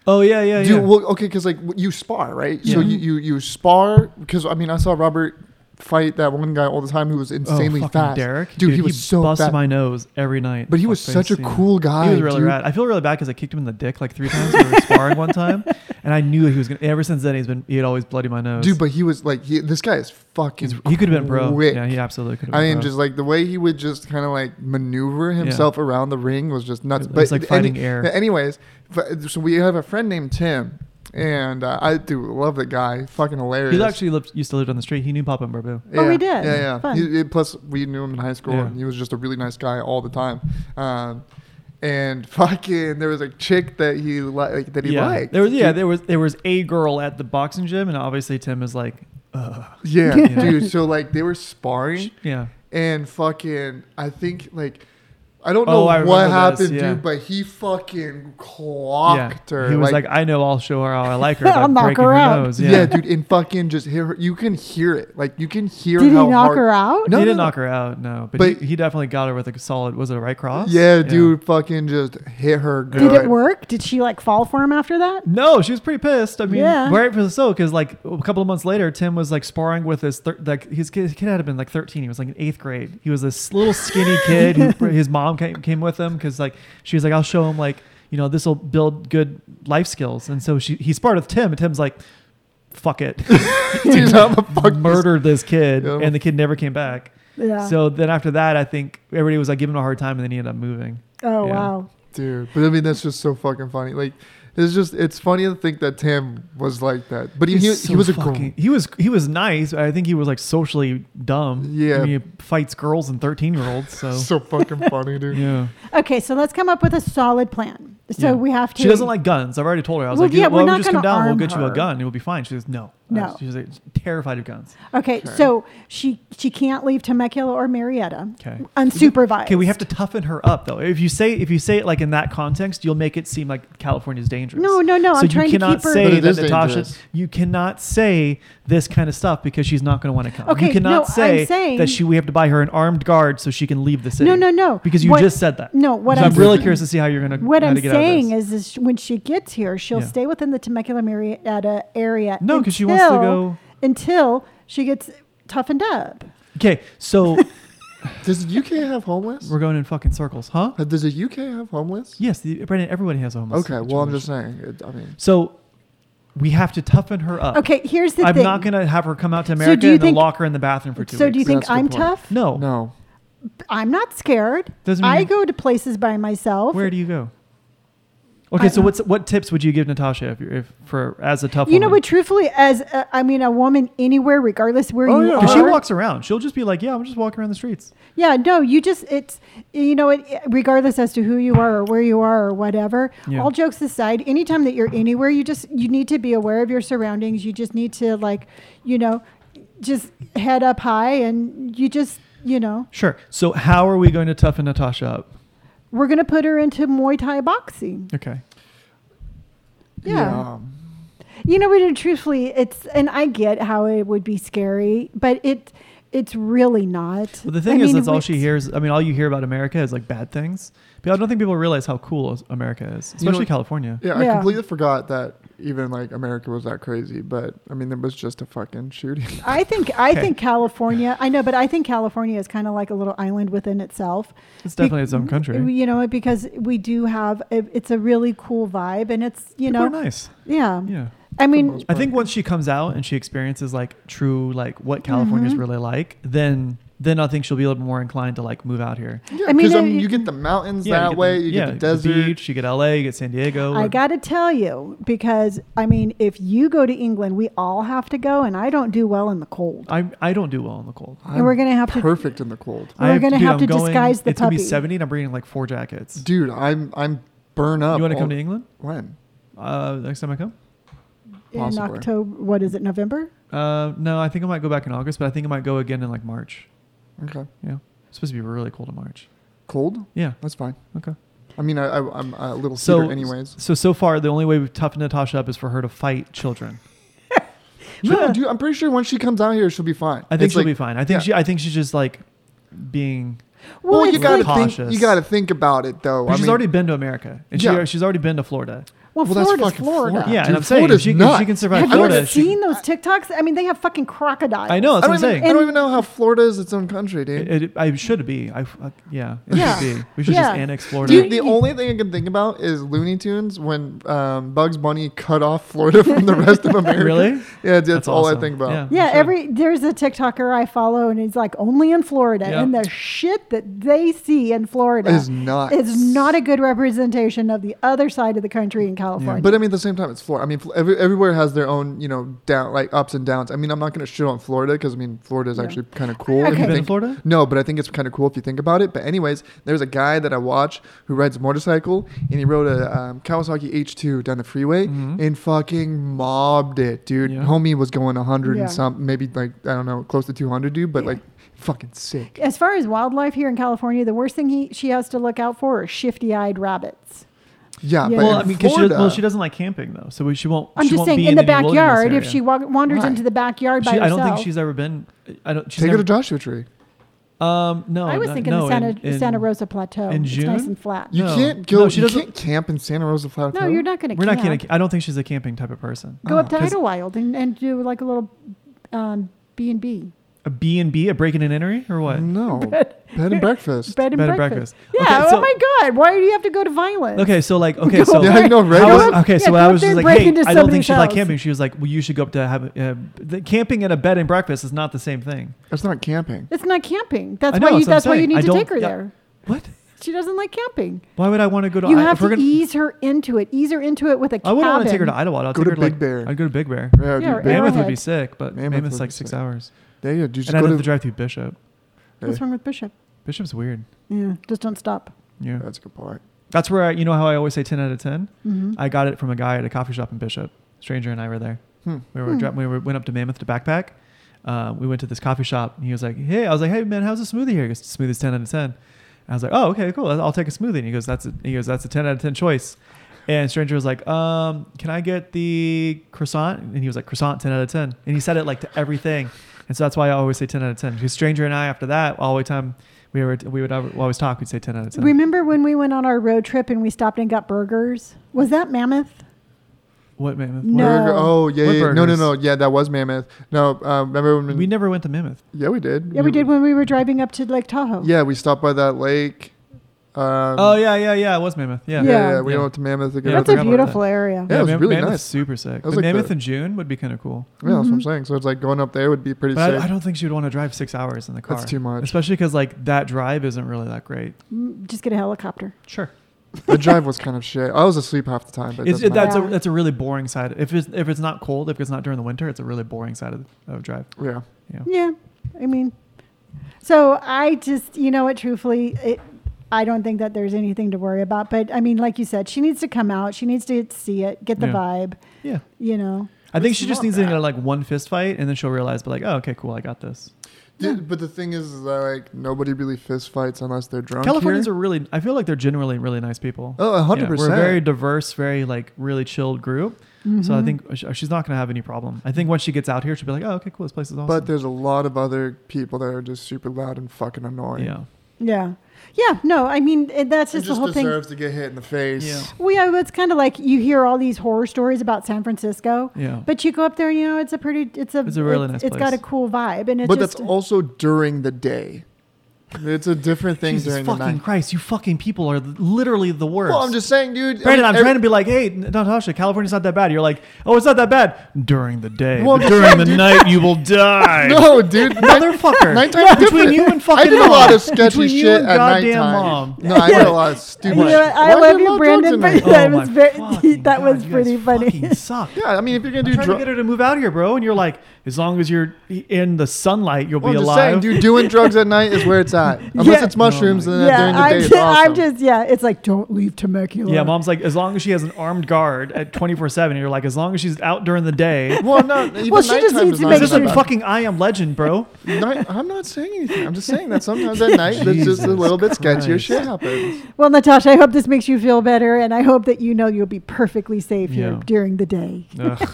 Speaker 3: Oh yeah, yeah, yeah.
Speaker 2: Dude, well, okay, because like you spar, right? So
Speaker 3: Yeah.
Speaker 2: you you, you spar because I mean I saw Robert fight that one guy all the time who was insanely
Speaker 3: Oh, fucking
Speaker 2: fast.
Speaker 3: Derek,
Speaker 2: Oh, dude, he was so
Speaker 3: busted
Speaker 2: fast.
Speaker 3: my nose every night.
Speaker 2: But he was
Speaker 3: Fuckface,
Speaker 2: such a
Speaker 3: yeah.
Speaker 2: cool guy.
Speaker 3: He was really
Speaker 2: dude.
Speaker 3: rad. I feel really bad because I kicked him in the dick like three times. when we were sparring one time, and I knew he was gonna. Ever since then, he's been he had always bloody my nose.
Speaker 2: Dude, but he was like he, this guy is fucking.
Speaker 3: He's- he could have been pro.
Speaker 2: quick.
Speaker 3: Yeah, he absolutely could have.
Speaker 2: I
Speaker 3: been
Speaker 2: mean,
Speaker 3: pro.
Speaker 2: just like the way he would just kind of like maneuver himself around the ring was just nuts.
Speaker 3: It was like fighting air.
Speaker 2: Anyways, but- so we have a friend named Tim, and uh, I do love the guy. Fucking hilarious.
Speaker 3: he actually lived, used to live down the street. He knew Papa and Barbu.
Speaker 1: Oh, we
Speaker 2: Yeah,
Speaker 1: did.
Speaker 2: Yeah, yeah.
Speaker 1: Fun.
Speaker 2: He, he- plus, we knew him in high school,
Speaker 3: Yeah.
Speaker 2: and he was just a really nice guy all the time. Um, and fucking, there was a chick that he li- like that he
Speaker 3: yeah.
Speaker 2: liked.
Speaker 3: There was yeah,
Speaker 2: Dude,
Speaker 3: there was there was a girl at the boxing gym, and obviously Tim is like, Ugh.
Speaker 2: yeah,
Speaker 3: [LAUGHS] Yeah.
Speaker 2: dude. So like, they were sparring.
Speaker 3: yeah,
Speaker 2: and fucking I think like I don't
Speaker 3: Oh,
Speaker 2: know
Speaker 3: I
Speaker 2: what
Speaker 3: remember this,
Speaker 2: happened,
Speaker 3: yeah.
Speaker 2: dude, but he fucking
Speaker 3: Yeah.
Speaker 2: clocked her.
Speaker 3: He was like, I know I'll show her how
Speaker 1: [LAUGHS]
Speaker 3: I like her by
Speaker 1: I'll knock
Speaker 3: breaking
Speaker 1: her
Speaker 3: her,
Speaker 1: out."
Speaker 3: nose.
Speaker 2: yeah.
Speaker 3: Yeah.
Speaker 2: dude, and fucking just hear her. You can hear it. Like, you can hear
Speaker 1: Did he
Speaker 2: how
Speaker 1: knock
Speaker 2: hard-
Speaker 1: her out?
Speaker 2: No,
Speaker 3: he
Speaker 2: no,
Speaker 3: didn't
Speaker 2: no.
Speaker 3: knock her out, no. But,
Speaker 2: But-
Speaker 3: he, he definitely got her with a solid, was it a right cross?
Speaker 2: Yeah, dude, fucking just hit her. Good.
Speaker 1: Did it work? Did she like fall for him after that?
Speaker 3: No, she was pretty pissed. I mean,
Speaker 1: Yeah.
Speaker 3: rightfully so, because like a couple of months later, Tim was like sparring with his thir- like his kid, his kid had been like thirteen. He was like in eighth grade. He was this little skinny kid. Who, his mom came, came with him because like she was like, "I'll show him like you know this will build good life skills." And so she he sparred with Tim, and Tim's like, "Fuck it,
Speaker 2: [LAUGHS] Dude,
Speaker 3: [LAUGHS]
Speaker 2: I'm a fuck
Speaker 3: murdered this kid,"
Speaker 2: Yeah.
Speaker 3: and the kid never came back.
Speaker 1: Yeah.
Speaker 3: So then after that, I think everybody was like giving him a hard time, and then he ended up moving.
Speaker 1: oh
Speaker 3: yeah.
Speaker 1: wow.
Speaker 2: dude. But I mean, that's just so fucking funny. Like, it's just it's funny to think that Tim was like that, but he he,
Speaker 3: He's
Speaker 2: he
Speaker 3: so
Speaker 2: was a
Speaker 3: fucking-
Speaker 2: fucking.
Speaker 3: he was he was nice. I think he was like socially dumb.
Speaker 2: Yeah.
Speaker 3: I mean, he fights girls and thirteen year olds.
Speaker 2: [LAUGHS]
Speaker 3: So,
Speaker 2: So fucking funny, dude.
Speaker 3: [LAUGHS] yeah,
Speaker 1: Okay, so let's come up with a solid plan. So
Speaker 3: Yeah.
Speaker 1: we have to.
Speaker 3: she doesn't like guns. I've already told her. I was
Speaker 1: Well,
Speaker 3: like, yeah,
Speaker 1: yeah,
Speaker 3: well,
Speaker 1: we're not
Speaker 3: just come
Speaker 1: gonna
Speaker 3: down. We'll
Speaker 1: arm
Speaker 3: get you a
Speaker 1: her.
Speaker 3: gun. It will be fine. She goes, no,
Speaker 1: No.
Speaker 3: She's like, terrified of guns.
Speaker 1: Okay, so she she can't leave Temecula or Marietta.
Speaker 3: Okay.
Speaker 1: Unsupervised.
Speaker 3: Okay, we have to toughen her up though. If you say if you say it like in that context, you'll make it seem like California's dangerous.
Speaker 1: No, no, no,
Speaker 3: So
Speaker 1: I'm
Speaker 3: you
Speaker 1: trying to
Speaker 3: cannot
Speaker 1: keep her-
Speaker 2: But
Speaker 3: say
Speaker 2: it
Speaker 3: that
Speaker 2: is
Speaker 3: Natasha.
Speaker 2: dangerous.
Speaker 3: You cannot say this kind of stuff because she's not going to want to come.
Speaker 1: Okay,
Speaker 3: you cannot
Speaker 1: no, I'm
Speaker 3: say
Speaker 1: saying-
Speaker 3: that she. We have to buy her an armed guard so she can leave the city.
Speaker 1: No, no, no.
Speaker 3: Because you
Speaker 1: What-
Speaker 3: just said that.
Speaker 1: no, what
Speaker 3: so
Speaker 1: I'm
Speaker 3: I'm really
Speaker 1: saying-
Speaker 3: curious to see how you're going to.
Speaker 1: What
Speaker 3: how
Speaker 1: I'm
Speaker 3: to get out of
Speaker 1: saying
Speaker 3: this.
Speaker 1: is, is sh- when she gets here, she'll
Speaker 3: Yeah.
Speaker 1: stay within the Temecula Marietta area.
Speaker 3: No, 'cause she wants to
Speaker 1: until-
Speaker 3: go-
Speaker 1: until she gets toughened up.
Speaker 3: okay.
Speaker 1: [LAUGHS]
Speaker 3: So
Speaker 2: Does the UK have homeless?
Speaker 3: we're going in fucking circles, huh?
Speaker 2: Uh, Does the UK have homeless?
Speaker 3: Yes, the, Brandon. Everybody has a homeless.
Speaker 2: Okay, well, I'm
Speaker 3: situation.
Speaker 2: just saying. it- I mean,
Speaker 3: So we have to toughen her up.
Speaker 1: Okay, here's the
Speaker 3: I'm
Speaker 1: thing.
Speaker 3: not going to have her come out to America
Speaker 1: do you
Speaker 3: and then
Speaker 1: think-
Speaker 3: lock her in the bathroom for two
Speaker 1: So
Speaker 3: weeks.
Speaker 1: do you think
Speaker 2: That's a good
Speaker 1: I'm
Speaker 2: point.
Speaker 1: tough?
Speaker 3: no.
Speaker 2: no.
Speaker 1: I'm not scared.
Speaker 3: Doesn't mean
Speaker 1: I
Speaker 3: you-
Speaker 1: go to places by myself.
Speaker 3: Where do you go? Okay,
Speaker 1: I-
Speaker 3: so what's what tips would you give Natasha if, you're, if for as a tough
Speaker 1: you know
Speaker 3: woman?
Speaker 1: what? Truthfully, as a, I mean, a woman anywhere, regardless where
Speaker 2: Oh,
Speaker 1: you
Speaker 2: yeah,
Speaker 1: are,
Speaker 3: 'Cause she walks around, she'll just be like, "Yeah, I'm just walking around the streets."
Speaker 1: Yeah, no, you just it's you know it regardless as to who you are or where you are or whatever.
Speaker 3: Yeah.
Speaker 1: All jokes aside, anytime that you're anywhere, you just you need to be aware of your surroundings. You just need to like, you know, just head up high and you just, you know,
Speaker 3: Sure. So how are we going to toughen Natasha up?
Speaker 1: we're going to put her into Muay Thai boxing.
Speaker 3: Okay.
Speaker 1: Yeah. You know, but truthfully, it's and I get how it would be scary, but it it's really not.
Speaker 3: Well, the
Speaker 1: I
Speaker 3: thing is,
Speaker 1: mean,
Speaker 3: that's all
Speaker 1: we-
Speaker 3: she hears. I mean, all you hear about America is like bad things. But I don't think people realize how cool is- America
Speaker 2: You
Speaker 3: is,
Speaker 2: know
Speaker 3: especially
Speaker 2: what-
Speaker 3: California.
Speaker 2: Yeah, I
Speaker 1: Yeah.
Speaker 2: completely forgot that even like America was that crazy, but I mean, there was just a fucking shooting.
Speaker 1: [LAUGHS] I think I
Speaker 3: Okay.
Speaker 1: think California. I know, but I think California is kind of like a little island within itself.
Speaker 3: It's
Speaker 1: Be-
Speaker 3: definitely its own country.
Speaker 1: You know, because we do have it- it's a really cool vibe, and it's you know,
Speaker 3: People are nice.
Speaker 1: yeah.
Speaker 3: Yeah.
Speaker 1: I mean,
Speaker 2: most
Speaker 3: I think once she comes out and she experiences like true like what California's
Speaker 1: Mhm.
Speaker 3: really like, then then I think she'll be a little more inclined to like move out here.
Speaker 2: [LAUGHS] Yeah,
Speaker 1: I mean,
Speaker 2: because
Speaker 1: I-
Speaker 2: I mean, you get the mountains
Speaker 3: Yeah,
Speaker 2: that
Speaker 3: get the-
Speaker 2: way, you
Speaker 3: yeah,
Speaker 2: get the desert.
Speaker 3: beach, you get LA, you get San Diego.
Speaker 1: I got to tell you because I mean, if you go to England, we all have to go, and I don't do well in the cold.
Speaker 3: I I don't do well in the cold.
Speaker 1: And we're
Speaker 2: I'm
Speaker 1: gonna have to-
Speaker 2: perfect in the cold,
Speaker 1: We're
Speaker 3: I
Speaker 1: gonna
Speaker 3: dude,
Speaker 1: have
Speaker 3: I'm
Speaker 1: to
Speaker 3: going-
Speaker 1: disguise the
Speaker 3: It's gonna be
Speaker 1: puppy.
Speaker 3: seventy, and I'm bringing like four jackets.
Speaker 2: dude. oh. I'm I'm burn up.
Speaker 3: you want to
Speaker 2: all-
Speaker 3: come to England?
Speaker 2: when?
Speaker 3: Uh, next time I come?
Speaker 1: In
Speaker 2: possibly.
Speaker 1: October, what is it?
Speaker 3: [LAUGHS]
Speaker 1: November?
Speaker 3: Uh, no, I think I might go back in August, but I think I might go again in like March.
Speaker 2: Okay,
Speaker 3: Yeah, it's supposed to be really cold in March.
Speaker 2: cold.
Speaker 3: Yeah.
Speaker 2: That's fine.
Speaker 3: Okay.
Speaker 2: I mean, I, I I'm a little
Speaker 3: So,
Speaker 2: so, anyways.
Speaker 3: so so far, the only way we've toughened Natasha up is for her to fight children.
Speaker 2: No, dude, I'm pretty sure once she comes out here, she'll be fine.
Speaker 3: I think
Speaker 2: It's
Speaker 3: she'll
Speaker 2: like-
Speaker 3: be fine. I think
Speaker 2: yeah.
Speaker 3: she. I think she's just like being.
Speaker 2: Well, you
Speaker 1: it's
Speaker 2: gotta
Speaker 1: like-
Speaker 3: like-
Speaker 2: think.
Speaker 3: Cautious.
Speaker 2: You gotta think about it though. I
Speaker 3: she's
Speaker 2: mean,
Speaker 3: already been to America, and
Speaker 2: Yeah.
Speaker 3: she, she's already been to Florida.
Speaker 1: well,
Speaker 2: Well, that's
Speaker 1: Florida's
Speaker 2: fucking
Speaker 1: Florida.
Speaker 2: Florida.
Speaker 3: Yeah,
Speaker 2: dude,
Speaker 3: and I'm saying if
Speaker 2: Florida's
Speaker 3: she, can, if she
Speaker 2: nuts.
Speaker 3: can survive
Speaker 1: Have you
Speaker 3: Florida.
Speaker 1: ever
Speaker 3: She,
Speaker 1: seen those TikToks? I mean, they have fucking crocodiles.
Speaker 3: I know.
Speaker 2: I
Speaker 3: That's
Speaker 2: don't,
Speaker 3: what I'm
Speaker 2: even,
Speaker 3: saying.
Speaker 2: I don't even know how Florida is its own country, dude.
Speaker 3: It, it, I should be. I uh, yeah. It
Speaker 1: Yeah.
Speaker 3: should be. We should
Speaker 1: Yeah.
Speaker 3: just annex Florida.
Speaker 2: Dude, the only thing I can think about is Looney Tunes when um, Bugs Bunny cut off Florida from the rest
Speaker 3: [LAUGHS]
Speaker 2: of America.
Speaker 3: Really?
Speaker 2: Yeah, that's,
Speaker 3: That's
Speaker 2: all
Speaker 3: awesome.
Speaker 2: I think about.
Speaker 3: Yeah.
Speaker 1: Yeah,
Speaker 3: Sure.
Speaker 1: every there's a TikToker I follow, and he's like only in Florida,
Speaker 3: Yeah.
Speaker 1: and the shit that they see in Florida
Speaker 2: Is nuts.
Speaker 1: is not a good representation of the other side of the country in California.
Speaker 2: But I mean, at the same time, it's Florida. I mean, Fl- every, everywhere has their own, you know, down like ups and downs. I mean, I'm not gonna shit on Florida because I mean, Florida is
Speaker 1: Yeah.
Speaker 2: actually kind of cool.
Speaker 1: Okay.
Speaker 2: if you
Speaker 1: Been to
Speaker 2: think-
Speaker 3: Florida?
Speaker 2: No, but I think it's kind of cool if you think about it. But anyways, there's a guy that I watch who rides a motorcycle, and he rode a um, Kawasaki H2 down the freeway and fucking mobbed it, dude.
Speaker 3: Mm-hmm. Yeah.
Speaker 2: Homie was going 100
Speaker 1: Yeah.
Speaker 2: and some, maybe like I don't know, close to 200, dude. But
Speaker 1: Yeah.
Speaker 2: like fucking sick.
Speaker 1: As far as wildlife here in California, the worst thing he, she has to look out for are shifty-eyed rabbits.
Speaker 2: Yeah,
Speaker 1: Yeah.
Speaker 2: but
Speaker 3: Well,
Speaker 2: in
Speaker 3: I mean, 'cause she,
Speaker 2: Florida,
Speaker 3: well, she doesn't like camping though, so we- she won't.
Speaker 1: I'm
Speaker 3: she
Speaker 1: just
Speaker 3: won't
Speaker 1: saying,
Speaker 3: be
Speaker 1: in the
Speaker 3: any wilderness
Speaker 1: backyard, if
Speaker 3: area.
Speaker 1: she wa- wanders
Speaker 2: Right.
Speaker 1: into the backyard by
Speaker 3: She- I
Speaker 1: herself,
Speaker 3: don't think she's ever been. I don't. She's
Speaker 2: take her
Speaker 3: never,
Speaker 2: to Joshua Tree.
Speaker 3: Um, no,
Speaker 1: I was
Speaker 3: no,
Speaker 1: thinking
Speaker 3: no,
Speaker 1: the Santa,
Speaker 3: in- in-
Speaker 1: Santa Rosa Plateau.
Speaker 3: in
Speaker 1: It's nice
Speaker 3: June?
Speaker 1: and flat.
Speaker 2: You
Speaker 3: No.
Speaker 2: can't go.
Speaker 3: No, she
Speaker 2: you
Speaker 3: doesn't-
Speaker 2: can't camp in Santa Rosa Flat.
Speaker 1: no, you're not going to.
Speaker 3: We're not
Speaker 1: camp.
Speaker 3: gonna. I don't think she's a camping type of person.
Speaker 1: Go up to
Speaker 3: 'Cause
Speaker 1: Idlewild and, and do like a little um, B and B.
Speaker 3: A B and B, a break in an innery, or what?
Speaker 2: [LAUGHS]
Speaker 1: [LAUGHS]
Speaker 2: No, bed and breakfast.
Speaker 1: Bed and
Speaker 3: Bed and
Speaker 1: breakfast.
Speaker 3: breakfast.
Speaker 1: Yeah.
Speaker 3: Okay,
Speaker 1: oh
Speaker 3: so-
Speaker 1: my God. Why do you have to go to violence? [LAUGHS]
Speaker 3: Okay, so like, okay, so
Speaker 2: Yeah, I know, right?
Speaker 3: I
Speaker 2: Go
Speaker 3: was-
Speaker 2: up-
Speaker 3: okay,
Speaker 1: yeah,
Speaker 3: so
Speaker 1: go
Speaker 3: I
Speaker 1: up
Speaker 3: was
Speaker 1: there
Speaker 3: just
Speaker 1: and
Speaker 3: like,
Speaker 1: break
Speaker 3: hey,
Speaker 1: into
Speaker 3: I don't think
Speaker 1: somebody's
Speaker 3: she like
Speaker 1: house.
Speaker 3: camping. She was like, well, you should go up to have a, uh, the camping at a bed and breakfast is not the same thing.
Speaker 2: That's not camping.
Speaker 1: It's not camping. That's
Speaker 3: I know,
Speaker 1: why. You,
Speaker 3: that's what
Speaker 1: that's why
Speaker 3: I'm
Speaker 1: you
Speaker 3: saying.
Speaker 1: need
Speaker 3: I
Speaker 1: to
Speaker 3: don't-
Speaker 1: take her
Speaker 3: yeah.
Speaker 1: there.
Speaker 3: What?
Speaker 1: She doesn't like camping.
Speaker 3: Why would I want to go to?
Speaker 1: You
Speaker 3: I,
Speaker 1: have
Speaker 3: if we're
Speaker 1: to
Speaker 3: gonna-
Speaker 1: ease her into it. Ease her into it with a
Speaker 3: I
Speaker 1: cabin.
Speaker 3: wouldn't want to take her to Idlewild. I'll
Speaker 2: Go
Speaker 3: take
Speaker 2: to
Speaker 3: her like,
Speaker 2: Big Bear.
Speaker 3: I'd go to Big Bear.
Speaker 2: Yeah,
Speaker 1: Yeah,
Speaker 2: dude,
Speaker 1: or
Speaker 2: big-
Speaker 3: Mammoth would
Speaker 1: Arrowhead.
Speaker 3: be sick, but
Speaker 2: Mammoth
Speaker 3: Mammoth's
Speaker 2: would
Speaker 3: like
Speaker 2: be
Speaker 3: six
Speaker 2: sick.
Speaker 3: hours,
Speaker 2: There you go. Just
Speaker 3: and I'd
Speaker 2: go
Speaker 3: have
Speaker 2: to,
Speaker 3: to drive through Bishop.
Speaker 1: What's
Speaker 2: Eh,
Speaker 1: wrong with Bishop?
Speaker 3: Bishop's weird.
Speaker 1: Yeah, just don't stop.
Speaker 3: Yeah,
Speaker 2: That's a good point.
Speaker 3: that's where I, you know how I always say ten out of ten.
Speaker 1: hmm
Speaker 3: I got it from a guy at a coffee shop in Bishop. Stranger and I were there.
Speaker 2: Hmm.
Speaker 3: We were,
Speaker 1: Hmm.
Speaker 3: dri- we were went up to Mammoth to backpack. Uh, we went to this coffee shop and he was like, "Hey," I was like, "Hey man, how's the smoothie here?" He goes, "Smoothie's ten out of 10. I was like, "Oh, okay, cool. I'll take a smoothie." And he goes, "That's a, he goes, that's a ten out of ten choice." And stranger was like, um, "Can I get the croissant?" And he was like, "Croissant, ten out of 10. And he said it like to everything, and so that's why I always say ten out of ten. Because stranger and I, after that, all the time we were we would always talk, we'd say ten out of ten.
Speaker 1: Remember when we went on our road trip and we stopped and got burgers? Was that Mammoth?
Speaker 3: what Mammoth?
Speaker 1: No.
Speaker 2: Burger- oh yeah,
Speaker 3: What
Speaker 2: yeah. No, no,
Speaker 3: burgers?
Speaker 2: no. Yeah, that was Mammoth. No, um, remember when?
Speaker 3: We never went to Mammoth.
Speaker 2: yeah, we did.
Speaker 1: Yeah, we
Speaker 3: Mm.
Speaker 1: did when we were driving up to Lake Tahoe.
Speaker 2: Yeah, we stopped by that lake. Um,
Speaker 3: Oh yeah, yeah, yeah. It was Mammoth. Yeah,
Speaker 2: yeah, yeah.
Speaker 1: Yeah.
Speaker 2: We
Speaker 3: Yeah.
Speaker 2: went to Mammoth. Again.
Speaker 3: Yeah,
Speaker 1: That's
Speaker 3: I
Speaker 1: a
Speaker 3: forgot about
Speaker 1: beautiful area.
Speaker 2: Yeah, it was
Speaker 3: Mam-
Speaker 2: really
Speaker 3: Mammoth's
Speaker 2: nice.
Speaker 3: super sick.
Speaker 2: That was
Speaker 3: But
Speaker 2: like
Speaker 3: Mammoth
Speaker 2: the-
Speaker 3: in June would be kind of cool.
Speaker 2: Yeah, that's what I'm
Speaker 1: Mhm.
Speaker 2: saying. So it's like going up there would be pretty
Speaker 3: But I, I
Speaker 2: sick.
Speaker 3: don't think she'd want to drive six hours in the car.
Speaker 2: That's too much.
Speaker 3: Especially because like that drive isn't really that great.
Speaker 1: Mm, Just get a helicopter.
Speaker 3: Sure.
Speaker 2: the drive was kind of shit. I was asleep half the time, but
Speaker 3: It's,
Speaker 2: it doesn't
Speaker 3: that's a
Speaker 1: matter.
Speaker 3: that's a really boring side. If it's if it's not cold, if it's not during the winter, it's a really boring side of, of drive.
Speaker 2: matter. yeah.
Speaker 3: Yeah.
Speaker 1: Yeah, I mean, so I just, you know what, truthfully, it, I don't think that there's anything to worry about. But I mean, like you said, she needs to come out. She needs to see it, get the
Speaker 3: Yeah.
Speaker 1: vibe,
Speaker 3: Yeah.
Speaker 1: you know.
Speaker 3: I think
Speaker 2: Let's
Speaker 3: she just
Speaker 2: not
Speaker 3: needs to
Speaker 2: that.
Speaker 3: get like one fist fight and then she'll realize, but like, oh, okay, cool, I got this.
Speaker 2: Yeah, but the thing is, is that like nobody really fist fights unless they're drunk.
Speaker 3: Californians
Speaker 2: here.
Speaker 3: are really, I feel like they're generally really nice people.
Speaker 2: Oh, a hundred
Speaker 3: Yeah, We're a
Speaker 2: percent.
Speaker 3: very diverse, very like really chilled group. So I
Speaker 1: Mhm.
Speaker 3: think uh, sh- she's not going to have any problem. I think once she gets out here, she'll be like, oh, okay, cool. This place is awesome.
Speaker 2: But there's a lot of other people that are just super loud and fucking annoying.
Speaker 3: yeah.
Speaker 1: Yeah. Yeah. No, I mean, it, that's
Speaker 2: It
Speaker 1: just,
Speaker 2: just
Speaker 1: the whole thing.
Speaker 2: deserves to get hit in the face.
Speaker 3: Yeah.
Speaker 1: Well, yeah, it's kind of like you hear all these horror stories about San Francisco,
Speaker 3: Yeah.
Speaker 1: but you go up there and you know it's a pretty, it's a,
Speaker 3: It's a really nice
Speaker 1: It's got a
Speaker 3: place.
Speaker 1: cool vibe, and it's
Speaker 2: But
Speaker 1: just,
Speaker 2: that's also during the day. It's a different thing
Speaker 3: Jesus
Speaker 2: during the
Speaker 3: fucking
Speaker 2: night.
Speaker 3: Christ, you fucking people are th- literally the worst.
Speaker 2: Well, I'm just saying, dude. I
Speaker 3: Brandon,
Speaker 2: mean,
Speaker 3: I'm
Speaker 2: every-
Speaker 3: trying to be like, hey, Natasha, California's not that bad. You're like, oh, it's not that bad during the day.
Speaker 2: Well,
Speaker 3: but
Speaker 2: I'm just
Speaker 3: during
Speaker 2: saying,
Speaker 3: the
Speaker 2: dude.
Speaker 3: night,
Speaker 2: [LAUGHS]
Speaker 3: you will die.
Speaker 2: No, dude. [LAUGHS] night-
Speaker 3: Motherfucker.
Speaker 2: Nighttime is
Speaker 3: Between
Speaker 2: different.
Speaker 3: you and
Speaker 2: I
Speaker 3: fucking
Speaker 2: did a
Speaker 3: mom.
Speaker 2: lot of sketchy
Speaker 3: Between you
Speaker 2: shit
Speaker 3: and
Speaker 2: at
Speaker 3: goddamn
Speaker 2: nighttime.
Speaker 3: mom.
Speaker 2: No, I did a lot of
Speaker 1: you
Speaker 2: stupid
Speaker 1: know,
Speaker 2: shit.
Speaker 1: what, I
Speaker 2: Why
Speaker 1: love
Speaker 2: did
Speaker 1: you,
Speaker 2: lot go
Speaker 1: Brandon,
Speaker 2: tonight?
Speaker 1: but that
Speaker 3: Oh my
Speaker 1: was very, [LAUGHS]
Speaker 3: fucking
Speaker 1: that was
Speaker 3: God, you guys
Speaker 1: pretty funny.
Speaker 3: fucking Suck.
Speaker 1: [LAUGHS]
Speaker 2: Yeah, I mean, if you're gonna
Speaker 3: I'm
Speaker 2: do
Speaker 3: trying to
Speaker 2: drugs,
Speaker 3: get her to move out here, bro, and you're like, as long as you're in the sunlight, you'll be
Speaker 2: I'm just
Speaker 3: alive.
Speaker 2: saying, dude, doing drugs at night is where it's at. Unless
Speaker 1: Yeah.
Speaker 2: it's mushrooms, and then during
Speaker 1: yeah,
Speaker 2: the day
Speaker 1: I'm
Speaker 2: it's
Speaker 1: just, [LAUGHS]
Speaker 2: awesome.
Speaker 1: I'm just, yeah, it's like don't leave Temecula.
Speaker 3: yeah, mom's like, as long as she has an armed guard at 24 7, you're like, as long as she's out during the day.
Speaker 2: well, no, even
Speaker 1: Well, she just
Speaker 2: nighttime
Speaker 1: needs
Speaker 2: is
Speaker 1: to
Speaker 2: not
Speaker 1: make
Speaker 3: This is
Speaker 2: that
Speaker 1: sure-
Speaker 3: a
Speaker 2: bad.
Speaker 3: fucking I am
Speaker 2: [LAUGHS]
Speaker 3: legend, bro.
Speaker 2: Night- I'm not saying anything. I'm just saying that sometimes at night, there's just a
Speaker 3: Jesus
Speaker 2: little bit sketchier
Speaker 3: Christ.
Speaker 2: shit happens.
Speaker 1: Well, Natasha, I hope this makes you feel better, and I hope that you know you'll be perfectly safe here
Speaker 3: Yeah.
Speaker 1: during the day.
Speaker 3: Ugh.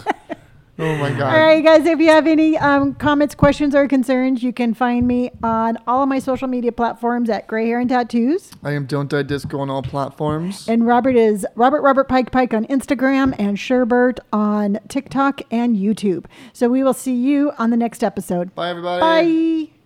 Speaker 2: Oh my god.
Speaker 1: All right, guys, if you have any um, comments, questions, or concerns, you can find me on all of my social media platforms at Gray Hair and Tattoos.
Speaker 2: I am Don't Die Disco on all platforms.
Speaker 1: And Robert is Robert Robert Pike Pike on Instagram and Sherbert on TikTok and YouTube. So we will see you on the next episode.
Speaker 2: Bye, everybody.
Speaker 1: Bye.